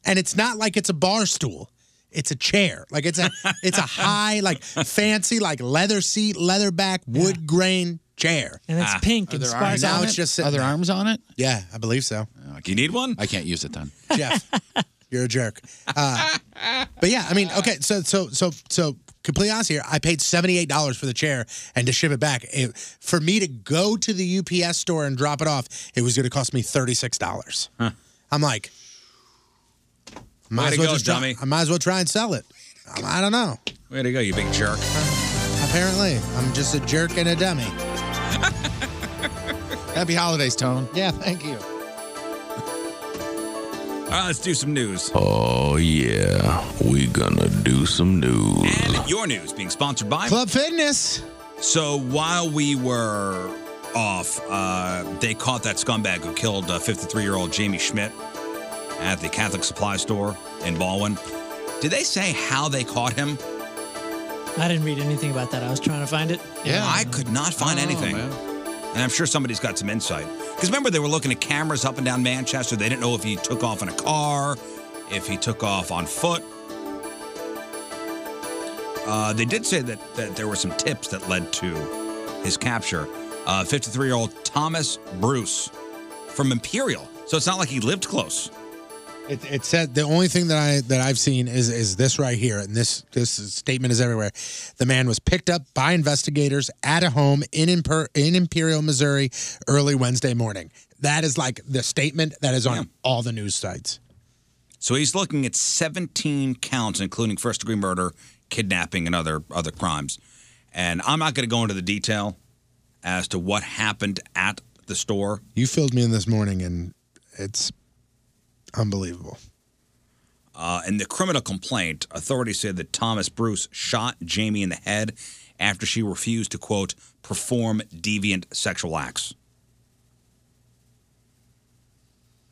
Speaker 6: And it's not like it's a bar stool. It's a chair. Like it's a it's a high like fancy like leather seat, leather back, wood grain chair.
Speaker 4: And
Speaker 7: it's Ah. pink Are and there sparks arms
Speaker 6: Now
Speaker 7: on
Speaker 6: it's
Speaker 7: it?
Speaker 6: just
Speaker 7: Are there
Speaker 6: arms on it? Yeah, I believe so.
Speaker 5: you need one?
Speaker 7: I can't use it then.
Speaker 6: Jeff, you're a jerk. Uh, but yeah, I mean, okay, so so so so completely honest here. I paid seventy eight dollars for the chair, and to ship it back, it, for me to go to the UPS store and drop it off, it was going to cost me thirty six dollars. I'm like, might
Speaker 5: Way
Speaker 6: as
Speaker 5: to
Speaker 6: well
Speaker 5: go,
Speaker 6: just try-
Speaker 5: dummy.
Speaker 6: I might as well try and sell it. Um, I don't know.
Speaker 5: Way to go, you big jerk.
Speaker 6: Apparently, I'm just a jerk and a dummy.
Speaker 7: Happy holidays, Tone.
Speaker 6: Yeah, thank you.
Speaker 5: All right, let's do some news.
Speaker 14: Oh, yeah. We gonna do some news.
Speaker 5: And your news being sponsored by
Speaker 6: Club Fitness.
Speaker 5: So while we were off, uh, they caught that scumbag who killed 53 year old Jamie Schmidt at the Catholic supply store in Baldwin. Did they say how they caught him?
Speaker 4: I didn't read anything about that. I was trying to find it.
Speaker 5: I could not find anything. And I'm sure somebody's got some insight. Because remember, they were looking at cameras up and down Manchester. They didn't know if he took off in a car, if he took off on foot. Uh, they did say that, that there were some tips that led to his capture. 53 year old Thomas Bruce from Imperial. So it's not like he lived close.
Speaker 6: It, it said the only thing that I that I've seen is is this right here, and this this statement is everywhere. The man was picked up by investigators at a home in Imper- in Imperial, Missouri, early Wednesday morning. That is like the statement that is on all the news sites.
Speaker 5: So he's looking at 17 counts, including first degree murder, kidnapping, and other other crimes. And I'm not going to go into the detail as to what happened at the store.
Speaker 6: You filled me in this morning, and it's unbelievable.
Speaker 5: Uh, in the criminal complaint, authorities said that Thomas Bruce shot Jamie in the head after she refused to quote perform deviant sexual acts.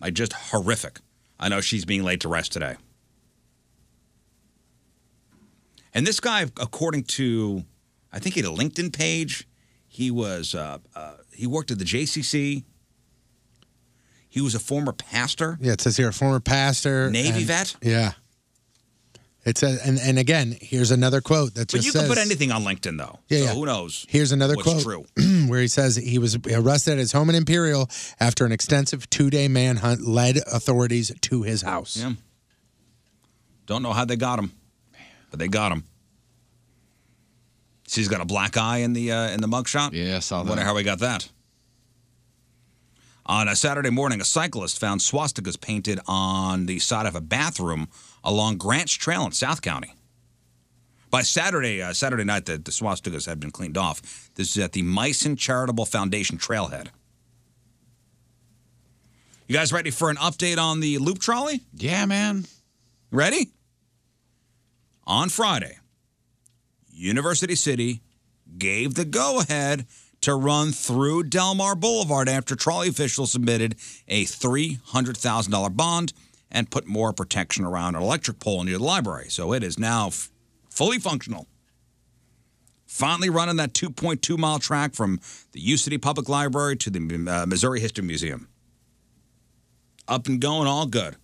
Speaker 5: Like just horrific. I know she's being laid to rest today. And this guy, according to, I think he had a LinkedIn page. He was uh, uh, he worked at the JCC. He was a former pastor.
Speaker 6: Yeah, it says here a former pastor,
Speaker 5: Navy
Speaker 6: and-
Speaker 5: vet?
Speaker 6: Yeah, it says, and and again, here's another quote that
Speaker 5: But
Speaker 6: just
Speaker 5: you
Speaker 6: says.
Speaker 5: can put anything on LinkedIn though.
Speaker 6: Yeah,
Speaker 5: so
Speaker 6: yeah.
Speaker 5: Who knows?
Speaker 6: Here's another
Speaker 5: what's
Speaker 6: quote
Speaker 5: True.
Speaker 6: where he says he was arrested at his home in Imperial after an extensive two day manhunt led authorities to his house.
Speaker 5: Yeah. Don't know how they got him, but they got him. She's got a black eye in the uh, in the mugshot. Yeah, I saw that. Wonder how we got that. On a Saturday morning, a cyclist found swastikas painted on the side of a bathroom along Grants Trail in South County. By Saturday, uh, Saturday night, the, the swastikas had been cleaned off. This is at the Meissen Charitable Foundation trailhead. You guys ready for an update on the loop trolley? Yeah, man. Ready? On Friday, University City gave the go ahead to run through Delmar Boulevard after trolley officials submitted a $300,000 bond and put more protection around an electric pole near the library. So it is now f- fully functional. Finally running that 2.2 mile track from the U City Public Library to the uh, Missouri History Museum up and going, all good.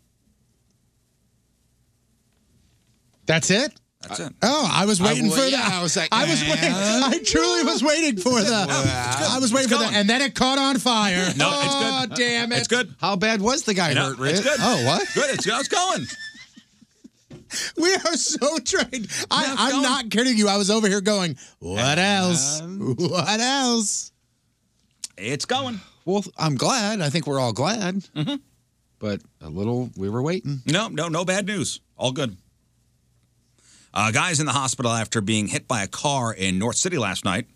Speaker 6: That's it?
Speaker 5: That's it.
Speaker 6: Oh, I was
Speaker 5: I
Speaker 6: waiting
Speaker 5: wa-
Speaker 6: for
Speaker 5: uh, yeah,
Speaker 6: that.
Speaker 5: I was like,
Speaker 6: I was
Speaker 5: eh.
Speaker 6: waiting. I truly was waiting for the. I was waiting for that, and then it caught on fire.
Speaker 5: No, it's
Speaker 6: oh,
Speaker 5: good.
Speaker 6: damn it!
Speaker 5: It's good.
Speaker 6: How bad was the guy
Speaker 5: You know, it's good.
Speaker 6: Oh, what?
Speaker 5: Good. It's, it's going.
Speaker 6: We are so trained. I, I'm not kidding you. I was over here going, what else? What else?
Speaker 5: It's going.
Speaker 7: Well, I'm glad. I think we're all glad.
Speaker 5: Mhm.
Speaker 7: But a little, we were waiting.
Speaker 5: No, no, no bad news. All good. Uh, guy's in the hospital after being hit by a car in North City last night.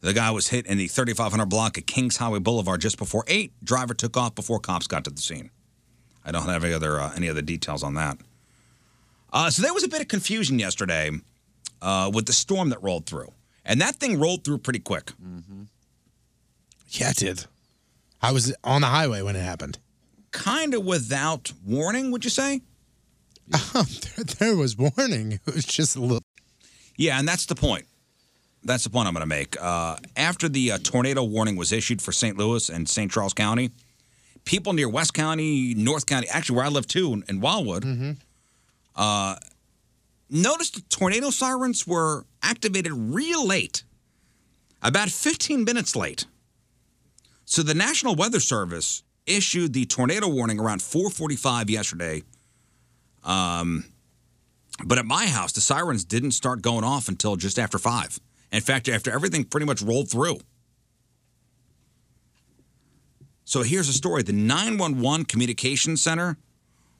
Speaker 5: The guy was hit in the 3500 block of Kings Highway Boulevard just before eight. Driver took off before cops got to the scene. I don't have any other uh, any other details on that. Uh, so there was a bit of confusion yesterday uh, with the storm that rolled through, And that thing rolled through pretty quick.
Speaker 6: Mm-hmm. Yeah, it did. I was on the highway when it happened.
Speaker 5: Kind of without warning, would you say?
Speaker 6: there, there was warning. It was just a little.
Speaker 5: Yeah, and that's the point. That's the point I'm going to make. Uh, after the uh, tornado warning was issued for St. Louis and St. Charles County, people near West County, North County, actually where I live too, in, in Wildwood, uh, noticed the tornado sirens were activated real late, about 15 minutes late. So the National Weather Service issued the tornado warning around 4:45 yesterday. Um, but at my house, the sirens didn't start going off until just after five. In fact, after everything pretty much rolled through. So here's a story the 911 communications center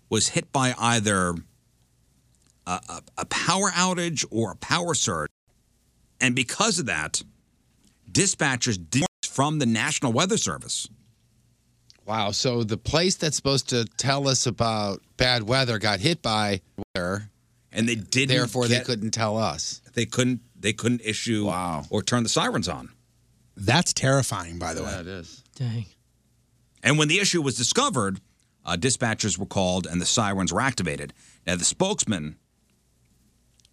Speaker 5: was hit by either a, a, a power outage or a power surge. And because of that, dispatchers did from the National Weather Service.
Speaker 7: Wow. So the place that's supposed to tell us about bad weather got hit by weather,
Speaker 5: and they didn't.
Speaker 7: Therefore,
Speaker 5: get-
Speaker 7: they couldn't tell us.
Speaker 5: They couldn't. They couldn't issue or turn the sirens on.
Speaker 6: That's terrifying, by the way.
Speaker 7: it is.
Speaker 5: Dang. And when the issue was discovered, uh, dispatchers were called and the sirens were activated. Now, the spokesman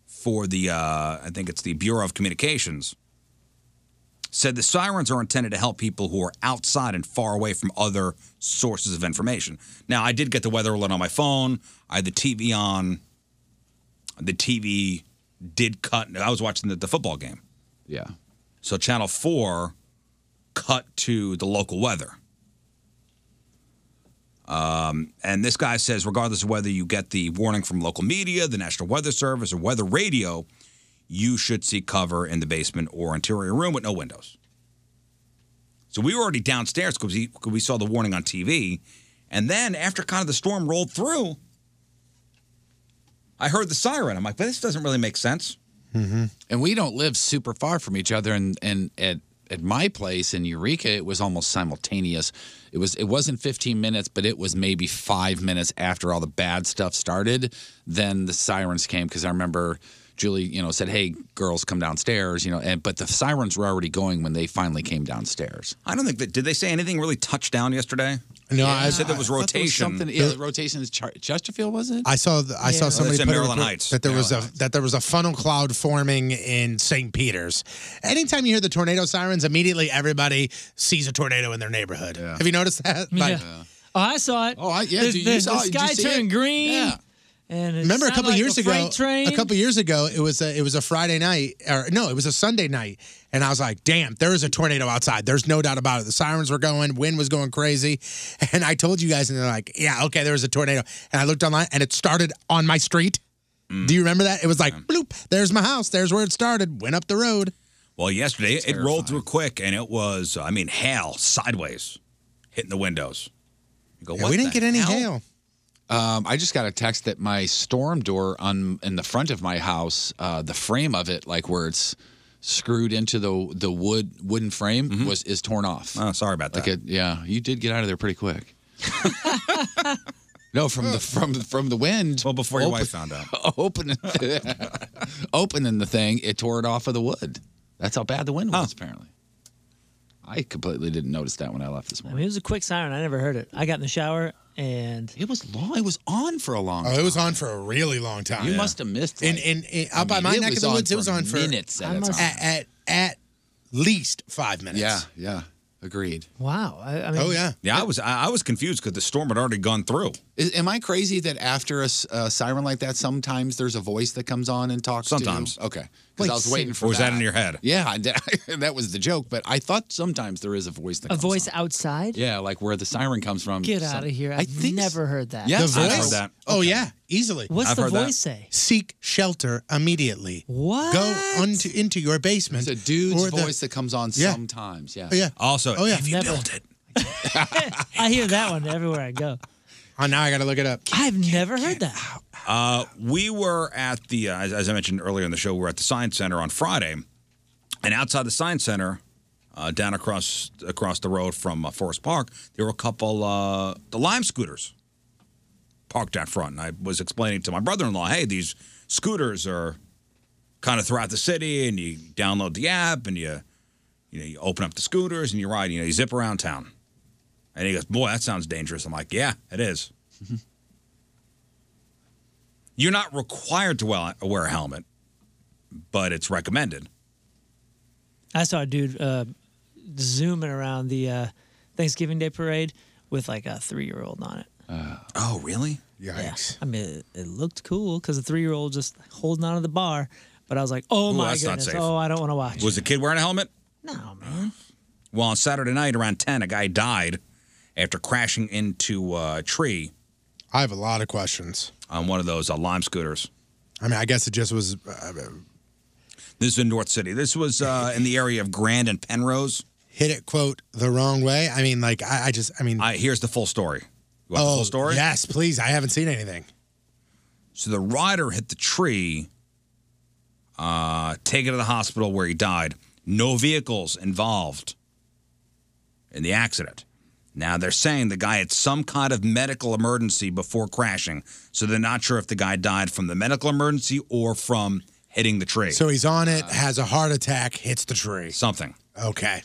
Speaker 5: for the, uh, I think it's the Bureau of Communications, said the sirens are intended to help people who are outside and far away from other sources of information. Now, I did get the weather alert on my phone. I had the TV on. The TV did cut. I was watching the, the football game.
Speaker 7: Yeah.
Speaker 5: So Channel 4 cut to the local weather. Um, and this guy says, regardless of whether you get the warning from local media, the National Weather Service, or weather radio, you should seek cover in the basement or interior room with no windows. So we were already downstairs because we, 'cause we saw the warning on TV. And then after kind of the storm rolled through, I heard the siren. I'm like, but this doesn't really make sense.
Speaker 7: And we don't live super far from each other. And, and at, at my place in Eureka, it was almost simultaneous. It was it wasn't 15 minutes, but it was maybe five minutes after all the bad stuff started. Then the sirens came because I remember Julie, you know, said, "Hey, girls, come downstairs," you know. And but the sirens were already going when they finally came downstairs.
Speaker 5: I don't think that, did they say anything really touched down yesterday? I said there was
Speaker 7: I thought there
Speaker 5: rotation.
Speaker 7: something, yeah, the rotation is Char- Chesterfield, was it?
Speaker 6: I saw. The, I saw
Speaker 7: Yeah.
Speaker 6: somebody
Speaker 5: That's in
Speaker 6: put a
Speaker 5: Maryland
Speaker 6: report
Speaker 5: Heights.
Speaker 6: that there was a that there was a funnel cloud forming in St. Peter's. Anytime you hear the tornado sirens, immediately everybody sees a tornado in their neighborhood. Have you noticed that?
Speaker 4: Yeah. Oh, I saw it.
Speaker 6: Oh, I- yeah,
Speaker 4: The,
Speaker 6: do you-
Speaker 4: the,
Speaker 6: you saw
Speaker 4: the
Speaker 6: it? Did
Speaker 4: sky
Speaker 6: you see
Speaker 4: turned
Speaker 6: it?
Speaker 4: green.
Speaker 6: Yeah.
Speaker 4: And it
Speaker 6: Remember a
Speaker 4: sounded
Speaker 6: couple
Speaker 4: like
Speaker 6: years
Speaker 4: a
Speaker 6: ago,
Speaker 4: freight train.
Speaker 6: a couple years ago, it was a it was a Friday night, or no, it was a Sunday night, and I was like, "Damn, there is a tornado outside. There's no doubt about it. The sirens were going, wind was going crazy," and I told you guys, and they're like, "Yeah, okay, there was a tornado," and I looked online, and it started on my street.
Speaker 5: Mm.
Speaker 6: Do you remember that? It was like, "Bloop, there's my house. There's where it started. Went up the road."
Speaker 5: Well, yesterday it rolled through quick, and it was, uh, I mean, hail sideways, hitting the windows. You go, what the hell?
Speaker 7: Um, I just got a text that my storm door on in the front of my house, uh, the frame of it, like where it's screwed into the the wood wooden frame,
Speaker 5: Mm-hmm.
Speaker 7: was is torn off.
Speaker 5: Oh, sorry about
Speaker 7: that. yeah, you did get out of there pretty quick. no, from the from the- from the wind. Well,
Speaker 5: before
Speaker 6: Oh,
Speaker 5: your wife found out.
Speaker 7: opening opening the thing, it tore it off of the wood. That's how bad the wind was. Apparently, I completely didn't notice that when I left this
Speaker 4: I
Speaker 7: morning.
Speaker 4: mean, it was a quick siren. I never heard it. I got in the shower and
Speaker 7: it was long. It was on for a long.
Speaker 6: Oh, it was on for a really long time.
Speaker 7: You must have missed.
Speaker 6: In
Speaker 7: like-
Speaker 6: in, in
Speaker 7: I
Speaker 6: out by
Speaker 7: mean,
Speaker 6: my
Speaker 7: it
Speaker 6: neck
Speaker 7: was
Speaker 6: of the
Speaker 7: on
Speaker 6: woods, it
Speaker 7: for
Speaker 6: was on for
Speaker 7: minutes at a I must- time.
Speaker 6: at, at at least five minutes.
Speaker 7: Yeah, yeah, agreed.
Speaker 4: Wow. I,
Speaker 6: Oh,
Speaker 4: I mean,
Speaker 5: yeah. I was I, I was confused because the storm had already gone through.
Speaker 7: Is, am I crazy that after a, s- a siren like that, sometimes there's a voice that comes on and talks?
Speaker 5: Sometimes.
Speaker 7: To, okay. Because
Speaker 5: Wait,
Speaker 7: I was
Speaker 5: say-
Speaker 7: waiting for.
Speaker 5: Or was that in your head?
Speaker 7: Yeah, I- that, was the joke. But I thought sometimes there is a voice that.
Speaker 4: a
Speaker 7: comes
Speaker 4: voice outside.
Speaker 7: Yeah, like where the siren comes from.
Speaker 4: Get
Speaker 7: Some-
Speaker 4: out of here.
Speaker 7: I
Speaker 4: I've
Speaker 7: think.
Speaker 4: never heard that.
Speaker 7: Yeah,
Speaker 6: The
Speaker 7: I've heard
Speaker 6: voice?
Speaker 7: that.
Speaker 6: Oh yeah, easily.
Speaker 4: What's I've the heard that. voice say?
Speaker 6: Seek shelter immediately.
Speaker 4: What?
Speaker 6: Go unto, into your basement.
Speaker 7: It's a dude's
Speaker 6: Or the-
Speaker 7: voice that comes on
Speaker 6: Yeah.
Speaker 7: sometimes. Yeah.
Speaker 6: Oh, yeah.
Speaker 5: Also,
Speaker 6: Oh, yeah.
Speaker 5: if you
Speaker 6: Never.
Speaker 5: built it,
Speaker 4: I hear that one everywhere I go.
Speaker 6: Oh, now I got to look it up.
Speaker 4: I've never heard that.
Speaker 5: Uh, we were at the, uh, as, as I mentioned earlier in the show, we were at the Science Center on Friday, and outside the Science Center, uh, down across across the road from uh, Forest Park, there were a couple uh, the Lime scooters parked out front. And I was explaining to my brother in law, hey, these scooters are kind of throughout the city, and you download the app, and you you know you open up the scooters and you ride. You know you zip around town. And he goes, "Boy, that sounds dangerous." I'm like, "Yeah, it is." You're not required to wel- wear a helmet, but it's recommended.
Speaker 4: I saw a dude uh, zooming around the uh, Thanksgiving Day parade with like a three year old on it.
Speaker 5: oh, really?
Speaker 4: Yikes. I mean, it, it looked cool because the three year old just holding out of the bar. But I was like, oh
Speaker 5: Ooh,
Speaker 4: my
Speaker 5: that's not
Speaker 4: goodness.
Speaker 5: safe.
Speaker 4: Oh, I don't want to watch.
Speaker 5: Was the kid wearing a helmet?
Speaker 4: No, man.
Speaker 5: Well, on Saturday night around 10, a guy died after crashing into uh, a tree. I have a lot of questions. On one of those uh, Lime scooters.
Speaker 6: I mean, I guess it just was. Uh,
Speaker 5: This is in North City. This was uh, in the area of Grand and Penrose.
Speaker 6: hit it quote the wrong way. I mean, like I, I just I mean Oh,
Speaker 5: I, here's the full story. You want the full story?
Speaker 6: Yes, please. I haven't seen anything.
Speaker 5: So the rider hit the tree, uh, taken to the hospital where he died. No vehicles involved in the accident. Now they're saying the guy had some kind of medical emergency before crashing, so they're not sure if the guy died from the medical emergency or from hitting the tree. Uh,
Speaker 6: So he's on it, has a heart attack, hits the tree.
Speaker 5: Something.
Speaker 6: Okay.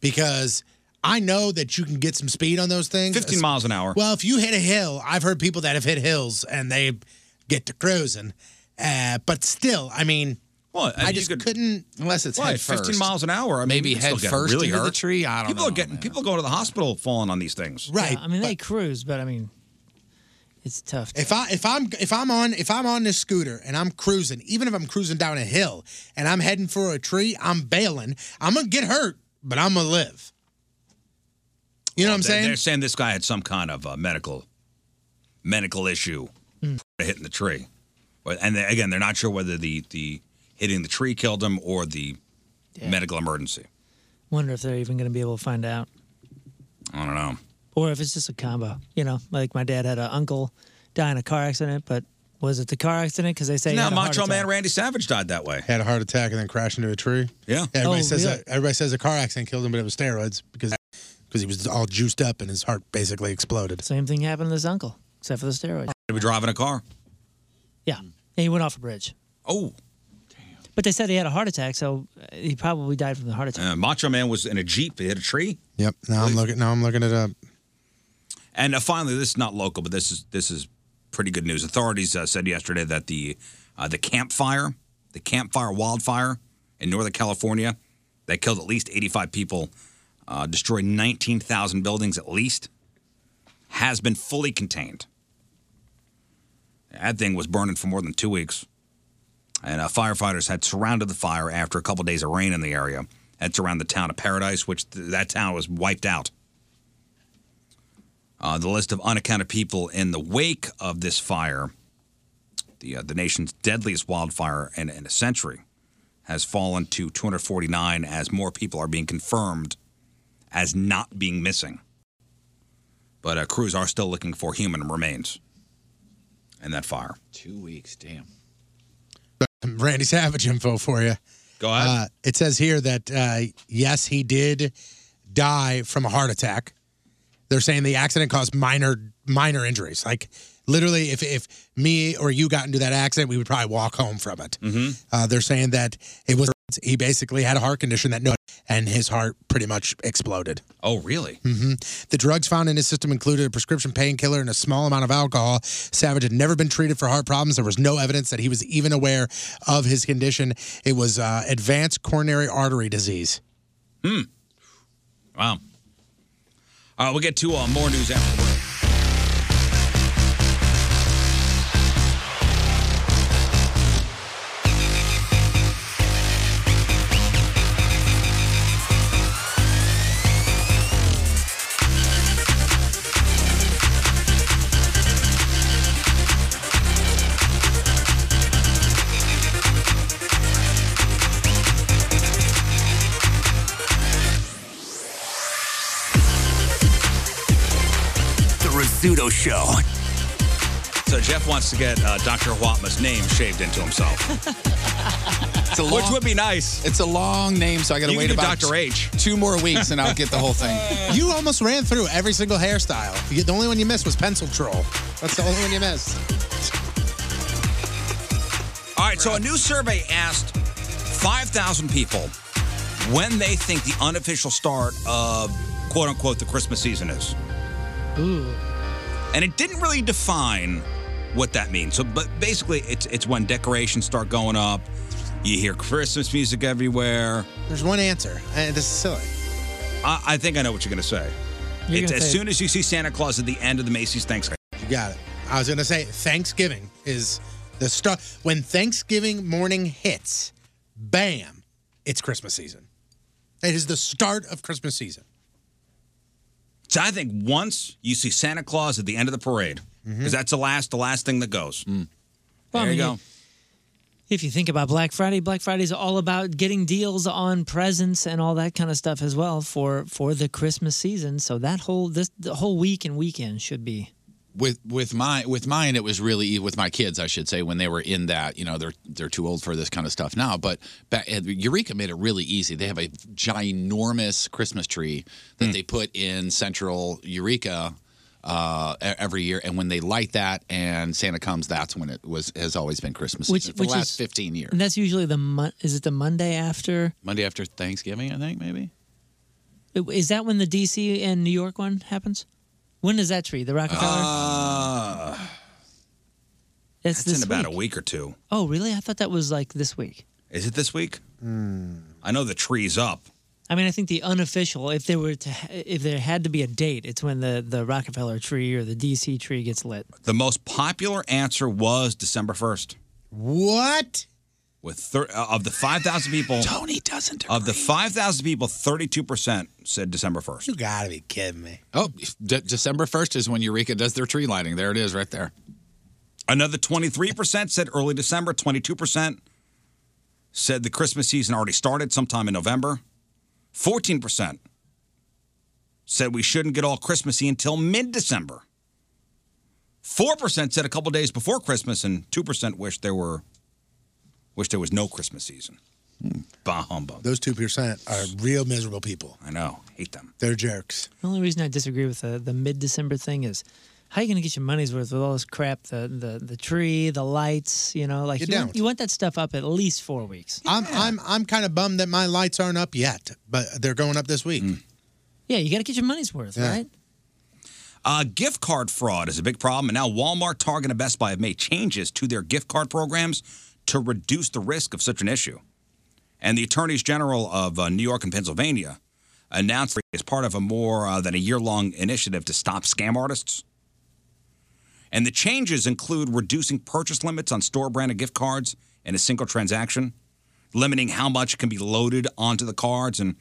Speaker 6: Because I know that you can get some speed on those things.
Speaker 5: 15 miles an hour.
Speaker 6: Well, if you hit a hill, I've heard people that have hit hills and they get to cruising. Uh, but still, I mean,
Speaker 5: Well,
Speaker 6: I just couldn't
Speaker 7: unless it's
Speaker 6: Well,
Speaker 7: head
Speaker 6: it's 15
Speaker 7: first.
Speaker 5: miles an hour. I mean,
Speaker 7: maybe
Speaker 5: you can still
Speaker 7: head
Speaker 5: get
Speaker 7: first
Speaker 5: really
Speaker 7: into the
Speaker 5: hurt.
Speaker 7: tree. I don't
Speaker 5: people
Speaker 7: know.
Speaker 5: are getting people go to the hospital falling on these things.
Speaker 6: Right.
Speaker 4: I mean, they cruise, but I mean, it's tough.
Speaker 6: If I if I'm if I'm on if I'm on this scooter and I'm cruising, even if I'm cruising down a hill and I'm heading for a tree, I'm bailing. I'm gonna get hurt, but I'm gonna live. You know what I'm
Speaker 5: They-
Speaker 6: saying?
Speaker 5: They're saying this guy had some kind of uh, medical medical issue hitting the tree, But- and they- again, they're not sure whether the the hitting the tree killed him or the medical emergency.
Speaker 4: Wonder if they're even going to be able to find out.
Speaker 5: I don't know.
Speaker 4: or if it's just a combo. You know, like my dad had an uncle die in a car accident, but was it the car accident? Because they say
Speaker 5: now
Speaker 4: he had a heart
Speaker 5: Macho Man
Speaker 4: attack.
Speaker 5: Randy Savage died that way.
Speaker 6: Had a heart attack and then crashed into a tree.
Speaker 5: Yeah.
Speaker 6: Everybody
Speaker 5: Oh,
Speaker 6: says
Speaker 5: really?
Speaker 6: that, everybody says a car accident killed him, but it was steroids because because he was all juiced up and his heart basically exploded.
Speaker 4: Same thing happened to this uncle, except for the steroids.
Speaker 5: He was driving a car.
Speaker 4: Yeah, and he went off a bridge.
Speaker 5: Oh.
Speaker 4: But they said he had a heart attack, so uh, he probably died from the heart attack.
Speaker 5: Uh, Macho Man was in a jeep. He hit a tree.
Speaker 6: Yep. Now I'm looking. Now I'm looking it up.
Speaker 5: And uh, finally, this is not local, but this is this is pretty good news. Authorities uh, said yesterday that the uh, the campfire, the campfire wildfire in Northern California, that killed at least 85 people, uh, destroyed 19,000 buildings at least, has been fully contained. That thing was burning for more than two weeks, and uh, firefighters had surrounded the fire after a couple days of rain in the area. That's around the town of Paradise, which th- that town was wiped out. Uh, the list of unaccounted people in the wake of this fire, the uh, the nation's deadliest wildfire in, in a century, has fallen to 249 as more people are being confirmed as not being missing. But uh, crews are still looking for human remains in that fire. Two weeks, damn.
Speaker 6: Some Randy Savage info for you.
Speaker 5: Go
Speaker 6: ahead. Uh, it says here that uh, yes, he did die from a heart attack. They're saying the accident caused minor minor injuries. Like literally, if if me or you got into that accident, we would probably walk home from it.
Speaker 5: Mm-hmm.
Speaker 6: Uh, they're saying that it was he basically had a heart condition that no, and his heart pretty much exploded.
Speaker 5: Oh, really?
Speaker 6: hmm The drugs found in his system included a prescription painkiller and a small amount of alcohol. Savage had never been treated for heart problems. There was no evidence that he was even aware of his condition. It was uh, advanced coronary artery disease.
Speaker 5: Hmm. Wow. All right, we'll get to uh, more news after the break.
Speaker 10: The Rizzuto Show.
Speaker 5: So Jeff wants to get uh, Dr. Huatma's name shaved into himself.
Speaker 7: It's a
Speaker 5: Which would be nice.
Speaker 7: It's a long name, so I got to
Speaker 5: You
Speaker 7: wait
Speaker 5: can do
Speaker 7: about
Speaker 5: Dr. H.
Speaker 7: two more weeks, and I'll get the whole thing.
Speaker 6: You almost ran through every single hairstyle. You- The only one you missed was pencil troll. That's the only one you missed.
Speaker 5: All All right, so a new survey asked 5,000 people when they think the unofficial start of quote unquote the Christmas season is.
Speaker 4: Ooh.
Speaker 5: And it didn't really define what that means. So but basically it's it's when decorations start going up, you hear Christmas music everywhere.
Speaker 6: There's one answer, and this is silly.
Speaker 5: I, I think I know what you're gonna say.
Speaker 6: You're
Speaker 5: it's
Speaker 6: gonna
Speaker 5: as
Speaker 6: say-
Speaker 5: soon as you see Santa Claus at the end of the Macy's Thanksgiving.
Speaker 6: You got it. I was gonna say Thanksgiving is the start when Thanksgiving morning hits, bam, it's Christmas season. It is the start of Christmas season.
Speaker 5: So I think once you see Santa Claus at the end of the parade, because
Speaker 7: Mm-hmm.
Speaker 5: that's the last the last thing that goes.
Speaker 4: Well, I
Speaker 5: there you
Speaker 4: mean,
Speaker 5: go.
Speaker 4: If you think about Black Friday, Black Friday is all about getting deals on presents and all that kind of stuff as well for for the Christmas season. So that whole this the whole week and weekend should be
Speaker 7: with with my with mine it was really e, with my kids I should say when they were in that you know they're they're too old for this kind of stuff now but back, Eureka made it really easy they have a ginormous Christmas tree that
Speaker 6: Hmm.
Speaker 7: they put in Central Eureka uh, e- every year and when they light that and Santa comes that's when it was has always been Christmas
Speaker 4: Which-
Speaker 7: season for
Speaker 4: which
Speaker 7: the last
Speaker 4: is-
Speaker 7: fifteen years
Speaker 4: and that's usually the mon- is it the Monday after
Speaker 7: Monday after Thanksgiving I think maybe
Speaker 4: is that when the DC and New York one happens? When is that tree the Rockefeller?
Speaker 5: Uh,
Speaker 4: It's
Speaker 5: that's
Speaker 4: this
Speaker 5: in about
Speaker 4: week.
Speaker 5: a week or two.
Speaker 4: oh, really? I thought that was like this week.
Speaker 5: Is it this week? I know the tree's up.
Speaker 4: I mean, I think the unofficial, if there were to, ha- if there had to be a date, it's when the the Rockefeller tree or the DC tree gets lit.
Speaker 5: The most popular answer was December 1st.
Speaker 6: What?
Speaker 5: With thir- uh, of the 5,000 people
Speaker 7: Tony doesn't
Speaker 5: Of the 5,000 people, 32% said December 1st.
Speaker 6: You gotta be kidding me.
Speaker 7: oh De- December first is when Eureka does their tree lighting there it is right there
Speaker 5: Another 23% said early December, 22% said the Christmas season already started sometime in November. 14% said we shouldn't get all Christmassy until mid December. 4% said a couple days before Christmas, and 2% wished there were wish there was no Christmas season. Bah humbug.
Speaker 6: Those two percent are real miserable people.
Speaker 5: I know. Hate them.
Speaker 6: They're jerks.
Speaker 4: The only reason I disagree with the, the mid December thing is how you going to get your money's worth with all this crap the the, the tree, the lights, you know? Like,
Speaker 6: You
Speaker 4: you, want,
Speaker 6: don't.
Speaker 4: you want that stuff up at least four weeks.
Speaker 6: I'm I'm I'm kind of bummed that my lights aren't up yet, but they're going up this week.
Speaker 4: Yeah, you got to get your money's worth,
Speaker 6: Yeah.
Speaker 4: right?
Speaker 5: Uh, gift card fraud is a big problem, and now Walmart, Target, and Best Buy have made changes to their gift card programs to reduce the risk of such an issue. And the attorneys general of uh, New York and Pennsylvania announced as part of a more uh, than a year long initiative to stop scam artists. And the changes include reducing purchase limits on store branded gift cards in a single transaction, limiting how much can be loaded onto the cards, and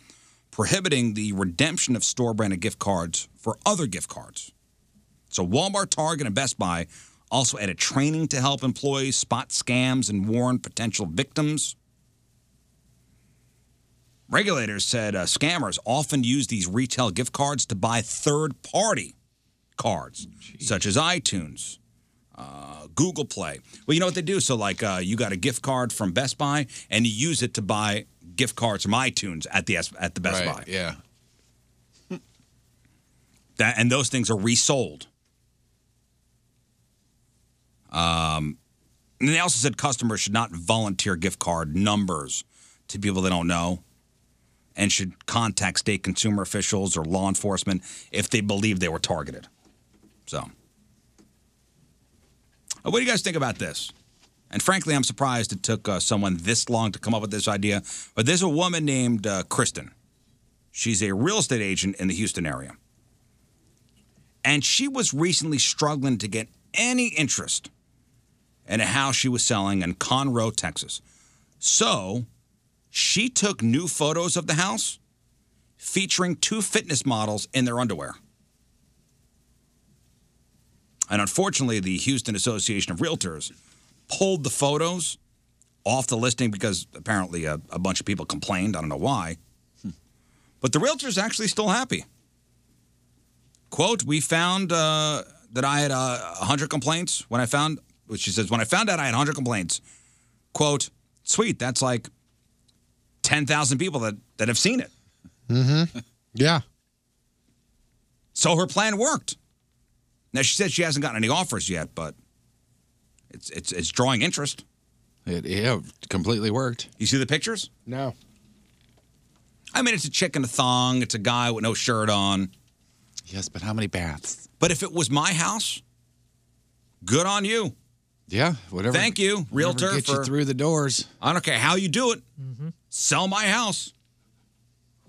Speaker 5: prohibiting the redemption of store branded gift cards for other gift cards. So, Walmart, Target, and Best Buy also added training to help employees spot scams and warn potential victims. Regulators said uh, scammers often use these retail gift cards to buy third party cards, such as iTunes, uh, Google Play. Well, you know what they do? So, like, uh, you got a gift card from Best Buy, and you use it to buy gift cards from iTunes at the at the Best Buy.
Speaker 7: yeah
Speaker 5: That and those things are resold. Um, and they also said customers should not volunteer gift card numbers to people they don't know, and should contact state consumer officials or law enforcement if they believe they were targeted. So, Uh, what do you guys think about this? And frankly, I'm surprised it took uh, someone this long to come up with this idea. But there's a woman named uh, Kristen. She's a real estate agent in the Houston area and she was recently struggling to get any interest in a house she was selling in Conroe, Texas. So she took new photos of the house featuring two fitness models in their underwear. And unfortunately, the Houston Association of Realtors pulled the photos off the listing because apparently uh, a, a bunch of people complained. I don't know why. Hmm. But the realtor's actually still happy quote we found uh, that i had uh, 100 complaints when i found well, she says when i found out i had 100 complaints quote sweet that's like 10000 people that, that have seen it
Speaker 6: Mm-hmm. Yeah.
Speaker 5: so her plan worked now she said she hasn't gotten any offers yet but it's it's it's drawing interest
Speaker 7: It, yeah, completely worked.
Speaker 5: You see the pictures?
Speaker 6: No.
Speaker 5: I mean, it's a chick in a thong. It's a guy with no shirt on.
Speaker 7: Yes, but how many baths?
Speaker 5: But if it was my house, good on you.
Speaker 7: Yeah, whatever.
Speaker 5: Thank you,
Speaker 7: whatever
Speaker 5: realtor.
Speaker 7: gets
Speaker 5: for,
Speaker 7: you through the doors.
Speaker 5: I don't care how you do it. Sell my house.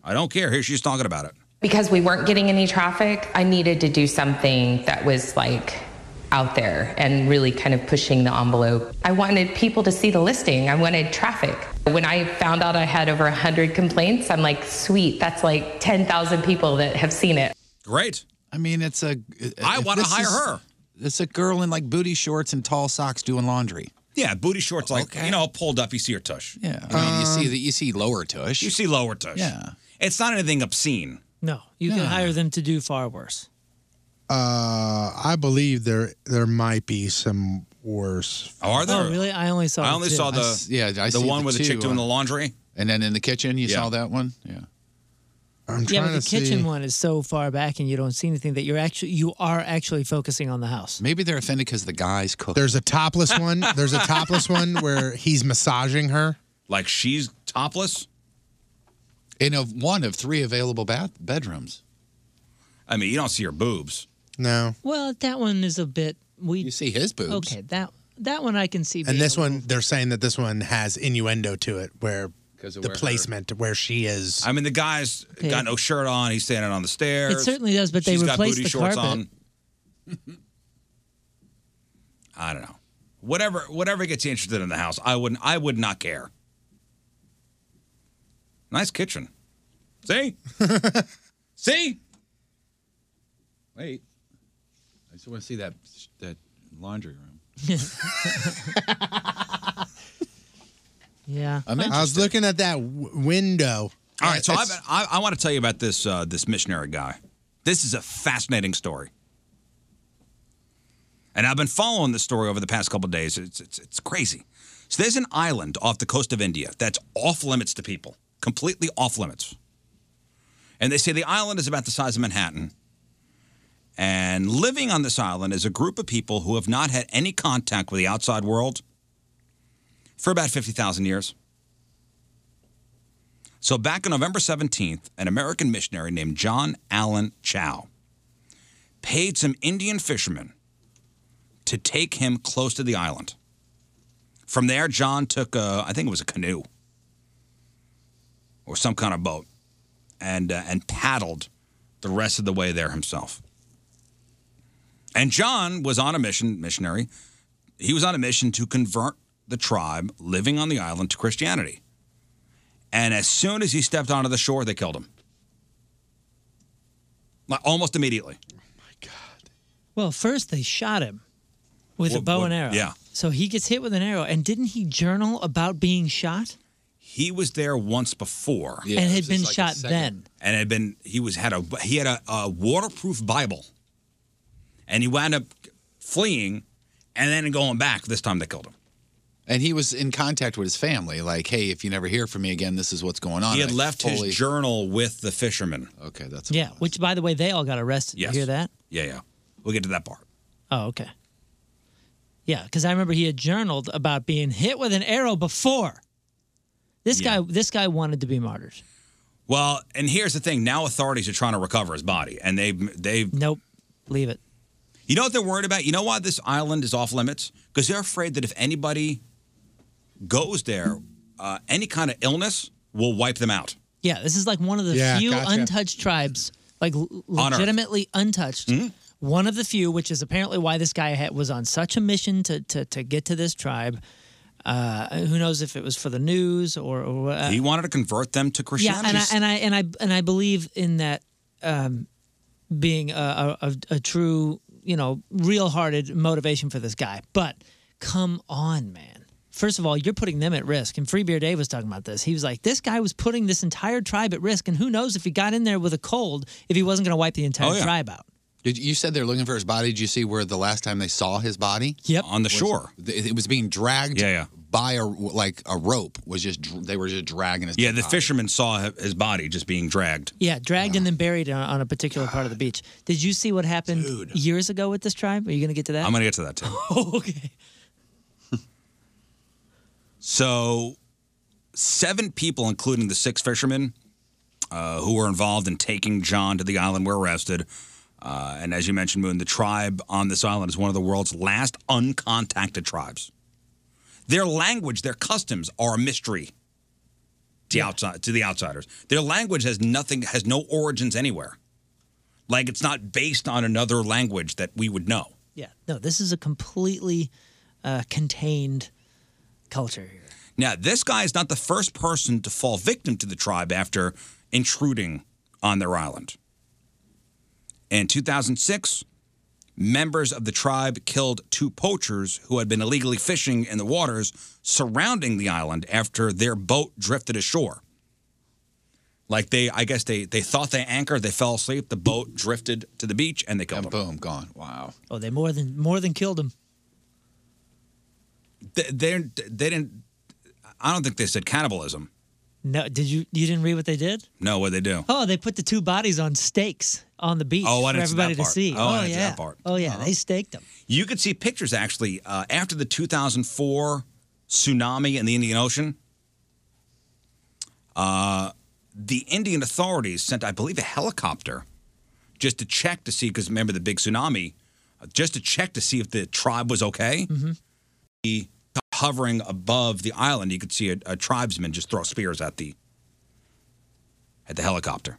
Speaker 5: I don't care. Here she's talking about it.
Speaker 15: Because we weren't getting any traffic, I needed to do something that was like out there and really kind of pushing the envelope. I wanted people to see the listing, I wanted traffic. When I found out I had over 100 complaints, I'm like, sweet, that's like 10,000 people that have seen it.
Speaker 5: Great.
Speaker 7: I mean, it's a. uh,
Speaker 5: I
Speaker 7: if
Speaker 5: wanna
Speaker 7: this
Speaker 5: hire
Speaker 7: is-
Speaker 5: her.
Speaker 7: It's a girl in like booty shorts and tall socks doing laundry.
Speaker 5: Yeah, booty shorts like you know pulled up. You see her tush. Um,
Speaker 7: Yeah, I mean, you see the you see lower tush.
Speaker 5: You see lower tush.
Speaker 7: Yeah.
Speaker 5: it's not anything obscene.
Speaker 4: No, you can hire them to do far worse.
Speaker 6: Uh, I believe there there might be some worse.
Speaker 5: Are
Speaker 4: Oh, really? I only saw. the two.
Speaker 7: s- yeah, I
Speaker 5: the
Speaker 7: see
Speaker 5: one
Speaker 7: the
Speaker 5: with the
Speaker 7: two
Speaker 5: chick doing
Speaker 7: on-
Speaker 5: the laundry.
Speaker 7: And then in the kitchen, you saw that one. Yeah.
Speaker 6: I'm
Speaker 4: yeah, but the kitchen one is so far back, and you don't see anything that you're actually you are actually focusing on the house.
Speaker 7: Maybe they're offended because the guys cook.
Speaker 6: There's a topless one. There's a topless one where he's massaging her.
Speaker 5: Like she's topless.
Speaker 7: In a, one of three available bath bedrooms.
Speaker 5: I mean, you don't see her boobs.
Speaker 6: No.
Speaker 4: Well, that one is a bit. We you
Speaker 7: see his boobs.
Speaker 4: Okay, that that one I can see.
Speaker 6: And
Speaker 4: being
Speaker 6: this
Speaker 4: a-
Speaker 6: one, they're saying that this one has innuendo to it, where the
Speaker 5: of where her-
Speaker 6: placement where she is.
Speaker 5: I mean, the guy's got no shirt on. He's standing on the stairs.
Speaker 4: It certainly does, but they
Speaker 5: She's got
Speaker 4: replaced
Speaker 5: booty
Speaker 4: the
Speaker 5: shorts
Speaker 4: carpet.
Speaker 5: on. I don't know. Whatever, whatever gets you interested in the house, I wouldn't. I would not care. Nice kitchen. See, see. Wait,
Speaker 7: I just want to see that that laundry room.
Speaker 4: Yeah,
Speaker 6: i was looking at that w- window.
Speaker 5: All right, so
Speaker 6: It's-
Speaker 5: I've, I, I want to tell you about this uh, this missionary guy. This is a fascinating story, and I've been following this story over the past couple of days. It's, it's it's crazy. So there's an island off the coast of India that's off limits to people, completely off limits. And they say the island is about the size of Manhattan. And living on this island is a group of people who have not had any contact with the outside world for about 50,000 years. So, back on November 17th, an American missionary named John Allen Chow paid some Indian fishermen to take him close to the island. From there, John took, a, I think it was a canoe or some kind of boat, and, uh, and paddled the rest of the way there himself. And John was on a mission, missionary. He was on a mission to convert the tribe living on the island to Christianity. And as soon as he stepped onto the shore, they killed him. Like almost immediately.
Speaker 4: Well, first they shot him with a
Speaker 5: What-
Speaker 4: bow
Speaker 5: what-
Speaker 4: and arrow.
Speaker 5: yeah.
Speaker 4: So he gets hit with an arrow, and didn't he journal about being shot?
Speaker 5: He was there once before,
Speaker 4: Yeah, And it had was just been like a shot second. then.
Speaker 5: and had been he was had a he had a, a waterproof Bible, and he wound up fleeing, and then going back. This time they killed him.
Speaker 7: And he was in contact with his family. Like, hey, if you never hear from me again, this is what's going on.
Speaker 5: he had
Speaker 7: And I
Speaker 5: left
Speaker 7: fully-
Speaker 5: his journal with the fishermen.
Speaker 7: Okay, that's
Speaker 4: yeah. Which, by the way, they all got arrested.
Speaker 5: Yes.
Speaker 4: You hear that?
Speaker 5: yeah, yeah. We'll get to that part.
Speaker 4: Oh, okay. Yeah, because I remember he had journaled about being hit with an arrow before. This guy, this guy wanted to be martyred.
Speaker 5: Well, and here's the thing: now authorities are trying to recover his body, and they they
Speaker 4: nope, leave it.
Speaker 5: You know what they're worried about? You know why this island is off limits? Because they're afraid that if anybody goes there, uh, any kind of illness will wipe them out.
Speaker 4: Yeah, this is like one of the
Speaker 5: Yeah,
Speaker 4: few
Speaker 5: gotcha.
Speaker 4: untouched tribes, like l-
Speaker 5: On Earth.
Speaker 4: legitimately untouched.
Speaker 5: Mm-hmm.
Speaker 4: One of the few, which is apparently why this guy had, was on such a mission to to, to get to this tribe. Uh, who knows if it was for the news or, or uh,
Speaker 5: he wanted to convert them to Christianity.
Speaker 4: Yeah, and I and I and I and I believe in that um, being a, a, a- a true, you know, real-hearted motivation for this guy. But come on, man. First of all, you're putting them at risk. And Free Beer Dave was talking about this. He was like, this guy was putting this entire tribe at risk, and who knows if he got in there with a cold, if he wasn't going to wipe the entire tribe out.
Speaker 7: Did, you said they're looking for his body. Did you see where the last time they saw his body?
Speaker 4: Yep.
Speaker 5: On the
Speaker 7: Was-
Speaker 5: shore.
Speaker 7: th- it was being dragged. Yeah, yeah. By a like a rope was just dr- they were just dragging his.
Speaker 5: yeah, the fishermen saw h- his body just being dragged.
Speaker 4: Yeah, dragged and then buried on, on a particular part of the beach. Did you see what happened years ago with this tribe? Are you going to get to that?
Speaker 5: I'm going to get to that too.
Speaker 4: okay.
Speaker 5: So, seven people, including the six fishermen uh, who were involved in taking John to the island, were arrested. Uh, and as you mentioned, Moon, the tribe on this island is one of the world's last uncontacted tribes. Their language, their customs are a mystery to, outside, to the outsiders. Their language has nothing, has no origins anywhere. Like it's not based on another language that we would know.
Speaker 4: Yeah. No, this is a completely uh, contained culture. here.
Speaker 5: Now, this guy is not the first person to fall victim to the tribe after intruding on their island. In 2006, members of the tribe killed two poachers who had been illegally fishing in the waters surrounding the island after their boat drifted ashore. Like they, I guess they they thought they anchored, they fell asleep, the boat drifted to the beach, and they killed them. Boom, gone. Wow.
Speaker 4: Oh, they more than more than killed him.
Speaker 5: They, they they didn't. I don't think they said cannibalism.
Speaker 4: No, did you you didn't read what they did?
Speaker 5: No, what they do.
Speaker 4: Oh, they put the two bodies on stakes on the beach
Speaker 5: Oh, I
Speaker 4: for
Speaker 5: didn't see
Speaker 4: everybody
Speaker 5: that
Speaker 4: to
Speaker 5: part.
Speaker 4: see.
Speaker 5: Oh, I didn't see
Speaker 4: yeah.
Speaker 5: that part. Uh-huh.
Speaker 4: Oh yeah, they staked them.
Speaker 5: You could see pictures actually uh, after the 2004 tsunami in the Indian Ocean. Uh, the Indian authorities sent, I believe, a helicopter just to check to see, because remember the big tsunami, uh, just to check to see if the tribe was okay. The- Hovering above the island, you could see a, a tribesman just throw spears at the at the helicopter.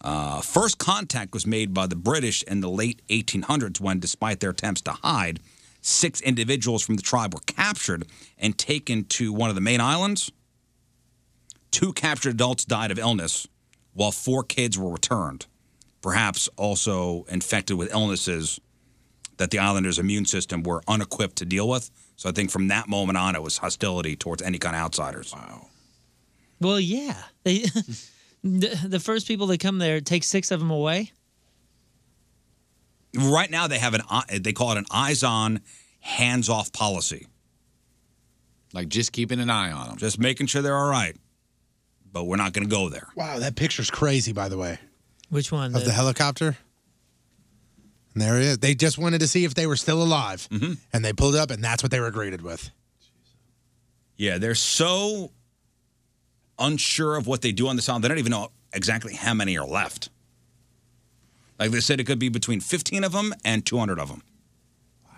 Speaker 5: Uh, first contact was made by the British in the late 1800s when, despite their attempts to hide, six individuals from the tribe were captured and taken to one of the main islands. Two captured adults died of illness, while four kids were returned, perhaps also infected with illnesses that the islanders' immune system were unequipped to deal with. So I think from that moment on, it was hostility towards any kind of outsiders. Wow.
Speaker 4: Well, yeah. They the, the first people that come there take six of them away.
Speaker 5: right now they have an eye- they call it an eyes on hands off policy like just keeping an eye on them just making sure they're all right but we're not going to go there
Speaker 6: Wow, that picture's crazy, by the way.
Speaker 4: Which one?
Speaker 6: Of the helicopter. And there it is. They just wanted to see if they were still alive.
Speaker 5: Mm-hmm.
Speaker 6: And they pulled up, and that's what they were greeted with.
Speaker 5: yeah they're so unsure of what they do on the island. they don't even know exactly how many are left like they said it could be between 15 of them and 200 of them wow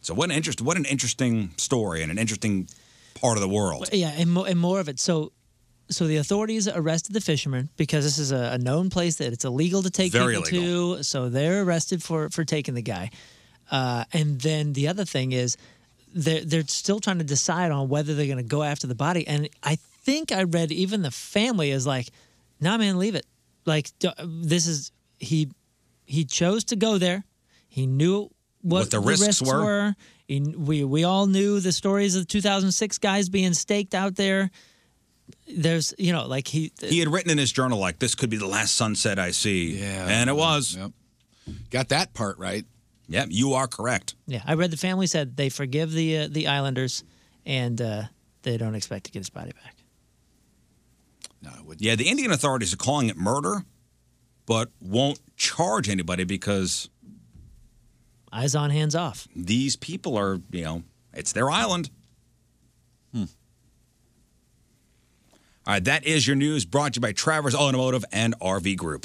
Speaker 5: so what an interest what an interesting story and an interesting part of the world
Speaker 4: Yeah, and, mo- and more of it. So, so the authorities arrested the fishermen because this is a, a known place that it's illegal to take
Speaker 5: Very
Speaker 4: people to. So they're arrested for for taking the guy. Uh, and then the other thing is, they're they're still trying to decide on whether they're going to go after the body. And I think I read even the family is like, "Nah, man, leave it. Like d- this is he he chose to go there. He knew what,
Speaker 5: What the risks were.
Speaker 4: He, we we all knew the stories of the 2006 guys being staked out there. There's you know like he
Speaker 5: He had written in his journal like, "This could be the last sunset I see." Yeah, and it was. Yep. Got that part right. Yep, you are correct.
Speaker 4: yeah I read the family said they forgive the uh, the Islanders and uh, they don't expect to get his body back.
Speaker 5: Yeah, the Indian authorities are calling it murder, but won't charge anybody because
Speaker 4: Eyes on, hands off.
Speaker 5: these people are, you know, it's their island. All right, that is your news brought to you by Travers Automotive and RV Group.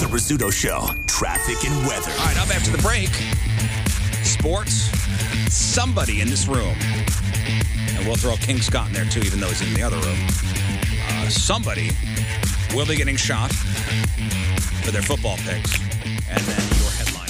Speaker 5: The Rizzuto Show, traffic and weather. All right, up after the break, sports, somebody in this room. And we'll throw King Scott in there too, even though he's in the other room. Uh, somebody will be getting shot for their football picks. And then your headline.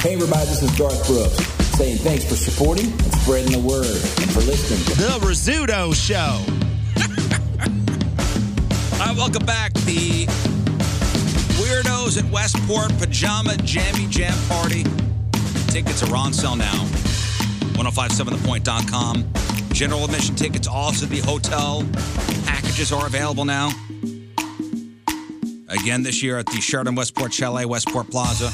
Speaker 10: Hey everybody, this is Garth Brooks saying thanks for supporting and spreading the word and for listening.
Speaker 5: The Rizzuto Show. All right, welcome back. The Weirdos at Westport Pajama Jammy Jam Party. Tickets are on sale now. 1057thepoint.com. General admission tickets also at the hotel. Packages are available now. again this year at the Sheridan Westport Chalet, Westport Plaza.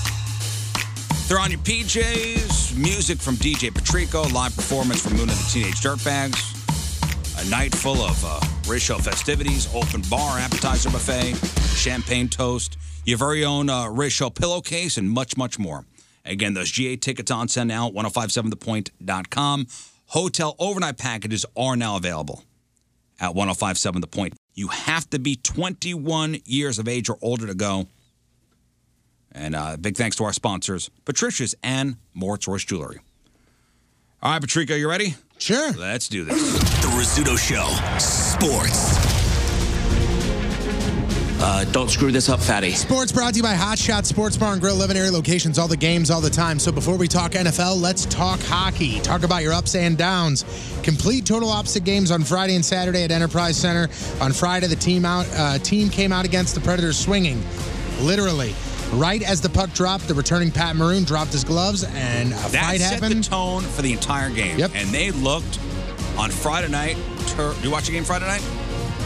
Speaker 5: They're on your PJs, music from DJ Patrico, live performance from Moon and the Teenage Dirtbags, a night full of uh, Risho festivities, open bar, appetizer buffet, champagne toast, your very own uh, Risho pillowcase, and much, much more. Again, those GA tickets on sale now at 1057thepoint.com. Hotel overnight packages are now available at 1057 The Point. You have to be 21 years of age or older to go. And uh, big thanks to our sponsors, Patricia's and Moritz Royce Jewelry. All right, Patrico, you ready? Sure. Let's do this. The Rizzuto Show, sports.
Speaker 16: Uh, don't screw this up, fatty.
Speaker 6: Sports brought to you by Hot Shot Sports Bar and Grill, 11 area locations, all the games, all the time. So before we talk NFL, let's talk hockey. Talk about your ups and downs. Complete total opposite games on Friday and Saturday at Enterprise Center. On Friday, the team out uh, team came out against the Predators swinging, literally. Right as the puck dropped, the returning Pat Maroon dropped his gloves, and a
Speaker 5: that
Speaker 6: fight
Speaker 5: set
Speaker 6: happened.
Speaker 5: the tone for the entire game. Yep. And they looked on Friday night. Ter- you watch the game Friday night?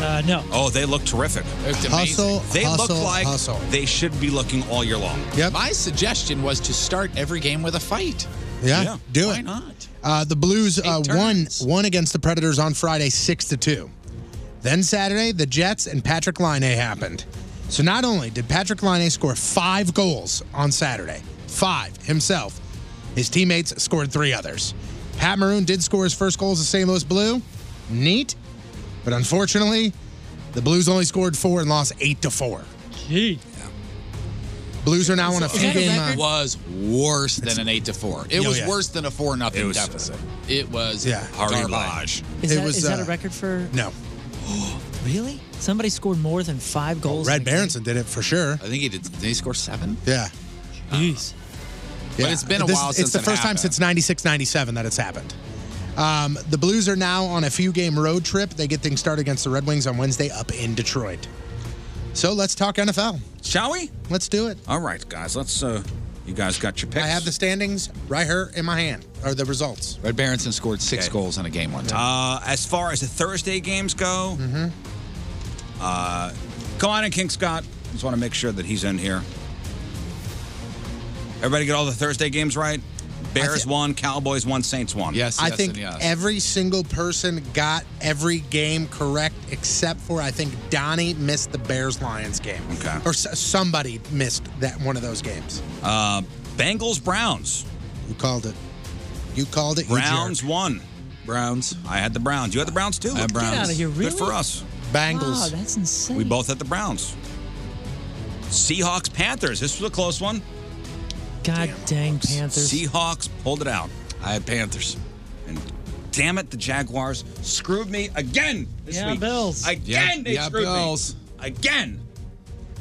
Speaker 4: Uh, no.
Speaker 5: Oh, they looked terrific.
Speaker 6: amazing. Hustle,
Speaker 5: They look
Speaker 6: hustle,
Speaker 5: like
Speaker 6: hustle.
Speaker 5: they should be looking all year long.
Speaker 7: My suggestion was to start every game with a fight.
Speaker 6: Yeah, do
Speaker 7: Why
Speaker 6: it.
Speaker 7: not?
Speaker 6: Uh, the Blues uh, won won against the Predators on Friday, six to two. Then Saturday, the Jets and Patrick Line happened. So not only did Patrick Line score five goals on Saturday, five himself, his teammates scored three others. Pat Maroon did score his first goal as a St. Louis Blue. Neat. But unfortunately, the Blues only scored four and lost eight to four.
Speaker 4: Gee.
Speaker 6: Blues are now on a
Speaker 7: So
Speaker 6: few
Speaker 7: it
Speaker 6: game. uh,
Speaker 7: was worse than an eight to four. It
Speaker 6: Oh,
Speaker 7: was
Speaker 6: yeah.
Speaker 7: worse than a four
Speaker 6: It
Speaker 7: nothing
Speaker 6: was-
Speaker 7: deficit. It was
Speaker 6: Yeah.
Speaker 7: garbage.
Speaker 17: Is,
Speaker 6: It
Speaker 17: that,
Speaker 6: was,
Speaker 17: is that
Speaker 6: uh,
Speaker 17: a record for?
Speaker 6: No.
Speaker 17: really? Somebody scored more than five goals.
Speaker 6: Red Berenson did it for sure. I
Speaker 7: think he did. Did he score seven?
Speaker 6: Yeah.
Speaker 17: Jeez.
Speaker 7: But it's been a
Speaker 6: This-
Speaker 7: while
Speaker 6: It's
Speaker 7: since
Speaker 6: the
Speaker 7: it
Speaker 6: first time
Speaker 7: happened.
Speaker 6: since 96, 97 that it's happened. Um, the Blues are now on a few game road trip. They get things started against the Red Wings on Wednesday up in Detroit. So let's talk NFL.
Speaker 5: Shall we?
Speaker 6: Let's do it.
Speaker 5: All right, guys. Let's. uh You guys got your picks.
Speaker 6: I have the standings right here in my hand, or the results.
Speaker 7: Red Berenson scored six goals in a game one time.
Speaker 5: Uh, as far as the Thursday games go,
Speaker 6: Mm-hmm.
Speaker 5: uh, come on in, King Scott. Just want to make sure that he's in here. Everybody get all the Thursday games right? Bears won, Cowboys won, Saints won.
Speaker 6: I think every single person got every game correct except for I think Donnie missed the Bears Lions game. Okay. Or s- somebody missed that one of those games.
Speaker 5: Uh, Bengals Browns.
Speaker 6: You called it. You called it. you
Speaker 5: Browns won.
Speaker 7: Browns.
Speaker 5: I had the Browns. You had the Browns too.
Speaker 7: I had Browns. Get outta here,
Speaker 5: Good
Speaker 7: really?
Speaker 5: for us.
Speaker 17: Wow, that's insane.
Speaker 5: We both had the Browns. Seahawks Panthers. This was a close one.
Speaker 17: God dang Panthers.
Speaker 5: Seahawks pulled it out.
Speaker 7: I had Panthers.
Speaker 5: And damn it, the Jaguars screwed me again this
Speaker 6: Yeah,
Speaker 5: week.
Speaker 6: Bills.
Speaker 5: Again,
Speaker 6: Yeah,
Speaker 5: they
Speaker 6: yeah,
Speaker 5: screwed
Speaker 6: Bills.
Speaker 5: me. Again.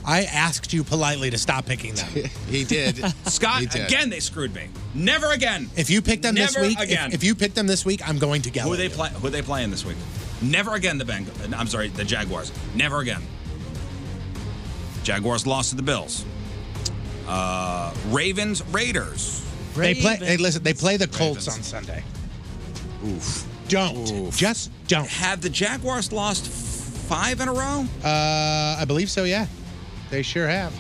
Speaker 6: I asked you politely to stop picking them.
Speaker 7: he did.
Speaker 5: Scott, again, they screwed me. Never again.
Speaker 6: If you pick them
Speaker 5: Never
Speaker 6: this week, if-
Speaker 5: again.
Speaker 6: If, you pick them this week, I'm going to
Speaker 5: who
Speaker 6: yell.
Speaker 5: are they play? Who are they playing this week? Never again the Bengals. I'm sorry, the Jaguars. Never again. Jaguars lost to the Bills. Uh, Ravens Raiders.
Speaker 6: They play. Hey, listen. They play the Colts on Sunday.
Speaker 5: Oof.
Speaker 6: Don't just don't.
Speaker 5: Have the Jaguars lost f- five in a row?
Speaker 6: Uh, I believe so. Yeah, they sure have.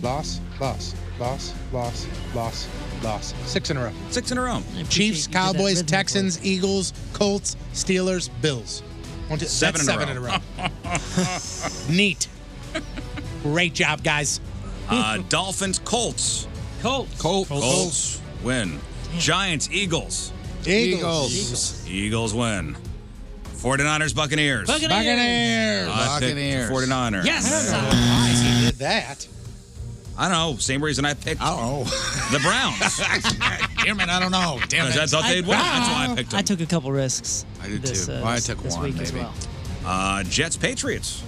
Speaker 6: Loss, loss, loss, loss, loss, loss. Six in a row.
Speaker 5: Six in a row.
Speaker 6: Chiefs, Cowboys, Texans, Eagles, Colts, Steelers, Bills. One, two-
Speaker 5: Seven
Speaker 6: that's
Speaker 5: in a row.
Speaker 6: row. Neat. Great job, guys.
Speaker 5: Uh, Dolphins Colts.
Speaker 17: Colts.
Speaker 5: Colts. Colts win. Giants Eagles.
Speaker 6: Eagles. Eagles.
Speaker 5: Eagles win. 49ers Buccaneers.
Speaker 6: Buccaneers. Buccaneers.
Speaker 5: I picked the
Speaker 6: Buccaneers.
Speaker 5: 49ers.
Speaker 6: Yes. He did that.
Speaker 5: I don't know. Same reason I picked.
Speaker 7: Oh.
Speaker 5: The Browns.
Speaker 7: Damn it, I don't know. Damn it.
Speaker 5: I thought they'd win. That's why I picked them.
Speaker 17: I took a couple risks.
Speaker 7: I did
Speaker 17: this,
Speaker 7: too.
Speaker 17: uh,
Speaker 7: Well, I
Speaker 17: this-
Speaker 7: took
Speaker 17: this
Speaker 7: one,
Speaker 17: week as
Speaker 7: maybe.
Speaker 17: well.
Speaker 5: Uh, Jets Patriots.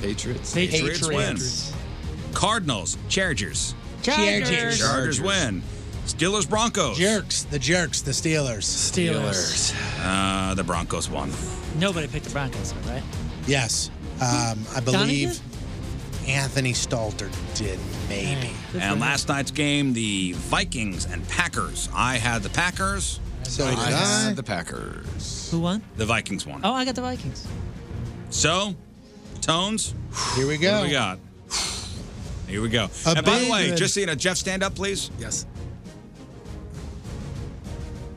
Speaker 7: Patriots.
Speaker 5: Patriots,
Speaker 7: Patriots.
Speaker 5: win. Cardinals Chargers.
Speaker 6: Chargers.
Speaker 5: Chargers.
Speaker 6: Chargers.
Speaker 5: win. Steelers Broncos.
Speaker 6: Jerks. The jerks. The Steelers.
Speaker 17: Steelers.
Speaker 5: Uh, the Broncos won.
Speaker 17: Nobody picked the Broncos, though, right?
Speaker 6: Yes. Um, I
Speaker 17: Donnie
Speaker 6: believe Anthony Stalter did, maybe.
Speaker 5: And last night's game, the Vikings and Packers. I had the Packers.
Speaker 6: So
Speaker 17: did I I.
Speaker 7: had the Packers.
Speaker 17: Who won?
Speaker 5: The Vikings won.
Speaker 17: Oh, I got the Vikings.
Speaker 5: So, Tones.
Speaker 6: Here we
Speaker 5: go. What do we got? Here we go.
Speaker 6: A
Speaker 5: and by the
Speaker 6: big
Speaker 5: way,
Speaker 6: red-
Speaker 5: just so you know, Jeff, stand up, please. Yes.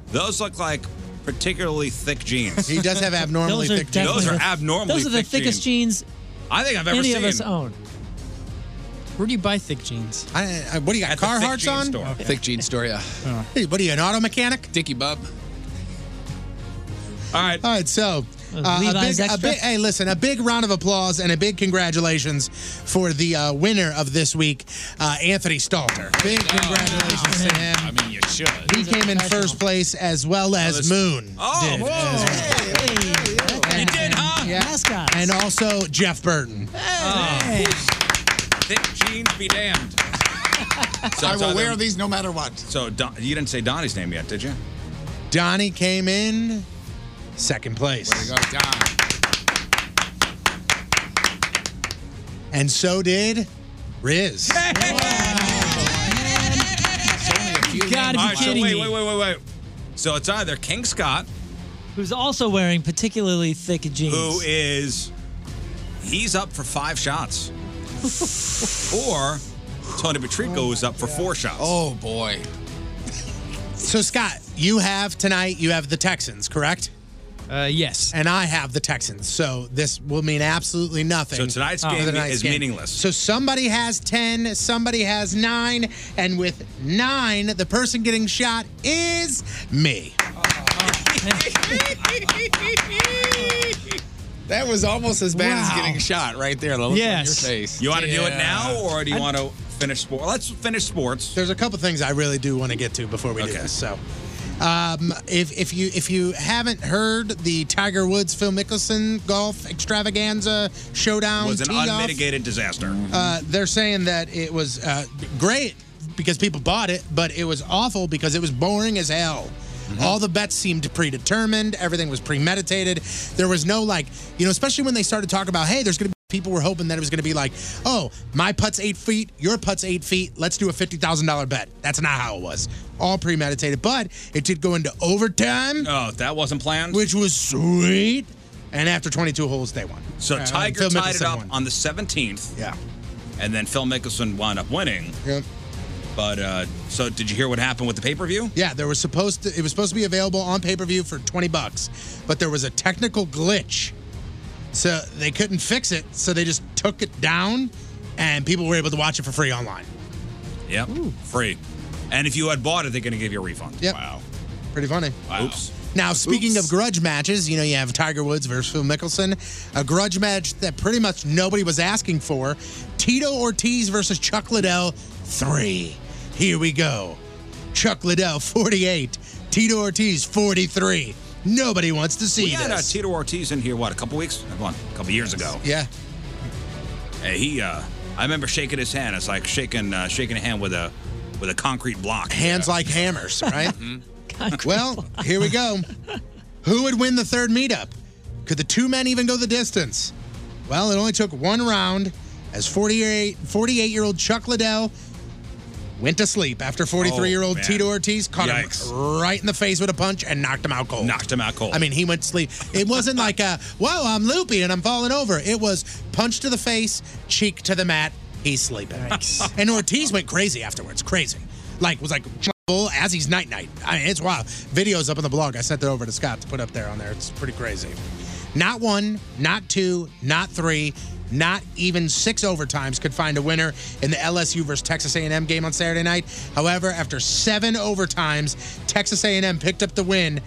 Speaker 5: Those look like particularly thick jeans.
Speaker 6: He does have abnormally
Speaker 5: those are
Speaker 6: thick jeans.
Speaker 5: Those are abnormally
Speaker 17: Those are the
Speaker 5: thick
Speaker 17: thickest
Speaker 5: jeans.
Speaker 17: jeans
Speaker 5: I think I've ever
Speaker 17: any
Speaker 5: seen.
Speaker 17: of us own.
Speaker 8: Where do you buy thick jeans?
Speaker 6: I, I, what do you got?
Speaker 8: At the thick
Speaker 6: Carhartts
Speaker 8: jean
Speaker 6: on?
Speaker 8: store. Okay.
Speaker 7: Thick jean store, yeah.
Speaker 6: Hey, what are you, an auto mechanic?
Speaker 7: Dicky Bub.
Speaker 5: All right.
Speaker 6: All right, so.
Speaker 7: Uh,
Speaker 6: uh, a
Speaker 7: Levi's
Speaker 6: big, a
Speaker 7: Extra?
Speaker 6: big, hey, listen, a big round of applause and a big congratulations for the uh, winner of this week, uh, Anthony Stalter. Big congratulations to him.
Speaker 7: I mean, you should.
Speaker 6: He came in first place as well as Moon.
Speaker 5: Oh,
Speaker 6: did.
Speaker 5: You did, huh?
Speaker 6: Yeah. And also Jeff Burton.
Speaker 5: Oh. Thick jeans be damned.
Speaker 7: I will wear
Speaker 5: these no matter what. So Don, you didn't say Donnie's name yet, did you?
Speaker 6: Donnie came in second place.
Speaker 7: Way to go, Don.
Speaker 6: And so did Riz.
Speaker 7: You
Speaker 17: gotta be
Speaker 5: All right,
Speaker 17: kidding
Speaker 5: so wait,
Speaker 17: me.
Speaker 5: wait, wait, wait, wait. So it's either King Scott,
Speaker 17: Who's also wearing particularly thick jeans.
Speaker 5: who is he's up for five shots, or Tony Patrico is up for four shots.
Speaker 7: Oh boy.
Speaker 6: So Scott, you have tonight. You have the Texans, correct?
Speaker 8: Uh, yes.
Speaker 6: And I have the Texans. So this will mean absolutely nothing.
Speaker 5: So tonight's
Speaker 8: Ah.
Speaker 6: for
Speaker 5: game
Speaker 6: the night's
Speaker 5: is meaningless.
Speaker 6: So somebody has ten, somebody has nine, and with nine, the person getting shot is me.
Speaker 7: That was almost as bad as getting shot right there. The look on your face.
Speaker 5: You want to do it
Speaker 7: Yeah.
Speaker 5: now, or do you want to finish sports? Let's finish sports.
Speaker 6: There's a couple things I really do want to get to before we do
Speaker 5: Okay.
Speaker 6: this. So, um, if if you if you haven't heard the Tiger Woods Phil Mickelson golf extravaganza showdown,
Speaker 5: was an
Speaker 6: tee-off,
Speaker 5: unmitigated disaster.
Speaker 6: Uh, they're saying that it was uh, great because people bought it, but it was awful because it was boring as hell. All the bets seemed predetermined. Everything was premeditated. There was no like, you know, especially when they started talking about, hey, there's going to be people were hoping that it was going to be like, oh, my putt's eight feet, your putt's eight feet. Let's do a fifty thousand dollar bet. That's not how it was. All premeditated, but it did go into overtime,
Speaker 5: oh, that wasn't planned.
Speaker 6: which was sweet. And after 22 holes, they won.
Speaker 5: So
Speaker 6: Uh,
Speaker 5: Tiger
Speaker 6: Phil
Speaker 5: tied it
Speaker 6: Mickelson
Speaker 5: up
Speaker 6: won.
Speaker 5: on the 17th.
Speaker 6: Yeah.
Speaker 5: And then Phil Mickelson wound up winning.
Speaker 6: Yep.
Speaker 5: But uh, so did you hear what happened with the pay per view?
Speaker 6: Yeah, there was supposed to it was supposed to be available on pay-per-view for 20 bucks, but there was a technical glitch. So they couldn't fix it, so they just took it down and people were able to watch it for free online.
Speaker 5: Yep. Free. And if you had bought it, they're going to give you a refund.
Speaker 6: Yep.
Speaker 5: Wow.
Speaker 6: Pretty funny.
Speaker 5: Oops.
Speaker 6: Now, speaking of grudge matches, you know, you have Tiger Woods versus Phil Mickelson, a grudge match that pretty much nobody was asking for. Tito Ortiz versus Chuck Liddell 3. Here we go. Chuck Liddell 48, Tito Ortiz 43. Nobody wants to see
Speaker 5: we had uh,
Speaker 6: this.
Speaker 5: Tito Ortiz in here, what, a couple weeks? Come on, a couple years ago.
Speaker 6: yeah.
Speaker 5: And he, uh, I remember shaking his hand. It's like shaking uh, shaking a hand with a with a concrete block.
Speaker 6: Hands like hammers, right?
Speaker 5: Mhm.
Speaker 6: well, here we go. Who would win the third meetup? Could the two men even go the distance? Well, it only took one round as 48 year old Chuck Liddell went to sleep after 43 year old
Speaker 5: Oh, man.
Speaker 6: Tito Ortiz caught him
Speaker 5: Yikes.
Speaker 6: right in the face with a punch and knocked him out cold.
Speaker 5: Knocked him out cold.
Speaker 6: I mean, he went to sleep. It wasn't like a, whoa, I'm loopy and I'm falling over. It was punch to the face, cheek to the mat, he's sleeping. and Ortiz went crazy afterwards. Crazy. Like, was like, bull as he's night night. I mean, it's wild. Video's up on the blog. I sent that over to Scott to put up there on there. It's pretty crazy. Not one, not two, not three, not even six overtimes could find a winner in the LSU versus Texas A&M game on Saturday night. However, after seven overtimes, Texas A&M picked up the win,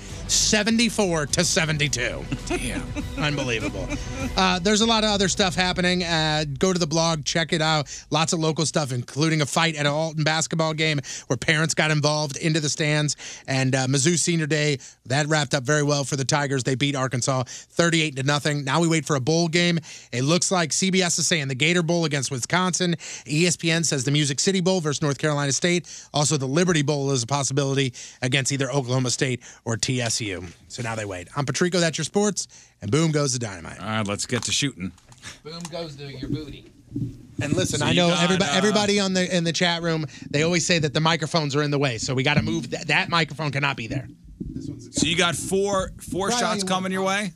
Speaker 6: 74 to 72. Damn, unbelievable. Uh, there's a lot of other stuff happening. Uh, go to the blog, check it out. Lots of local stuff, including a fight at an Alton basketball game where parents got involved into the stands. And uh, Mizzou Senior Day that wrapped up very well for the Tigers. They beat Arkansas 38 to nothing. Now we wait for a bowl game. It looks like CBS is saying the Gator Bowl against Wisconsin. E ESPN says the Music City Bowl versus North Carolina State. Also, the Liberty Bowl is a possibility against either Oklahoma State or TSU. So now they wait. I'm Patrico. That's your sports. And boom goes the dynamite.
Speaker 5: All right, let's get to shooting.
Speaker 7: Boom goes to your booty.
Speaker 6: And listen,
Speaker 7: So
Speaker 6: I
Speaker 7: you
Speaker 6: know
Speaker 7: got,
Speaker 6: everybody,
Speaker 7: uh,
Speaker 6: everybody on the in the chat room. They always say that the microphones are in the way, so we got to move. That, that microphone cannot be there.
Speaker 5: So you got four four
Speaker 6: Right on
Speaker 5: shots
Speaker 6: your
Speaker 5: coming your way.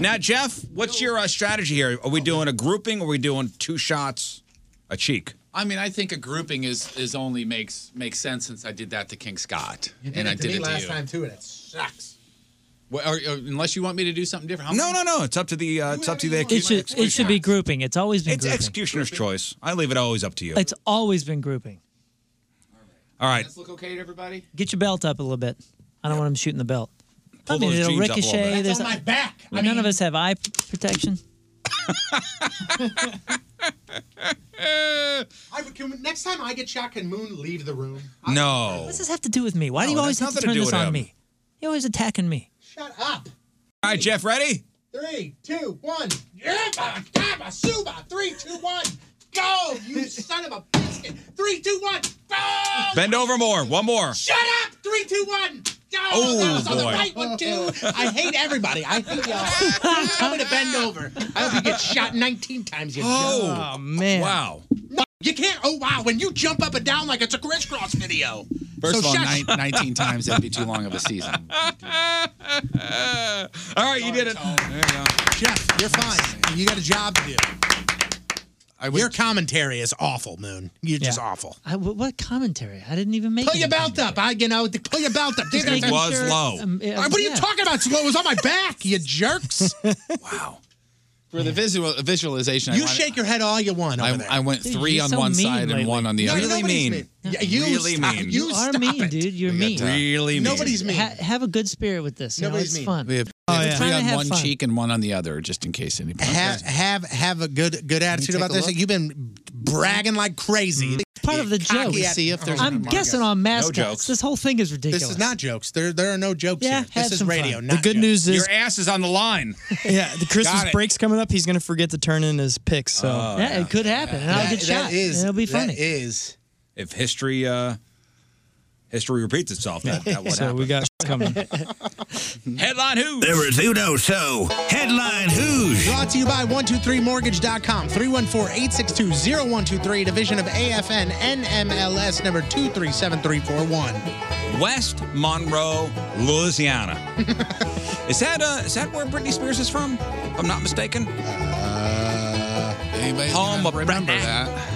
Speaker 5: Now, uh, Jeff, what's your uh, strategy here? Are we doing a grouping? Or are we doing two shots a cheek?
Speaker 7: I mean, I think a grouping is is only makes makes sense since I did that to King Scott,
Speaker 1: You did
Speaker 7: and
Speaker 1: it
Speaker 7: I
Speaker 1: to
Speaker 7: did
Speaker 1: me
Speaker 7: it
Speaker 1: last
Speaker 7: to you.
Speaker 1: time too, and it sucks.
Speaker 7: Well, or, or- unless you want me to do something different.
Speaker 5: No, no, no. It's up to the. Uh, it's up to the.
Speaker 4: It should it should be grouping. It's always been
Speaker 5: It's
Speaker 4: grouping.
Speaker 5: executioner's choice. I leave it always up to you.
Speaker 4: It's always been grouping.
Speaker 5: All right.
Speaker 7: Look okay to everybody.
Speaker 4: Get your belt up a little bit. I don't want him shooting the belt.
Speaker 5: Pull
Speaker 4: I mean,
Speaker 5: those
Speaker 4: it'll
Speaker 5: jeans up a little
Speaker 4: ricochet.
Speaker 5: bit.
Speaker 4: There's
Speaker 1: That's on my back. I
Speaker 4: none of
Speaker 1: mean-
Speaker 4: us have eye p- protection.
Speaker 1: I would, can, next time I get shot, can Moon leave the room?
Speaker 5: No.
Speaker 4: What does this have to do with me? Why do
Speaker 5: No,
Speaker 4: you
Speaker 5: it
Speaker 4: always
Speaker 5: has
Speaker 4: have to
Speaker 5: nothing to
Speaker 4: turn
Speaker 5: do
Speaker 4: this
Speaker 5: with
Speaker 4: on
Speaker 5: him.
Speaker 4: me? You're always attacking me.
Speaker 1: Shut up.
Speaker 5: All right, Jeff. Ready?
Speaker 1: Three, two, one. Yabba, dabba, suba. Three, two, one. Go, you son of a biscuit. Three, two, one. Go.
Speaker 5: Bend over more. One more.
Speaker 1: Shut up. Three, two, one. Go.
Speaker 5: Oh,
Speaker 1: that was on the
Speaker 5: boy.
Speaker 1: right one too. I hate everybody. I hate y'all. I'm gonna bend over. I hope you get shot 19 times. You
Speaker 5: Oh,
Speaker 1: jerk.
Speaker 5: man. Wow.
Speaker 1: No, you can't. Oh wow. When you jump up and down like it's a crisscross video.
Speaker 7: First
Speaker 1: So
Speaker 7: of all,
Speaker 1: shush.
Speaker 7: nine, 19 times that'd be too long of a season.
Speaker 5: All right, you did it. There you go.
Speaker 6: Jeff, you're fine. You got a job to do. Your commentary is awful, Moon. You're just awful.
Speaker 4: I, wh- what commentary? I didn't even make
Speaker 1: Pull your belt up. I, you know, pull your belt up.
Speaker 4: Just making sure- um, yeah,
Speaker 1: what are you
Speaker 4: yeah.
Speaker 1: talking about? Slow. It was on my back. You jerks.
Speaker 7: For the visual visualization, I
Speaker 6: You
Speaker 7: wanted-
Speaker 6: shake your head all you want.
Speaker 7: I, I went
Speaker 6: Dude,
Speaker 7: three
Speaker 6: you're
Speaker 7: on
Speaker 6: so
Speaker 7: one
Speaker 6: mean
Speaker 7: side
Speaker 6: lately.
Speaker 7: and one on the
Speaker 6: No,
Speaker 7: other.
Speaker 6: you're Really nobody's mean. mean. Yeah, you
Speaker 7: really
Speaker 6: stop-
Speaker 7: mean.
Speaker 6: you
Speaker 4: are mean, dude. You're mean.
Speaker 7: Really mean. Nobody's mean.
Speaker 4: Ha- have a good spirit with this. You know, it's fun.
Speaker 7: We have,
Speaker 4: Oh,
Speaker 7: we have
Speaker 4: yeah.
Speaker 7: three
Speaker 4: Trying to
Speaker 7: on
Speaker 4: have
Speaker 7: one
Speaker 4: fun.
Speaker 7: cheek and one on the other, just in case anybody.
Speaker 6: Have have have a good good attitude
Speaker 7: take
Speaker 6: about
Speaker 7: a
Speaker 6: this.
Speaker 7: look? Mm.
Speaker 6: You've been bragging like crazy.
Speaker 4: Part of the joke.
Speaker 6: Cocky see if there's
Speaker 4: I'm
Speaker 6: an-
Speaker 4: guessing on mascots.
Speaker 6: jokes.
Speaker 4: This whole thing is ridiculous.
Speaker 6: This is not jokes. There there are no jokes
Speaker 4: Yeah,
Speaker 6: here. This
Speaker 4: have
Speaker 6: is
Speaker 4: some
Speaker 6: radio.
Speaker 4: fun.
Speaker 6: Not
Speaker 8: The good news is-
Speaker 5: Your ass is on the line.
Speaker 8: yeah, the Christmas
Speaker 5: Got it.
Speaker 8: break's coming up. He's going to forget to turn in his picks. So
Speaker 5: Oh, Yeah,
Speaker 4: it could happen, and I'll
Speaker 6: That-
Speaker 4: get
Speaker 6: that
Speaker 4: shot. and
Speaker 6: is-
Speaker 4: it'll be
Speaker 6: that
Speaker 4: funny.
Speaker 6: is.
Speaker 5: If history uh history repeats itself, that, that would
Speaker 8: so we got coming.
Speaker 5: happen. Headline who?
Speaker 6: There was
Speaker 5: Udo so. Headline who's?
Speaker 6: Brought to you by 123mortgage.com, 314-862-0123, division of AFN NMLS number 2373341.
Speaker 5: West Monroe, Louisiana. is that uh is that where Britney Spears is from? If I'm not mistaken.
Speaker 6: Uh,
Speaker 7: Anybody
Speaker 5: Home of
Speaker 7: remember
Speaker 5: Britney.
Speaker 7: that?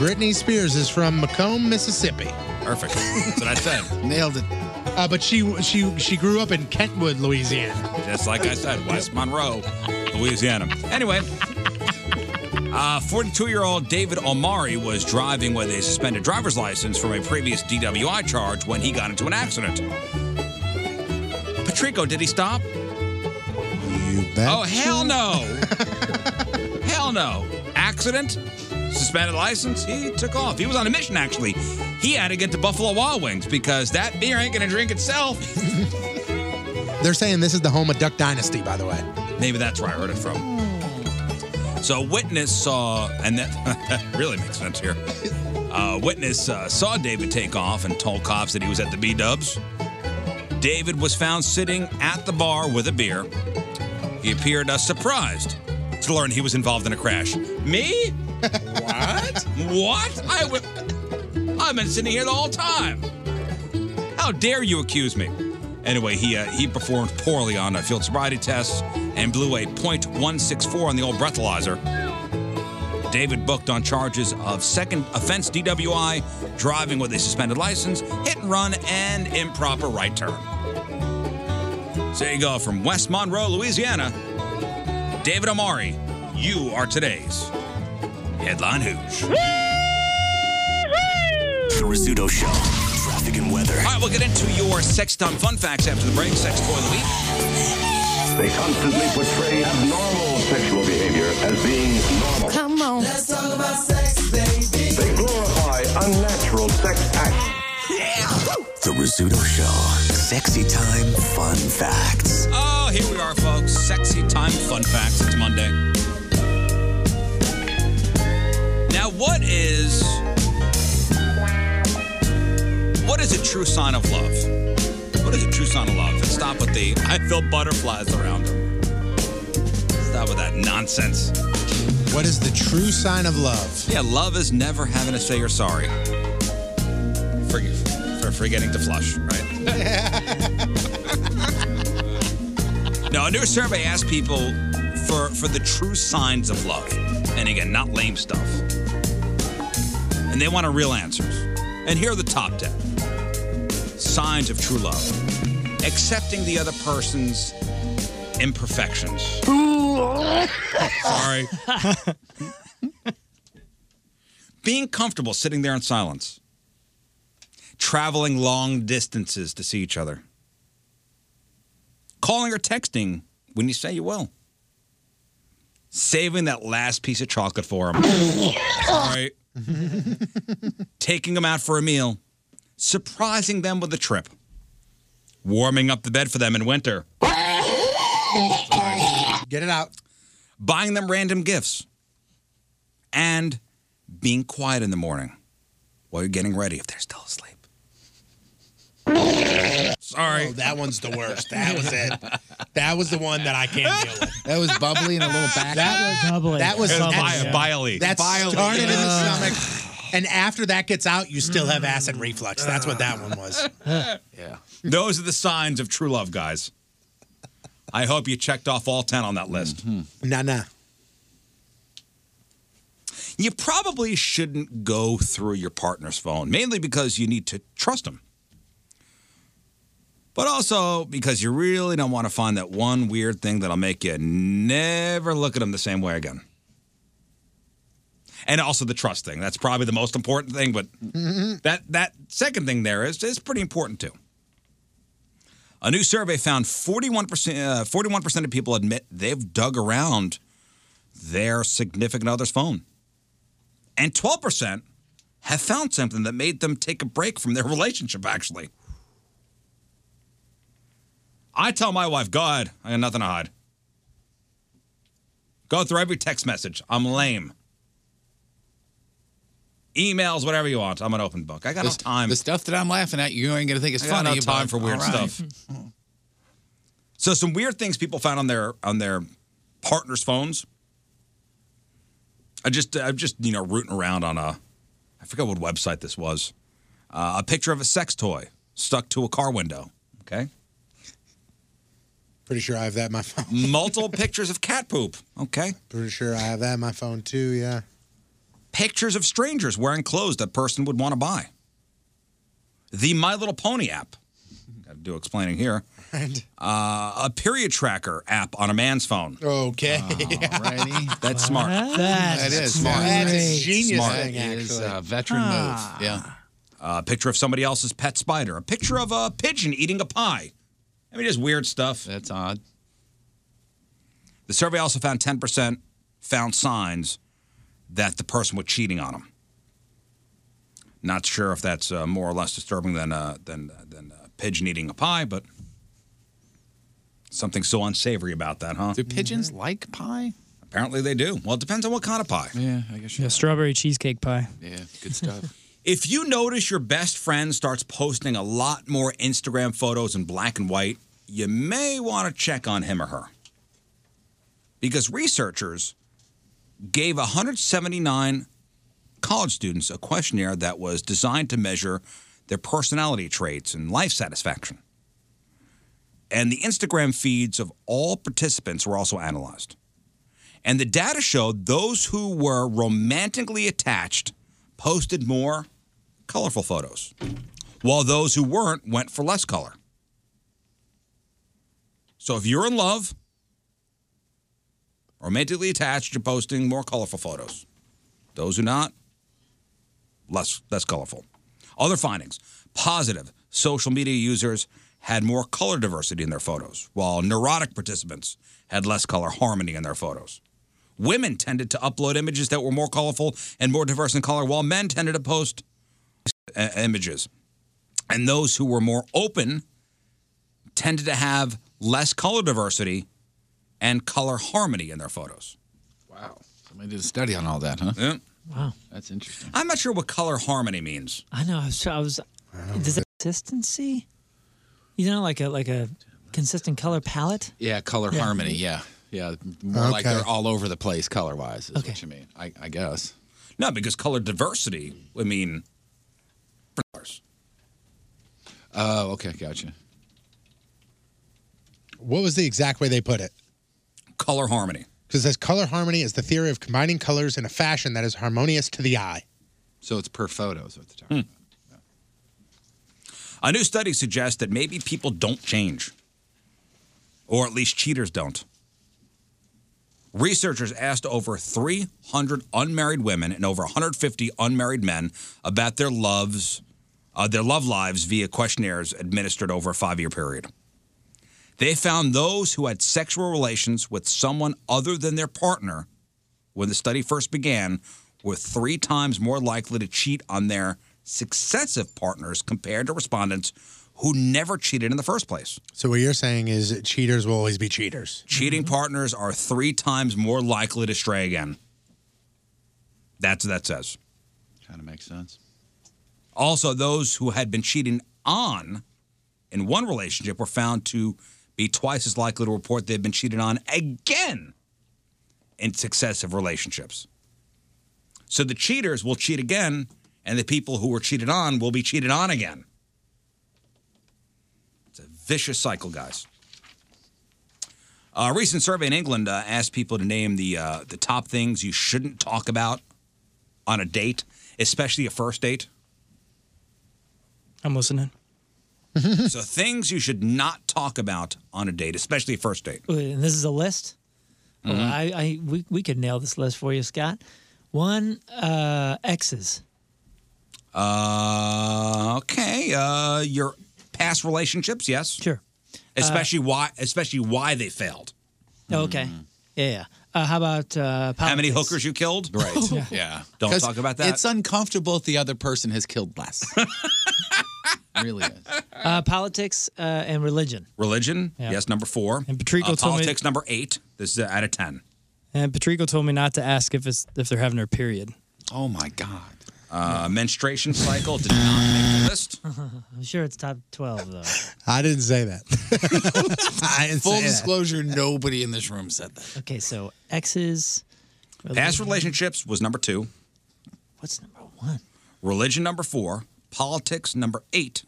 Speaker 6: Britney Spears is from Macomb, Mississippi.
Speaker 5: Perfect. That's what I said.
Speaker 6: Nailed it. Uh, but she she she grew up in Kentwood, Louisiana.
Speaker 5: Just like I said, West Monroe, Louisiana. Anyway, uh, 42-year-old David Omari was driving with a suspended driver's license from a previous DWI charge when he got into an accident. Patrico, did he stop?
Speaker 6: You bet.
Speaker 5: Oh, hell no. hell no. Accident? Suspended license? He took off. He was on a mission, actually. He had to get to Buffalo Wild Wings because that beer ain't going to drink itself.
Speaker 6: They're saying this is the home of Duck Dynasty, by the way.
Speaker 5: Maybe that's where I heard it from. So, a witness saw, and that, that really makes sense here. Uh, witness uh, saw David take off and told cops that he was at the B Dubs. David was found sitting at the bar with a beer. He appeared uh, surprised to learn he was involved in a crash. Me? what? What? I w- I've been sitting here the whole time. How dare you accuse me? Anyway, he uh, he performed poorly on uh, field sobriety tests and blew a .164 on the old breathalyzer. David booked on charges of second offense DWI, driving with a suspended license, hit and run, and improper right turn. So there you go, from West Monroe, Louisiana, David Amari. You are today's headline hoosh.
Speaker 10: The Rizzuto Show. Traffic and weather.
Speaker 5: All right, we'll get into your sex dumb fun facts after the break. Sex toy of the week.
Speaker 18: They constantly portray abnormal sexual behavior as being normal.
Speaker 19: Come on. Let's talk about sex, baby.
Speaker 18: They glorify unnatural sex acts.
Speaker 10: The Rizzuto Show. Sexy time fun facts.
Speaker 5: Oh, here we are, folks. Sexy time fun facts. It's Monday. Now, what is what is a true sign of love? What is a true sign of love? And stop with the I feel butterflies around them. Stop with that nonsense.
Speaker 6: What is the true sign of love?
Speaker 5: Yeah, love is never having to say you're sorry for, for forgetting to flush, right? Now, a new survey asked people for, for the true signs of love. And again, not lame stuff. And they want our real answers. And here are the top 10 signs of true love accepting the other person's imperfections. Sorry. Being comfortable sitting there in silence. Traveling long distances to see each other. Calling or texting when you say you will. Saving that last piece of chocolate for him. Sorry. Taking them out for a meal. Surprising them with a trip. Warming up the bed for them in winter. Get it out. Buying them random gifts. And being quiet in the morning while you're getting ready if they're still asleep. Sorry.
Speaker 6: that one's the worst. That was it. That was the one that I can't deal with.
Speaker 7: That was bubbly and a little back.
Speaker 6: That was bubbly. That was
Speaker 5: It was
Speaker 6: that's-
Speaker 5: bi- biley.
Speaker 6: That
Speaker 5: Biley,
Speaker 6: started in
Speaker 5: yeah.
Speaker 6: the stomach, and after that gets out, you still have acid reflux. That's what that one was.
Speaker 5: yeah. Those are the signs of true love, guys. I hope you checked off all 10 on that list.
Speaker 6: Nah, nah.
Speaker 5: You probably shouldn't go through your partner's phone, mainly because you need to trust them. But also because you really don't want to find that one weird thing that'll make you never look at them the same way again. And also the trust thing. That's probably the most important thing, but that that second thing there is is pretty important too. A new survey found 41% uh, 41% of people admit they've dug around their significant other's phone. And 12% have found something that made them take a break from their relationship actually. I tell my wife, God, I got nothing to hide. Go through every text message. I'm lame. Emails, whatever you want. I'm an open book. I got no
Speaker 7: This-
Speaker 5: time.
Speaker 7: The stuff that I'm laughing at, you ain't gonna think it's
Speaker 5: I got
Speaker 7: funny.
Speaker 5: no time
Speaker 7: but-
Speaker 5: for weird
Speaker 7: all right.
Speaker 5: stuff. So some weird things people found on their on their partners' phones. I just I'm just you know rooting around on a I forget what website this was. Uh, a picture of a sex toy stuck to a car window. Okay.
Speaker 6: Pretty sure I have that in my phone.
Speaker 5: Multiple pictures of cat poop. Okay.
Speaker 6: Pretty sure I have that in my phone too. Yeah.
Speaker 5: Pictures of strangers wearing clothes that person would want to buy. The My Little Pony app. Got to do explaining here.
Speaker 6: Right.
Speaker 5: Uh, a period tracker app on a man's phone.
Speaker 6: Okay.
Speaker 5: That's smart.
Speaker 6: That's
Speaker 7: That is smart.
Speaker 6: That is
Speaker 7: great.
Speaker 6: genius
Speaker 5: Smart.
Speaker 6: thing,
Speaker 7: It
Speaker 6: actually.
Speaker 7: is a veteran
Speaker 5: Ah.
Speaker 7: move. Yeah.
Speaker 5: A picture of somebody else's pet spider. A picture of a pigeon eating a pie. I mean, just weird stuff. That's odd. The survey also found 10% found signs that the person was cheating on them. Not sure if that's uh, more or less disturbing than uh, than than uh, pigeon eating a pie, but something so unsavory about that, huh? Do
Speaker 7: pigeons like pie?
Speaker 5: Apparently they do. Well, it depends on what kind of pie.
Speaker 8: Yeah, I guess. Yeah, strawberry cheesecake pie.
Speaker 7: Yeah, good stuff.
Speaker 5: If you notice your best friend starts posting a lot more Instagram photos in black and white, you may want to check on him or her. Because researchers gave 179 college students a questionnaire that was designed to measure their personality traits and life satisfaction. And the Instagram feeds of all participants were also analyzed. And the data showed those who were romantically attached posted more colorful photos, while those who weren't went for less color. So if you're in love, romantically attached, you're posting more colorful photos. Those who not, less less colorful. Other findings: positive social media users had more color diversity in their photos, while neurotic participants had less color harmony in their photos. Women tended to upload images that were more colorful and more diverse in color, while men tended to post uh, images. And those who were more open tended to have less color diversity and color harmony in their photos. Wow.
Speaker 7: Somebody did a study on all that, huh?
Speaker 5: Yeah.
Speaker 17: Wow.
Speaker 7: That's interesting.
Speaker 5: I'm not sure what color harmony means.
Speaker 17: I know. I was. I was does that consistency? You know, like a like a consistent color palette.
Speaker 7: Yeah, color
Speaker 17: Yeah.
Speaker 7: harmony. Yeah. Yeah. More like
Speaker 17: Okay.
Speaker 7: they're all over the place color wise, is what you mean. I, I guess.
Speaker 5: No, because color diversity would mean
Speaker 7: Oh, okay. Gotcha.
Speaker 6: What was the exact way they put it?
Speaker 5: Color harmony.
Speaker 6: Because it says color harmony is the theory of combining colors in a fashion that is harmonious to the eye.
Speaker 7: So it's per photo. So it's
Speaker 5: Hmm. A new study suggests that maybe people don't change, or at least cheaters don't. Researchers asked over 300 unmarried women and over 150 unmarried men about their loves, uh, their love lives via questionnaires administered over a five-year period. They found those who had sexual relations with someone other than their partner when the study first began were three times more likely to cheat on their successive partners compared to respondents who never cheated in the first place.
Speaker 6: So what you're saying is cheaters will always be cheaters.
Speaker 5: Cheating partners are three times more likely to stray again. That's what that says.
Speaker 7: Kind of makes sense.
Speaker 5: Also, those who had been cheating on in one relationship were found to be twice as likely to report they've been cheated on again in successive relationships. So the cheaters will cheat again, and the people who were cheated on will be cheated on again. It's a vicious cycle, guys. A recent survey in England uh, asked people to name the uh, the top things you shouldn't talk about on a date, especially a first date.
Speaker 8: I'm listening.
Speaker 5: so things you should not talk about on a date, especially a first date.
Speaker 17: Wait, And this is a list. Well,
Speaker 5: Mhm.
Speaker 17: I, I we we could nail this list for you, Scott. One uh, exes.
Speaker 5: Uh, okay. Uh, your past relationships, yes,
Speaker 17: sure.
Speaker 5: Uh, Especially why, especially why they failed.
Speaker 17: Okay. Yeah. yeah. Uh, how about uh,
Speaker 5: Mm-hmm. How many
Speaker 17: politics?
Speaker 5: hookers you killed?
Speaker 7: Right.
Speaker 17: Yeah.
Speaker 7: yeah.
Speaker 5: Don't
Speaker 7: 'Cause
Speaker 5: talk about that.
Speaker 7: It's uncomfortable if the other person has killed less. really is.
Speaker 17: Uh, politics uh, and religion.
Speaker 5: Religion,
Speaker 8: Yeah.
Speaker 5: yes, number four. And
Speaker 8: Patrico
Speaker 5: uh,
Speaker 8: told me-
Speaker 5: politics, number eight. This is uh, out of ten.
Speaker 8: And Patrico told me not to ask if it's if they're having their period.
Speaker 7: Oh my god.
Speaker 5: Uh, menstruation cycle did not make the list.
Speaker 17: I'm sure it's top twelve though.
Speaker 6: I didn't say that. I didn't
Speaker 7: Full
Speaker 6: say that.
Speaker 7: disclosure, nobody in this room said that.
Speaker 17: Okay, so exes.
Speaker 5: Past relationships was number two.
Speaker 17: What's number one?
Speaker 5: Religion number four. Politics number eight.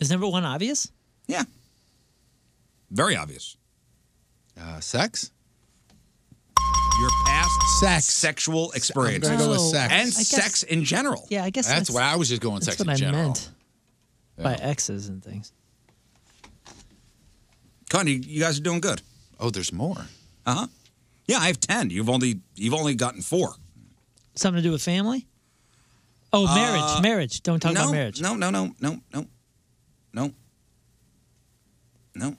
Speaker 17: Is number one obvious?
Speaker 5: Yeah. Very obvious.
Speaker 7: Uh, sex.
Speaker 5: Your past sex, sexual experience.
Speaker 7: gonna go with Oh, sex.
Speaker 5: and
Speaker 7: I guess-
Speaker 5: sex in general.
Speaker 17: Yeah, I guess
Speaker 7: That's
Speaker 17: that's
Speaker 7: why I was just going
Speaker 17: that's
Speaker 7: sex
Speaker 17: what
Speaker 7: in
Speaker 17: I
Speaker 7: general.
Speaker 17: meant by exes and things.
Speaker 5: Connie, you guys are doing good.
Speaker 7: Oh, there's more.
Speaker 5: Uh huh. Yeah, I have ten. You've only you've only gotten four.
Speaker 17: Something to do with family? Oh, marriage,
Speaker 5: Uh,
Speaker 17: marriage. Don't talk
Speaker 5: no,
Speaker 17: about marriage.
Speaker 5: No, no, no, no, no, no, no.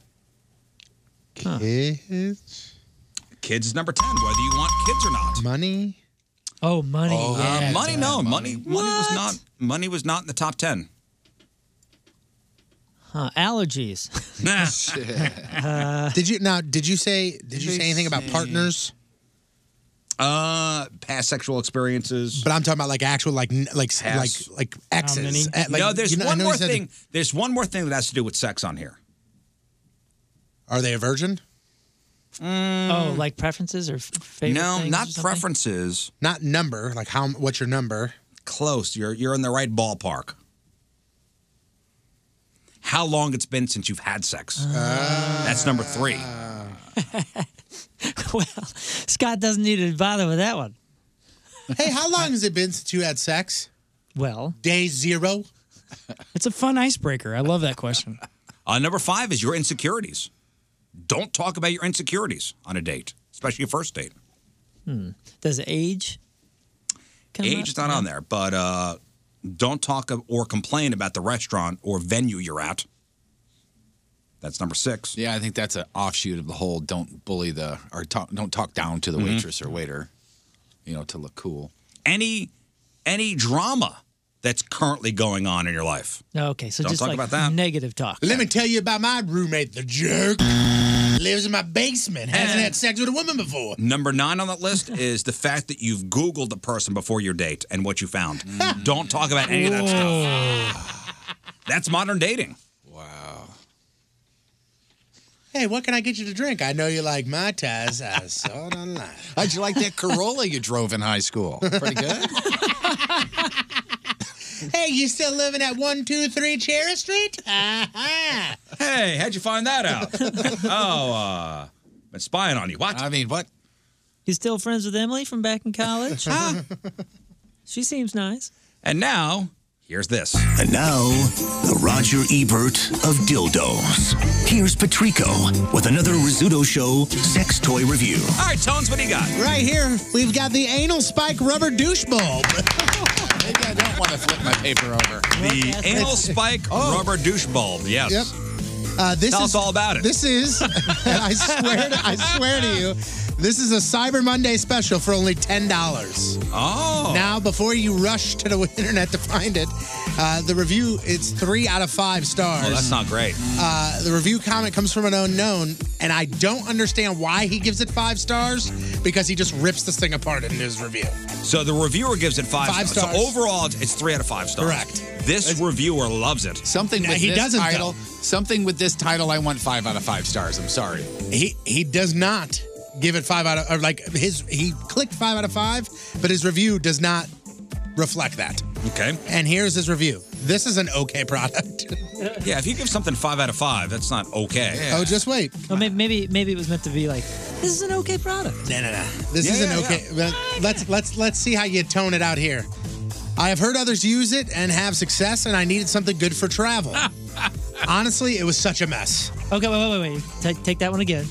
Speaker 6: Kids.
Speaker 5: Kids is number ten. Whether you want kids or not.
Speaker 6: Money.
Speaker 17: Oh, money.
Speaker 5: Uh,
Speaker 6: yeah,
Speaker 5: money.
Speaker 6: yeah,
Speaker 5: No, money.
Speaker 6: money.
Speaker 5: Money was not. Money was not in the top ten.
Speaker 17: Huh, allergies.
Speaker 6: did you now? Did you say? Did you
Speaker 5: they
Speaker 6: say anything about
Speaker 5: say-
Speaker 6: partners?
Speaker 5: Uh, past sexual experiences.
Speaker 6: But I'm talking about like actual like n- like s-
Speaker 5: Past.
Speaker 6: like like exes. Eh, like,
Speaker 5: no, there's
Speaker 6: you know- I
Speaker 5: one
Speaker 6: know you
Speaker 5: more
Speaker 6: said-
Speaker 5: thing. There's one more thing that has to do with sex on here.
Speaker 6: Are they a virgin?
Speaker 17: oh, like preferences or f- favorite
Speaker 5: Hmm. No,
Speaker 17: things or
Speaker 5: not
Speaker 17: something?
Speaker 5: preferences.
Speaker 6: Not number. Like how? What's your number?
Speaker 5: Close. You're you're in the right ballpark. How long it's been since you've had sex?
Speaker 6: Ah.
Speaker 5: That's number three.
Speaker 17: Scott doesn't need to bother with that one.
Speaker 6: hey, how long has it been since you had sex?
Speaker 17: Well,
Speaker 6: day zero.
Speaker 8: It's a fun icebreaker. I love that question.
Speaker 5: Uh, number five is your insecurities. Don't talk about your insecurities on a date, especially a first date.
Speaker 17: Hmm. Does age? come
Speaker 5: Age
Speaker 17: up?
Speaker 5: is not on there, but uh, don't talk ab- or complain about the restaurant or venue you're at. That's number six.
Speaker 7: Yeah, I think that's an offshoot of the whole don't bully the or talk, don't talk down to the
Speaker 5: Mhm.
Speaker 7: waitress or waiter, you know, to look cool.
Speaker 5: Any any drama that's currently going on in your life.
Speaker 17: Okay, so
Speaker 5: Don't
Speaker 17: just
Speaker 5: talk
Speaker 17: like
Speaker 5: about that.
Speaker 17: negative talk.
Speaker 6: Let me tell you about my roommate, the jerk. Lives in my basement. Hasn't had sex with a woman before.
Speaker 5: Number nine on that list is the fact that you've Googled the person before your date and what you found. Don't talk about any of that stuff. That's modern dating.
Speaker 6: Hey, what can I get you to drink? I know you like my ties. I saw it online.
Speaker 7: How'd you like that Corolla you drove in high school? Pretty good.
Speaker 6: Hey, you still living at 123 Cherry Street? Uh-huh.
Speaker 5: Hey, how'd you find that out? oh, uh, Been spying on you. What? I mean, what?
Speaker 4: You still friends with Emily from back in college? huh? She seems nice.
Speaker 5: And now, here's this.
Speaker 10: And now, the Roger Ebert of dildos. Here's Patrico with another Rizzuto Show sex toy review.
Speaker 5: All right, Tones, what do you got?
Speaker 6: Right here, we've got the anal spike rubber douche bulb.
Speaker 7: Maybe I don't want to flip my paper over.
Speaker 5: The anal spike rubber douche bulb. Yes.
Speaker 6: Yep. Uh, this
Speaker 5: Tell
Speaker 6: is,
Speaker 5: us all about it.
Speaker 6: This is, I swear, to, I swear to you, this is a Cyber Monday special for only ten dollars.
Speaker 5: Oh.
Speaker 6: Now, before you rush to the internet to find it, uh, the review it's three out of five stars.
Speaker 5: Oh, that's not great.
Speaker 6: Uh, the review comment comes from an unknown, and I don't understand why he gives it five stars because he just rips this thing apart in his review.
Speaker 5: So the reviewer gives it five,
Speaker 6: Five stars.
Speaker 5: So overall, it's- it's three out of five stars.
Speaker 7: Correct.
Speaker 5: This reviewer loves it.
Speaker 7: Something with this title.
Speaker 5: though.
Speaker 7: Something with this title. I want five out of five stars. I'm sorry.
Speaker 6: He he does not give it five out of or like his he clicked five out of five, but his review does not reflect that.
Speaker 5: Okay.
Speaker 6: And here's his review. This is an okay product.
Speaker 5: Yeah, if you give something five out of five, that's not okay.
Speaker 6: Oh, just wait.
Speaker 4: Or maybe, maybe maybe it was meant to be like this is an okay product.
Speaker 6: No, no, no. This is an okay. but Let's let's let's see how you tone it out here. I have heard others use it and have success, and I needed something good for travel. Honestly, it was such a mess.
Speaker 4: Okay, wait, wait, wait, wait. Take, take that one again.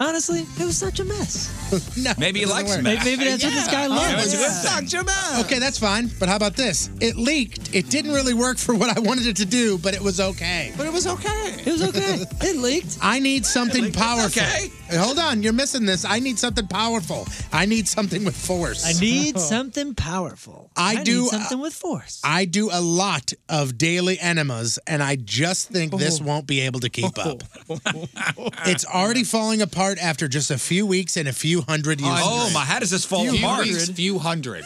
Speaker 4: Honestly, it was such a mess.
Speaker 6: no,
Speaker 5: Maybe he
Speaker 6: it doesn't
Speaker 5: likes
Speaker 6: work.
Speaker 5: meth. Maybe- maybe that's what this guy Yeah. loves. That's a good
Speaker 6: Such a mess. Okay, that's fine. But how about this? It leaked. It didn't really work for what I wanted it to do, but it was okay.
Speaker 7: But it was okay.
Speaker 4: It was okay. it leaked.
Speaker 6: I need something powerful.
Speaker 4: okay.
Speaker 6: Hold on, you're missing this. I need something powerful. I need something with force.
Speaker 4: I need something powerful.
Speaker 6: I do,
Speaker 4: need
Speaker 6: uh,
Speaker 4: something with force.
Speaker 6: I do a lot of daily enemas, and I just think this
Speaker 4: Oh.
Speaker 6: won't be able to keep up. it's already falling apart after just a few weeks and a few hundred years.
Speaker 5: Oh, my, how does this fall
Speaker 7: few
Speaker 5: apart?
Speaker 7: Weeks, few hundred.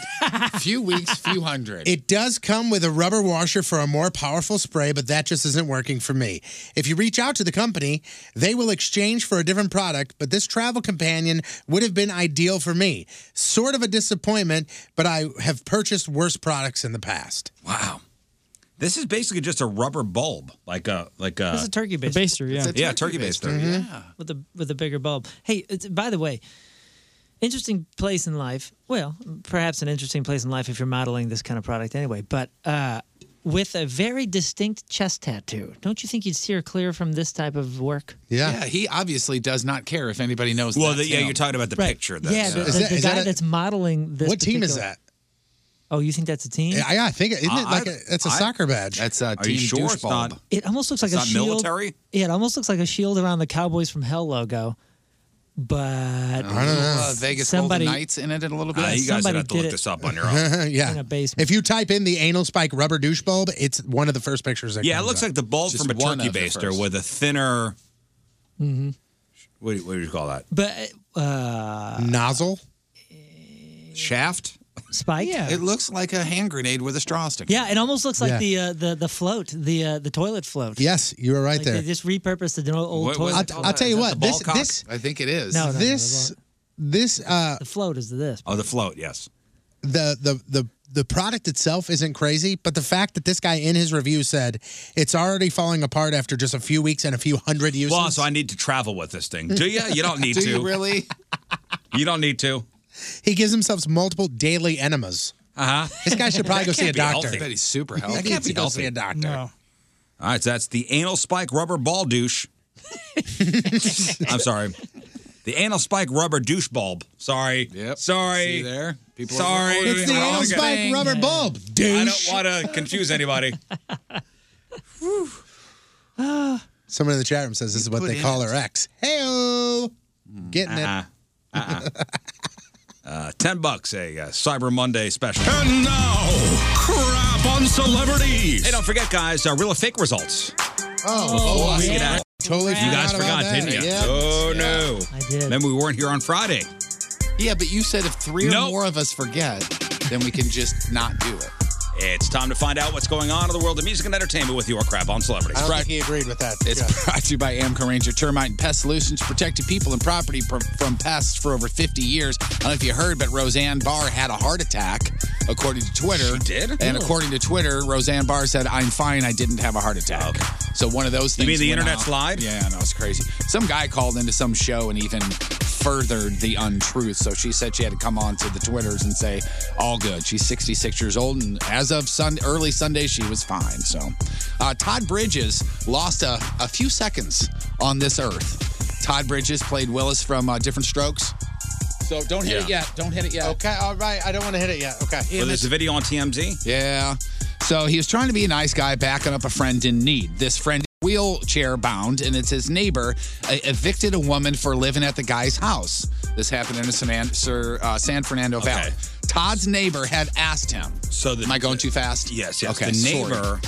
Speaker 7: few weeks. Few hundred.
Speaker 6: It does come with a rubber washer for a more powerful spray, but that just isn't working for me. If you reach out to the company, they will exchange for a different product, but this travel companion would have been ideal for me. Sort of a disappointment, but I have purchased worse products in the past.
Speaker 5: Wow. This is basically just a rubber bulb, like a like a.
Speaker 4: It's a turkey baster.
Speaker 5: yeah. yeah, turkey baster.
Speaker 4: Yeah. With a with a bigger bulb. Hey, it's, by the way, interesting place in life. Well, perhaps an interesting place in life if you're modeling this kind of product anyway. But uh, with a very distinct chest tattoo, don't you think you'd steer clear from this type of work?
Speaker 7: Yeah. He obviously does not care if anybody knows.
Speaker 5: Well,
Speaker 7: that's
Speaker 5: the- yeah,
Speaker 7: him.
Speaker 5: you're talking about the
Speaker 4: Right. yeah, the, the- the guy that's modeling this.
Speaker 7: What team is
Speaker 4: particular- Oh, you think that's a team?
Speaker 6: Yeah, I- I think it- isn't it like a- it's a soccer badge?
Speaker 7: That's uh, a
Speaker 5: Are you
Speaker 7: team
Speaker 5: sure it's
Speaker 7: doucheball.
Speaker 5: not?
Speaker 4: It almost looks like
Speaker 5: It's
Speaker 4: a
Speaker 5: not
Speaker 4: shield.
Speaker 5: military?
Speaker 4: Yeah, it almost looks like a shield around the Cowboys from Hell logo. But I
Speaker 7: don't know. Uh, Vegas Golden Knights in it a little bit? Uh, you guys would have to look this
Speaker 5: up
Speaker 6: yeah. If you type in the anal spike rubber douche bulb, it's one of the first pictures. That
Speaker 5: Yeah, it
Speaker 6: comes
Speaker 5: looks
Speaker 6: up.
Speaker 5: like the bulb from a turkey baster with a thinner.
Speaker 4: hmm
Speaker 5: What do, you, what do you call that?
Speaker 4: But uh,
Speaker 6: nozzle,
Speaker 7: shaft,
Speaker 4: spike. Yeah,
Speaker 7: it looks like a hand grenade with a straw sticking.
Speaker 4: Yeah, it almost looks like
Speaker 7: Yeah.
Speaker 4: the uh, the the float, the uh, the toilet float.
Speaker 6: Yes, you were right
Speaker 4: Like,
Speaker 6: there.
Speaker 4: They just repurposed the old toilet.
Speaker 6: I'll, I'll tell you what. This, this,
Speaker 7: I think it is.
Speaker 4: Oh, No, no, no,
Speaker 6: this, this, uh,
Speaker 4: the float is this.
Speaker 5: Oh, the float. Yes.
Speaker 6: The, the, the, the product itself isn't crazy, but the fact that this guy in his review said it's already falling apart after just a few weeks and a few hundred uses.
Speaker 5: Well, so I need to travel with this thing. Do you? You don't need to.
Speaker 7: really?
Speaker 5: You don't need to.
Speaker 6: He gives himself multiple daily enemas.
Speaker 7: Uh-huh.
Speaker 5: Uh huh.
Speaker 6: This guy should probably go see a doctor.
Speaker 7: I bet he's super
Speaker 6: He
Speaker 7: healthy.
Speaker 6: needs to go see a doctor.
Speaker 5: All right, so that's the anal spike rubber ball douche. I'm sorry. The anal spike rubber douche bulb. Sorry. Yep. Sorry.
Speaker 7: See there? People are
Speaker 5: sorry.
Speaker 7: ordering It's the
Speaker 5: Wrong
Speaker 7: anal spike
Speaker 5: thing.
Speaker 7: rubber bulb,
Speaker 5: I
Speaker 7: douche.
Speaker 5: don't want to confuse anybody.
Speaker 6: Someone in the chat room says this is what
Speaker 5: put
Speaker 6: they
Speaker 5: in
Speaker 6: call
Speaker 5: it.
Speaker 6: her ex. Hey, getting
Speaker 7: Mm,
Speaker 5: Uh-uh.
Speaker 6: it.
Speaker 5: Uh-uh. Uh, 10 bucks, a uh, Cyber Monday special.
Speaker 20: And now, crap on celebrities.
Speaker 5: Hey, don't forget, guys, uh, real or fake results.
Speaker 20: Oh,
Speaker 5: We'll
Speaker 20: I
Speaker 5: get
Speaker 20: forgot.
Speaker 5: out.
Speaker 6: Totally
Speaker 5: You guys
Speaker 7: forgot
Speaker 5: forgot,
Speaker 7: about that.
Speaker 5: didn't you?
Speaker 7: Yeah.
Speaker 5: Oh,
Speaker 7: Yeah.
Speaker 5: no.
Speaker 7: I
Speaker 4: did.
Speaker 5: Remember, we weren't here on Friday.
Speaker 7: Yeah, but you said if three or
Speaker 5: Nope.
Speaker 7: more of us forget, then we can just not do it.
Speaker 5: It's time to find out what's going on in the world of music and entertainment with your crap on celebrities.
Speaker 7: I don't think
Speaker 6: He agreed with that.
Speaker 7: It's brought to you by Amco Ranger Termite and Pest Solutions, protecting people and property pr- from pests for over 50 years. I don't know if you heard, but Roseanne Barr had a heart attack, according to Twitter. She did? And
Speaker 5: Cool.
Speaker 7: according to Twitter, Roseanne Barr said, I'm fine, I didn't have a heart attack. So one of those
Speaker 5: You mean
Speaker 7: things.
Speaker 5: the
Speaker 7: went
Speaker 5: internet's
Speaker 7: out.
Speaker 5: lied?
Speaker 7: Yeah, no, it's crazy. Some guy called into some show and even furthered the untruth. So she said she had to come on to the Twitters and say, all good. She's 66 years old. And as of sun- early Sunday, she was fine. So uh, Todd Bridges lost a, a few seconds on this earth. Todd Bridges played Willis from uh, Different Strokes. So don't hit it yet. Don't hit it yet.
Speaker 6: Okay, all right. I don't want to hit it yet. Okay.
Speaker 5: Well, there's a video on TMZ.
Speaker 7: Yeah. So he was trying to be a nice guy, backing up a friend in need. This friend wheelchair bound, and it's his neighbor uh, evicted a woman for living at the guy's house. This happened in a San, Sir, uh, San Fernando Valley. Todd's neighbor had asked him.
Speaker 5: So the,
Speaker 7: am I going too fast?
Speaker 5: Yes, yes.
Speaker 7: Okay.
Speaker 5: the
Speaker 7: sorry.
Speaker 5: neighbor.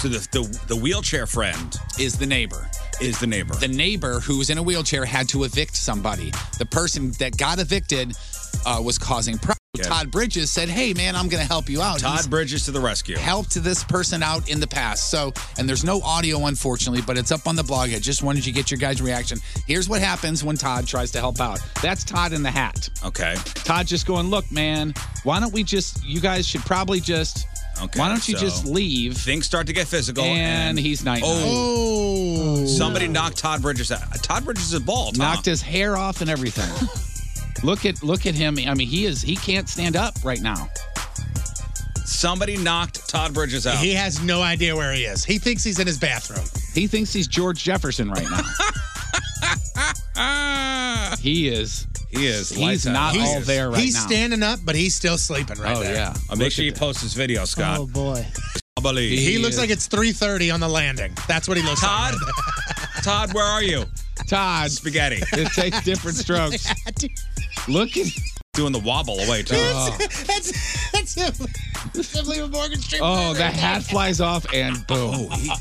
Speaker 5: So the, the the wheelchair friend
Speaker 7: is the neighbor.
Speaker 5: Is the neighbor.
Speaker 7: The neighbor who was in a wheelchair had to evict somebody. The person that got evicted uh, was causing problems.
Speaker 5: Yeah.
Speaker 7: Todd Bridges said, "Hey, man, I'm going to help you out."
Speaker 5: Todd
Speaker 7: He's-
Speaker 5: Bridges to the rescue.
Speaker 7: helped this person out in the past. So, and there's no audio, unfortunately, but it's up on the blog. I just wanted you to get your guys' reaction. Here's what happens when Todd tries to help out. That's Todd in the hat.
Speaker 5: Okay.
Speaker 7: Todd just going, look, man, why don't we just, you guys should probably just,
Speaker 5: Okay,
Speaker 7: why don't you
Speaker 5: so
Speaker 7: just leave?
Speaker 5: Things start to get physical,
Speaker 7: And, he's night.
Speaker 5: Oh, somebody knocked Todd Bridges out. Todd Bridges is a ball. Tom.
Speaker 7: knocked his hair off and everything. look at, look at him. I mean, he is, he can't stand up right now.
Speaker 5: Somebody knocked Todd Bridges out.
Speaker 7: He
Speaker 6: has no idea where he is. He thinks he's in his bathroom.
Speaker 7: He thinks he's George Jefferson right now. he is.
Speaker 5: He is.
Speaker 7: He's not all there right
Speaker 6: he's
Speaker 7: now. Oh,
Speaker 6: standing up, but he's still sleeping right there.
Speaker 5: Uh, make sure you post this video, Scott.
Speaker 6: Oh,
Speaker 5: boy. I believe
Speaker 6: He, looks like it's 3:30 on the landing. That's what he looks
Speaker 5: Todd?
Speaker 6: like.
Speaker 5: Todd, where are you?
Speaker 7: Todd.
Speaker 5: Spaghetti.
Speaker 7: It takes different strokes. Look at Oh.
Speaker 5: doing the wobble away too.
Speaker 6: That's, that's that's him. Him leaving Morgan Street.
Speaker 7: Oh, the hat flies off and boom.
Speaker 5: Oh,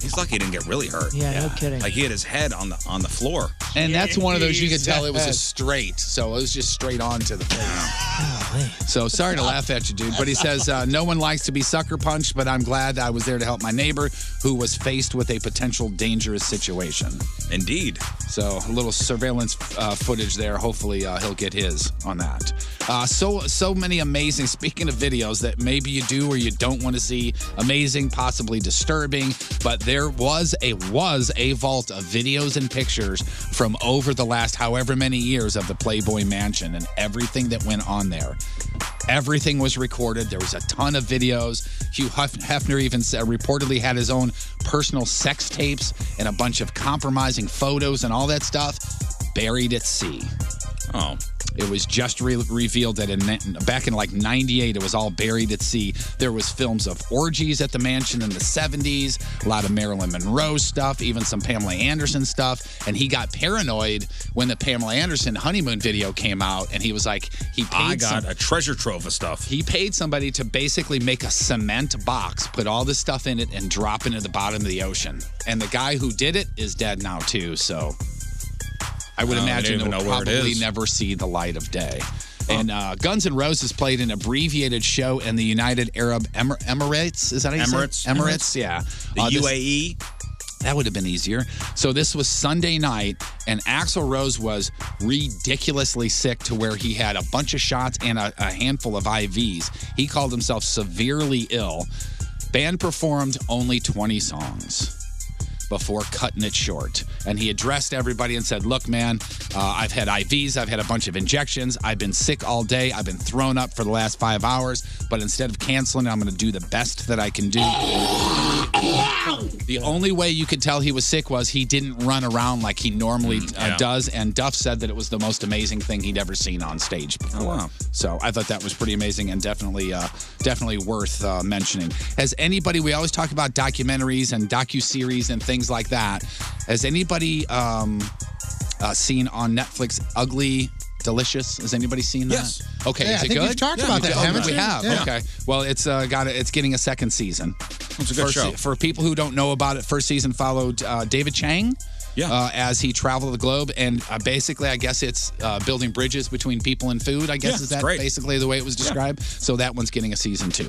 Speaker 5: He's lucky he didn't get really hurt.
Speaker 7: Yeah, no kidding.
Speaker 5: Like he hit his head on the on the floor.
Speaker 7: And that's one of those you could tell it was a straight, so it was just straight on to the face. So sorry to laugh at you, dude. But he says uh, no one likes to be sucker punched, but I'm glad that I was there to help my neighbor who was faced with a potential dangerous situation.
Speaker 5: Indeed.
Speaker 7: So a little surveillance uh, footage there. Hopefully uh, he'll get his on that. Uh, so so many amazing. Speaking of videos that maybe you do or you don't want to see, amazing, possibly disturbing. But there was a was a vault of videos and pictures from over the last however many years of the Playboy Mansion and everything that went on there. Everything was recorded. There was a ton of videos. Hugh Huff- Hefner even said, reportedly had his own personal sex tapes and a bunch of compromising photos and all that stuff buried at sea.
Speaker 5: Oh.
Speaker 7: It was just re- revealed that in back in like 98 it was all buried at sea. There was films of orgies at the mansion in the 70s, a lot of Marilyn Monroe stuff, even some Pamela Anderson stuff, and he got paranoid when the Pamela Anderson honeymoon video came out and he was like he paid
Speaker 5: I got
Speaker 7: some-
Speaker 5: a treasure trove of stuff.
Speaker 7: he paid somebody to basically make a cement box, put all this stuff in it, and drop it into the bottom of the ocean. And the guy who did it is dead now too. So I would
Speaker 5: Oh, they
Speaker 7: imagine
Speaker 5: don't
Speaker 7: it
Speaker 5: even
Speaker 7: will
Speaker 5: know where it
Speaker 7: probably
Speaker 5: is. Oh.
Speaker 7: never see the light of day. And uh, Guns N' Roses played an abbreviated show in the United Arab Emir- Emirates. Is that how you say it?
Speaker 5: Emirates.
Speaker 7: Emirates, yeah. Uh,
Speaker 5: The
Speaker 7: Oh,
Speaker 5: E
Speaker 7: this-
Speaker 5: UAE.
Speaker 7: that would have been easier. So this was Sunday night, and Axl Rose was ridiculously sick to where he had a bunch of shots and a, a handful of IVs. He called himself severely ill. Band performed only 20 songs before cutting it short. And he addressed everybody and said, Look, man, uh, I've had IVs, I've had a bunch of injections, I've been sick all day, I've been thrown up for the last five hours, but instead of canceling, I'm going to do the best that I can do. The only way you could tell he was sick was he didn't run around like he normally
Speaker 6: Mm,
Speaker 7: uh,
Speaker 5: yeah.
Speaker 7: does. And Duff said that it was the most amazing thing he'd ever seen on stage
Speaker 6: Oh,
Speaker 7: before.
Speaker 5: wow.
Speaker 7: So I thought that was pretty amazing and definitely, uh, definitely worth uh, mentioning. Has anybody? We always talk about documentaries and docu series and things like that. Has anybody um, uh, seen on Netflix Ugly? Delicious. Has anybody seen that?
Speaker 6: Yes.
Speaker 7: Okay.
Speaker 6: Yeah,
Speaker 7: is
Speaker 6: I
Speaker 7: it
Speaker 6: think
Speaker 7: good?
Speaker 6: we've talked about
Speaker 7: we
Speaker 6: that,
Speaker 7: did. Oh,
Speaker 6: haven't
Speaker 7: we
Speaker 6: we?
Speaker 7: have.
Speaker 6: Yeah.
Speaker 7: Okay. Well, it's uh, got a, it's getting a second season.
Speaker 5: It's a good
Speaker 7: First
Speaker 5: show.
Speaker 7: se- for people who don't know about it, first season followed uh, David Chang. uh, as he traveled the globe. And uh, basically, I guess it's uh, building bridges between people and food. I guess
Speaker 6: Yeah,
Speaker 7: is
Speaker 6: it's
Speaker 7: that
Speaker 6: great.
Speaker 7: basically the way it was described. So that one's getting a season two.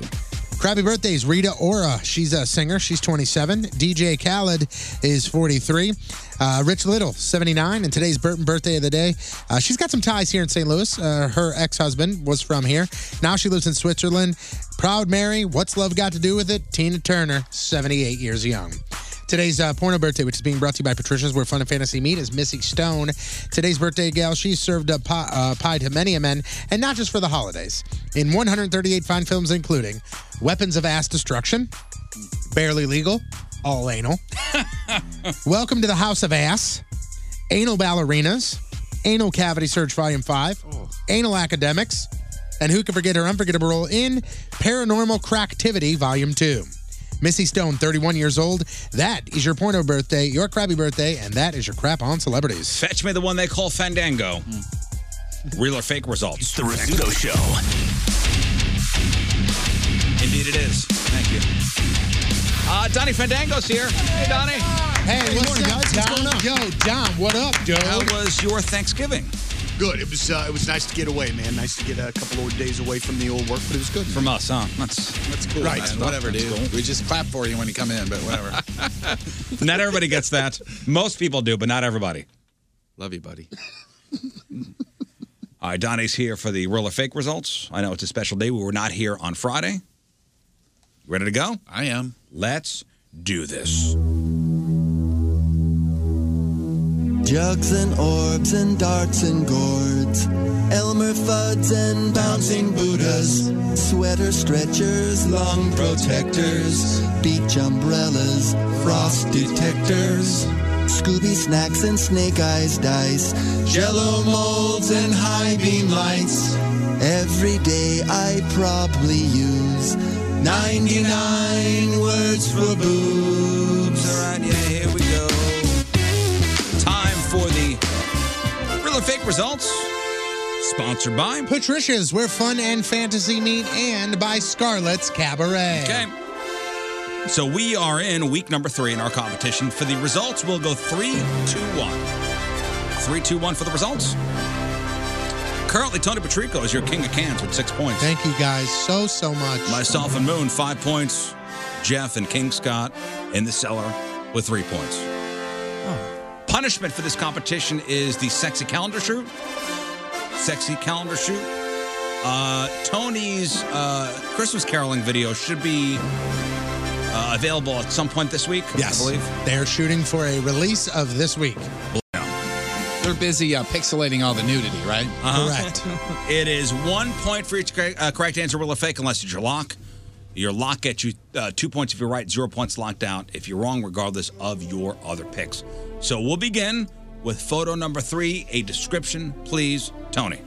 Speaker 6: Crappy birthdays. Rita Ora, she's a singer. She's 27. DJ Khaled is 43. Uh, Rich Little, 79. And today's Burton birthday of the day. Uh, she's got some ties here in St. Louis. Uh, her ex husband was from here. Now she lives in Switzerland. Proud Mary, what's love got to do with it? Tina Turner, 78 years young. Today's uh, porno birthday, which is being brought to you by Patricia's, where fun and fantasy meet, is Missy Stone. Today's birthday gal, she served up pie, uh, pie to many a men, and not just for the holidays. In 138 fine films, including Weapons of Ass Destruction, Barely Legal, All Anal, Welcome to the House of Ass, Anal Ballerinas, Anal Cavity Search Volume 5, Anal Academics, and who can forget her unforgettable role in Paranormal Cracktivity Volume 2. Missy Stone, 31 years old. That is your porno birthday, your crappy birthday, and that is your crap on celebrities.
Speaker 5: Fetch me the one they call Fandango. Real or fake results. It's
Speaker 21: the Rizzuto Show.
Speaker 5: Indeed, it is. Thank you. Uh, Donnie Fandango's here. Hey, Donnie.
Speaker 6: Hey, what's up, Dom? Yo, Dom, what up, dude?
Speaker 5: How was your Thanksgiving?
Speaker 3: Good. It was uh, it was nice to get away, man. Nice to get a couple of days away from the old work, but it was good.
Speaker 5: From us, huh? That's
Speaker 3: that's cool.
Speaker 7: Right,
Speaker 3: man.
Speaker 7: whatever,
Speaker 3: That's
Speaker 7: dude.
Speaker 3: cool.
Speaker 7: We just clap for you when you come in, but whatever.
Speaker 5: Not everybody gets that. Most people do, but not everybody.
Speaker 7: Love you, buddy.
Speaker 5: All right, Donnie's here for the real or fake results. I know it's a special day. We were not here on Friday. Ready to go?
Speaker 7: I am.
Speaker 5: Let's do this.
Speaker 19: Jugs and orbs and darts and gourds. Elmer Fuds and bouncing Buddhas. Sweater stretchers, long protectors. Beach umbrellas, frost detectors. Scooby snacks and snake eyes dice. Jello molds and high beam lights. Every day I probably use 99 words for boobs.
Speaker 5: All right, yeah, here we go. Time for the real or fake results. Sponsored by.
Speaker 6: Patricia's, where fun and fantasy meet, and by Scarlett's Cabaret.
Speaker 5: Okay. So we are in week number three in our competition. For the results, we'll go three, two, one. Three, two, one for the results. Currently, Tony Patrico is your king of cans with six points.
Speaker 6: Thank you guys so, so much.
Speaker 5: Myself and Moon, five points. Jeff and King Scott in the cellar with three points. Punishment for this competition is the sexy calendar shoot. Sexy calendar shoot. Uh, Tony's uh, Christmas caroling video should be uh, available at some point this week.
Speaker 6: Yes.
Speaker 5: I believe.
Speaker 6: They're shooting for a release of this week.
Speaker 7: They're busy uh, pixelating all the nudity, right?
Speaker 5: Correct. Uh-huh. it is one point for each cor- uh, correct answer, real or fake, unless it's your lock. Your lock gets you uh, two points if you're right, zero points locked out if you're wrong, regardless of your other picks. So we'll begin with photo number three. A description, please, Tony.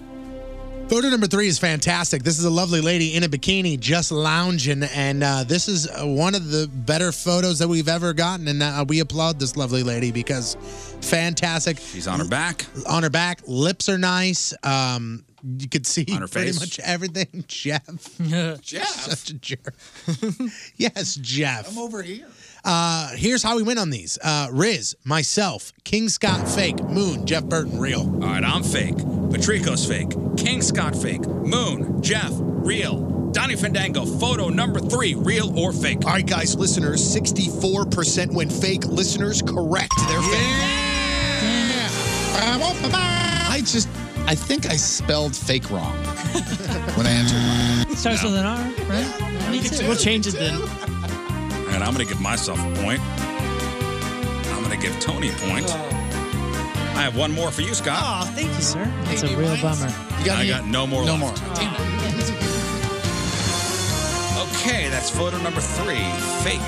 Speaker 6: Photo number three is fantastic. This is a lovely lady in a bikini just lounging, and uh, this is uh, one of the better photos that we've ever gotten. And uh, we applaud this lovely lady because fantastic.
Speaker 5: She's on her back.
Speaker 6: On her back, lips are nice. Um, you could see
Speaker 5: On her
Speaker 6: pretty
Speaker 5: face.
Speaker 6: much everything. Jeff,
Speaker 7: Jeff,
Speaker 6: such a jerk. yes, Jeff.
Speaker 7: I'm over here.
Speaker 6: Uh, here's how we win on these: uh, Riz, myself, King Scott, fake, Moon, Jeff Burton, real.
Speaker 5: All right, I'm fake. Patrico's fake. King Scott fake. Moon, Jeff, real. Donnie Fandango, photo number three, real or fake.
Speaker 3: All right, guys, listeners, 64% went fake. Listeners, correct. They're fake.
Speaker 7: I just, I think I spelled fake wrong when I answered mine.
Speaker 4: It starts with an R, right? Me too. We'll change it then.
Speaker 5: And I'm going to give myself a point. I'm going to give Tony a point. I have one more for you, Scott.
Speaker 22: Oh, thank you, sir. That's a real bummer.
Speaker 5: I got no more
Speaker 22: no
Speaker 5: left. Okay, that's photo number three, fake.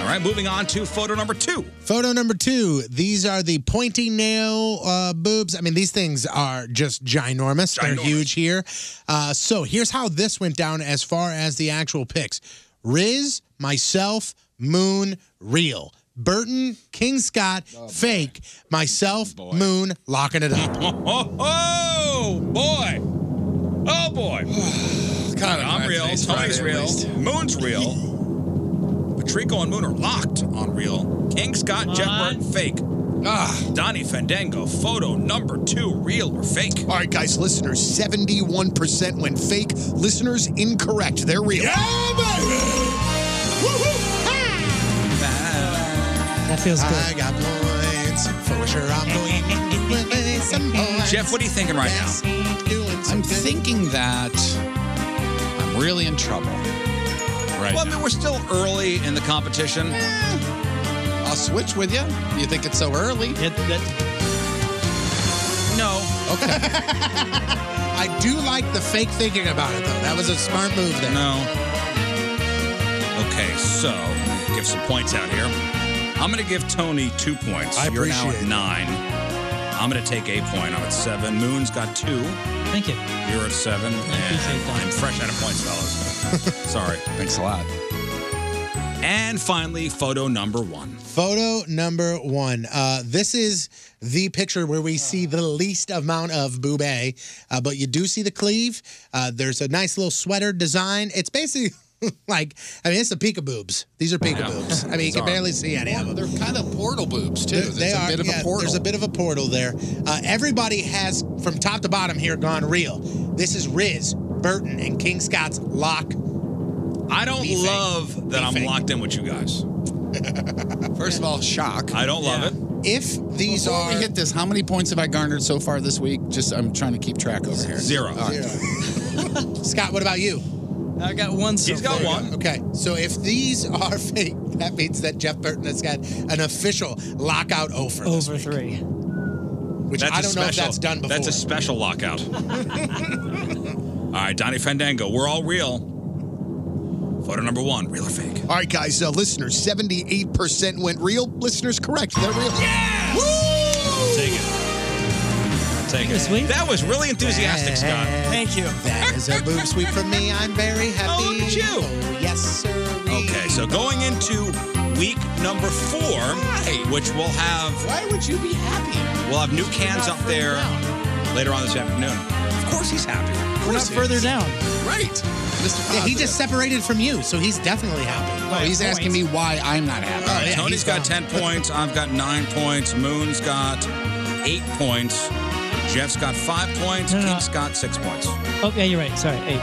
Speaker 5: All right, moving on to photo number two.
Speaker 6: Photo number two. These are the pointy nail uh, boobs. I mean, these things are just ginormous. They're huge here. Uh, so here's how this went down as far as the actual picks Riz, myself, Moon, Real. Burton, King Scott,
Speaker 7: Oh,
Speaker 6: fake, myself, Moon, locking it up.
Speaker 5: Oh, oh boy. Oh boy. God, I'm real. Tony's real. Moon's real. Patrico and Moon are locked on real. King Ink Scott Jeffberg fake. Ah, Donnie Fandango photo number two, real or fake?
Speaker 3: All right, guys, listeners, 71% went fake. Listeners, incorrect. They're real.
Speaker 4: That feels good.
Speaker 23: I got points for sure. I'm going to win some points.
Speaker 5: Jeff, what are you thinking right now?
Speaker 7: I'm thinking that I'm really in trouble. Right.
Speaker 5: Well, I mean, we're still early in the competition.
Speaker 7: I'll switch with you. You think it's so early?
Speaker 5: no.
Speaker 7: Okay.
Speaker 6: I do like the fake thinking about it, though. That was a smart move there.
Speaker 5: No. Okay, so give some points out here. I'm going to give Tony two points.
Speaker 6: I
Speaker 5: You're now at
Speaker 6: appreciate it.
Speaker 5: nine. I'm going to take a point. I'm at seven. Moon's got two.
Speaker 4: Thank you.
Speaker 5: You're at seven. and I'm fresh out of points, fellas. Sorry. Thanks a lot. And finally, photo number one.
Speaker 6: Photo number one. Uh, this is the picture where we see the least amount of boobay, uh, but you do see the cleave. Uh, there's a nice little sweater design. It's basically like, I mean, it's a peek of boobs. These are peek of boobs. I mean, you can barely see any of them.
Speaker 7: They're kind of portal boobs too.
Speaker 6: There-
Speaker 7: There's
Speaker 6: they
Speaker 7: a
Speaker 6: are-
Speaker 7: bit of
Speaker 6: yeah,
Speaker 7: a portal.
Speaker 6: There's a bit of a portal there. Uh, everybody has, from top to bottom here, gone real. This is Riz, Burton, and King Scott's lock.
Speaker 5: I don't love that I'm locked in with you guys.
Speaker 7: First of all, shock.
Speaker 5: I don't love
Speaker 7: it.
Speaker 6: If these
Speaker 7: Before we hit this, how many points have I garnered so far this week? Just I'm trying to keep track over here.
Speaker 5: Zero.
Speaker 7: All right.
Speaker 6: Scott, what about you?
Speaker 24: I got one. So
Speaker 6: He's got one. Okay, so if these are fake, that means that Jeff Burton has got an official lockout over.
Speaker 4: Over three.
Speaker 6: Which I
Speaker 5: a
Speaker 6: don't know if that's done
Speaker 5: That's a special lockout. All right, Donnie Fandango, we're all real. Photo number one, real or fake?
Speaker 3: All right, guys, uh, listeners, 78% went real. Listeners, correct. They're real. Yeah!
Speaker 5: Take it. Take it. That was really enthusiastic, Scott.
Speaker 6: Thank you. That is a boob sweep for me. I'm very happy. Oh, look at you. yes, sir.
Speaker 5: Okay, so going into week number four, which will have
Speaker 7: Why would you be happy?
Speaker 5: we'll have new cans up there later on this afternoon. Of course he's happy.
Speaker 6: We're not further down.
Speaker 7: Right. Mr.
Speaker 6: Yeah, he just separated from you, so he's definitely happy.
Speaker 7: No, he's asking me why I'm not happy.
Speaker 5: All right, Tony's got 10 points. I've got 9 points. Moon's got 8 points. Jeff's got 5 points. King's got 6 points.
Speaker 4: Oh, yeah, you're right. Sorry, eight.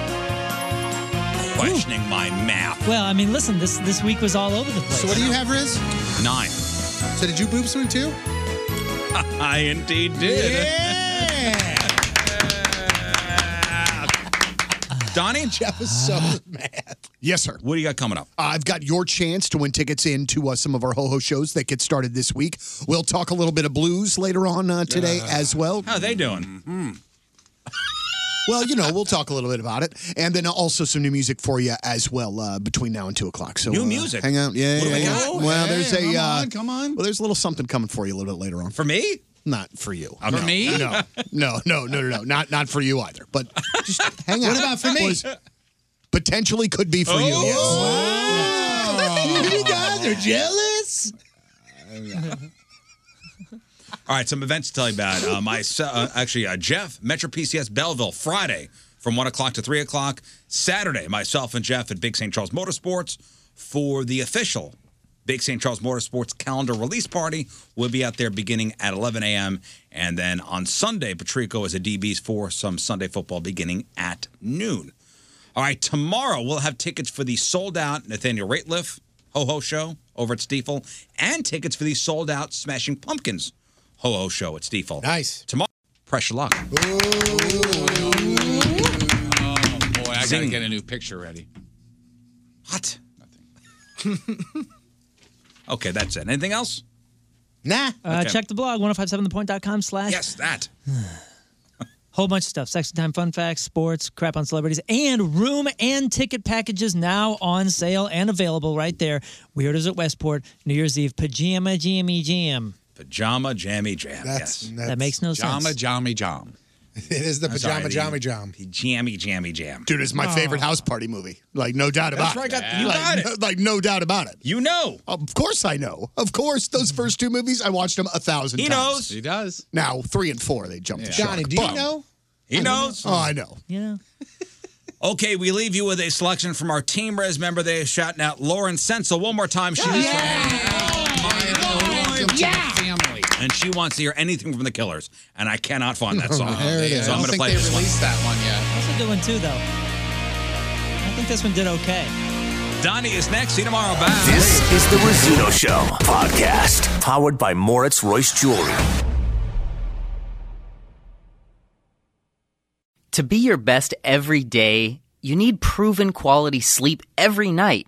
Speaker 5: Questioning my math.
Speaker 4: Well, I mean, listen, this this week was all over the place.
Speaker 6: So what do you have, Riz?
Speaker 5: 9.
Speaker 6: So did you boob sweep too?
Speaker 5: I indeed did.
Speaker 6: Yeah.
Speaker 5: Donnie?
Speaker 3: Jeff is so mad. Yes, sir.
Speaker 5: Uh, What do you got coming up?
Speaker 3: I've got your chance to win tickets into uh, some of our Ho Ho shows that get started this week. We'll talk a little bit of blues later on uh, today as well.
Speaker 5: How are they doing?
Speaker 3: Well, you know, we'll talk a little bit about it. And then also some new music for you as well uh, between now and 2 o'clock. So
Speaker 5: New
Speaker 3: uh,
Speaker 5: music?
Speaker 3: Hang out. Yeah,
Speaker 5: What do
Speaker 3: yeah,
Speaker 5: we
Speaker 3: yeah.
Speaker 5: got?
Speaker 3: Well, there's
Speaker 5: Hey,
Speaker 3: a. uh,
Speaker 5: come on,
Speaker 7: come on.
Speaker 3: Well, there's a little something coming for you a little bit later on.
Speaker 5: For me?
Speaker 3: Not for you.
Speaker 5: For
Speaker 3: No,
Speaker 5: me?
Speaker 3: No, no, no, no, no, no. Not, not for you either. But just hang out.
Speaker 6: What about for me?
Speaker 3: Was- potentially could be for you.
Speaker 6: Oh.
Speaker 3: Yes.
Speaker 6: you guys are jealous.
Speaker 5: All right, some events to tell you about. Uh, my, so- uh, actually, uh, Jeff, Metro PCS Belleville, Friday from 1 o'clock to 3 o'clock. Saturday, myself and Jeff at Big St. Charles Motorsports for the official Big St. Charles Motorsports calendar release party. We'll be out there beginning at 11 a.m. And then on Sunday, Patrico is at DB's for some Sunday football beginning at noon. All right, tomorrow we'll have tickets for the sold out Nathaniel Rateliff Ho Ho Show over at Stiefel and tickets for the sold out Smashing Pumpkins Ho Ho Show at Stiefel. Nice. Tomorrow, pressure luck.
Speaker 7: Oh, Boy, I gotta
Speaker 5: Zing.
Speaker 7: get a new picture ready.
Speaker 5: What? Okay, that's it. Anything else?
Speaker 6: Nah.
Speaker 4: Uh,
Speaker 5: Okay.
Speaker 4: Check the blog, 1057thepoint.com slash.
Speaker 5: Yes, that.
Speaker 4: Whole bunch of stuff. Sex and time fun facts, sports, crap on celebrities, and room and ticket packages now on sale and available right there. Weirdos at Westport, New Year's Eve, pajama jammy jam.
Speaker 5: Pajama jammy jam.
Speaker 4: That's-
Speaker 5: yes.
Speaker 4: that's- That makes no
Speaker 5: Pajama
Speaker 4: sense.
Speaker 5: jammy jam.
Speaker 6: It is the pajama jammy jam.
Speaker 5: Jammy jammy jam.
Speaker 3: Dude, it's my favorite house party movie. Like, no doubt
Speaker 5: That's
Speaker 3: about it.
Speaker 5: right, got- you
Speaker 3: like,
Speaker 5: got it.
Speaker 3: no- like, no doubt about it.
Speaker 5: You know.
Speaker 3: Of course I know. Of course, those first two movies, I watched them a thousand
Speaker 5: He
Speaker 3: times.
Speaker 5: knows. He
Speaker 7: does.
Speaker 3: Now, three and four, they jumped the shark.
Speaker 6: Johnny, do you
Speaker 3: But-
Speaker 6: know?
Speaker 5: He knows.
Speaker 3: Oh, I know.
Speaker 4: You know.
Speaker 5: Okay, we leave you with a selection from our Team Res member. They shouting out Lauren Sensel one more time. She was and she wants to hear anything from the Killers, and I cannot find that song.
Speaker 4: There it is.
Speaker 5: So
Speaker 4: I
Speaker 5: I'm
Speaker 4: don't
Speaker 5: going to
Speaker 4: think
Speaker 5: play
Speaker 4: they
Speaker 5: this one.
Speaker 4: released
Speaker 7: that one
Speaker 4: That's a good one too, though. I think this one did okay.
Speaker 5: Donnie is next. See you tomorrow. Bye.
Speaker 10: This is the Rizzuto Show podcast, powered by Moritz Royce Jewelry.
Speaker 25: To be your best every day, you need proven quality sleep every night.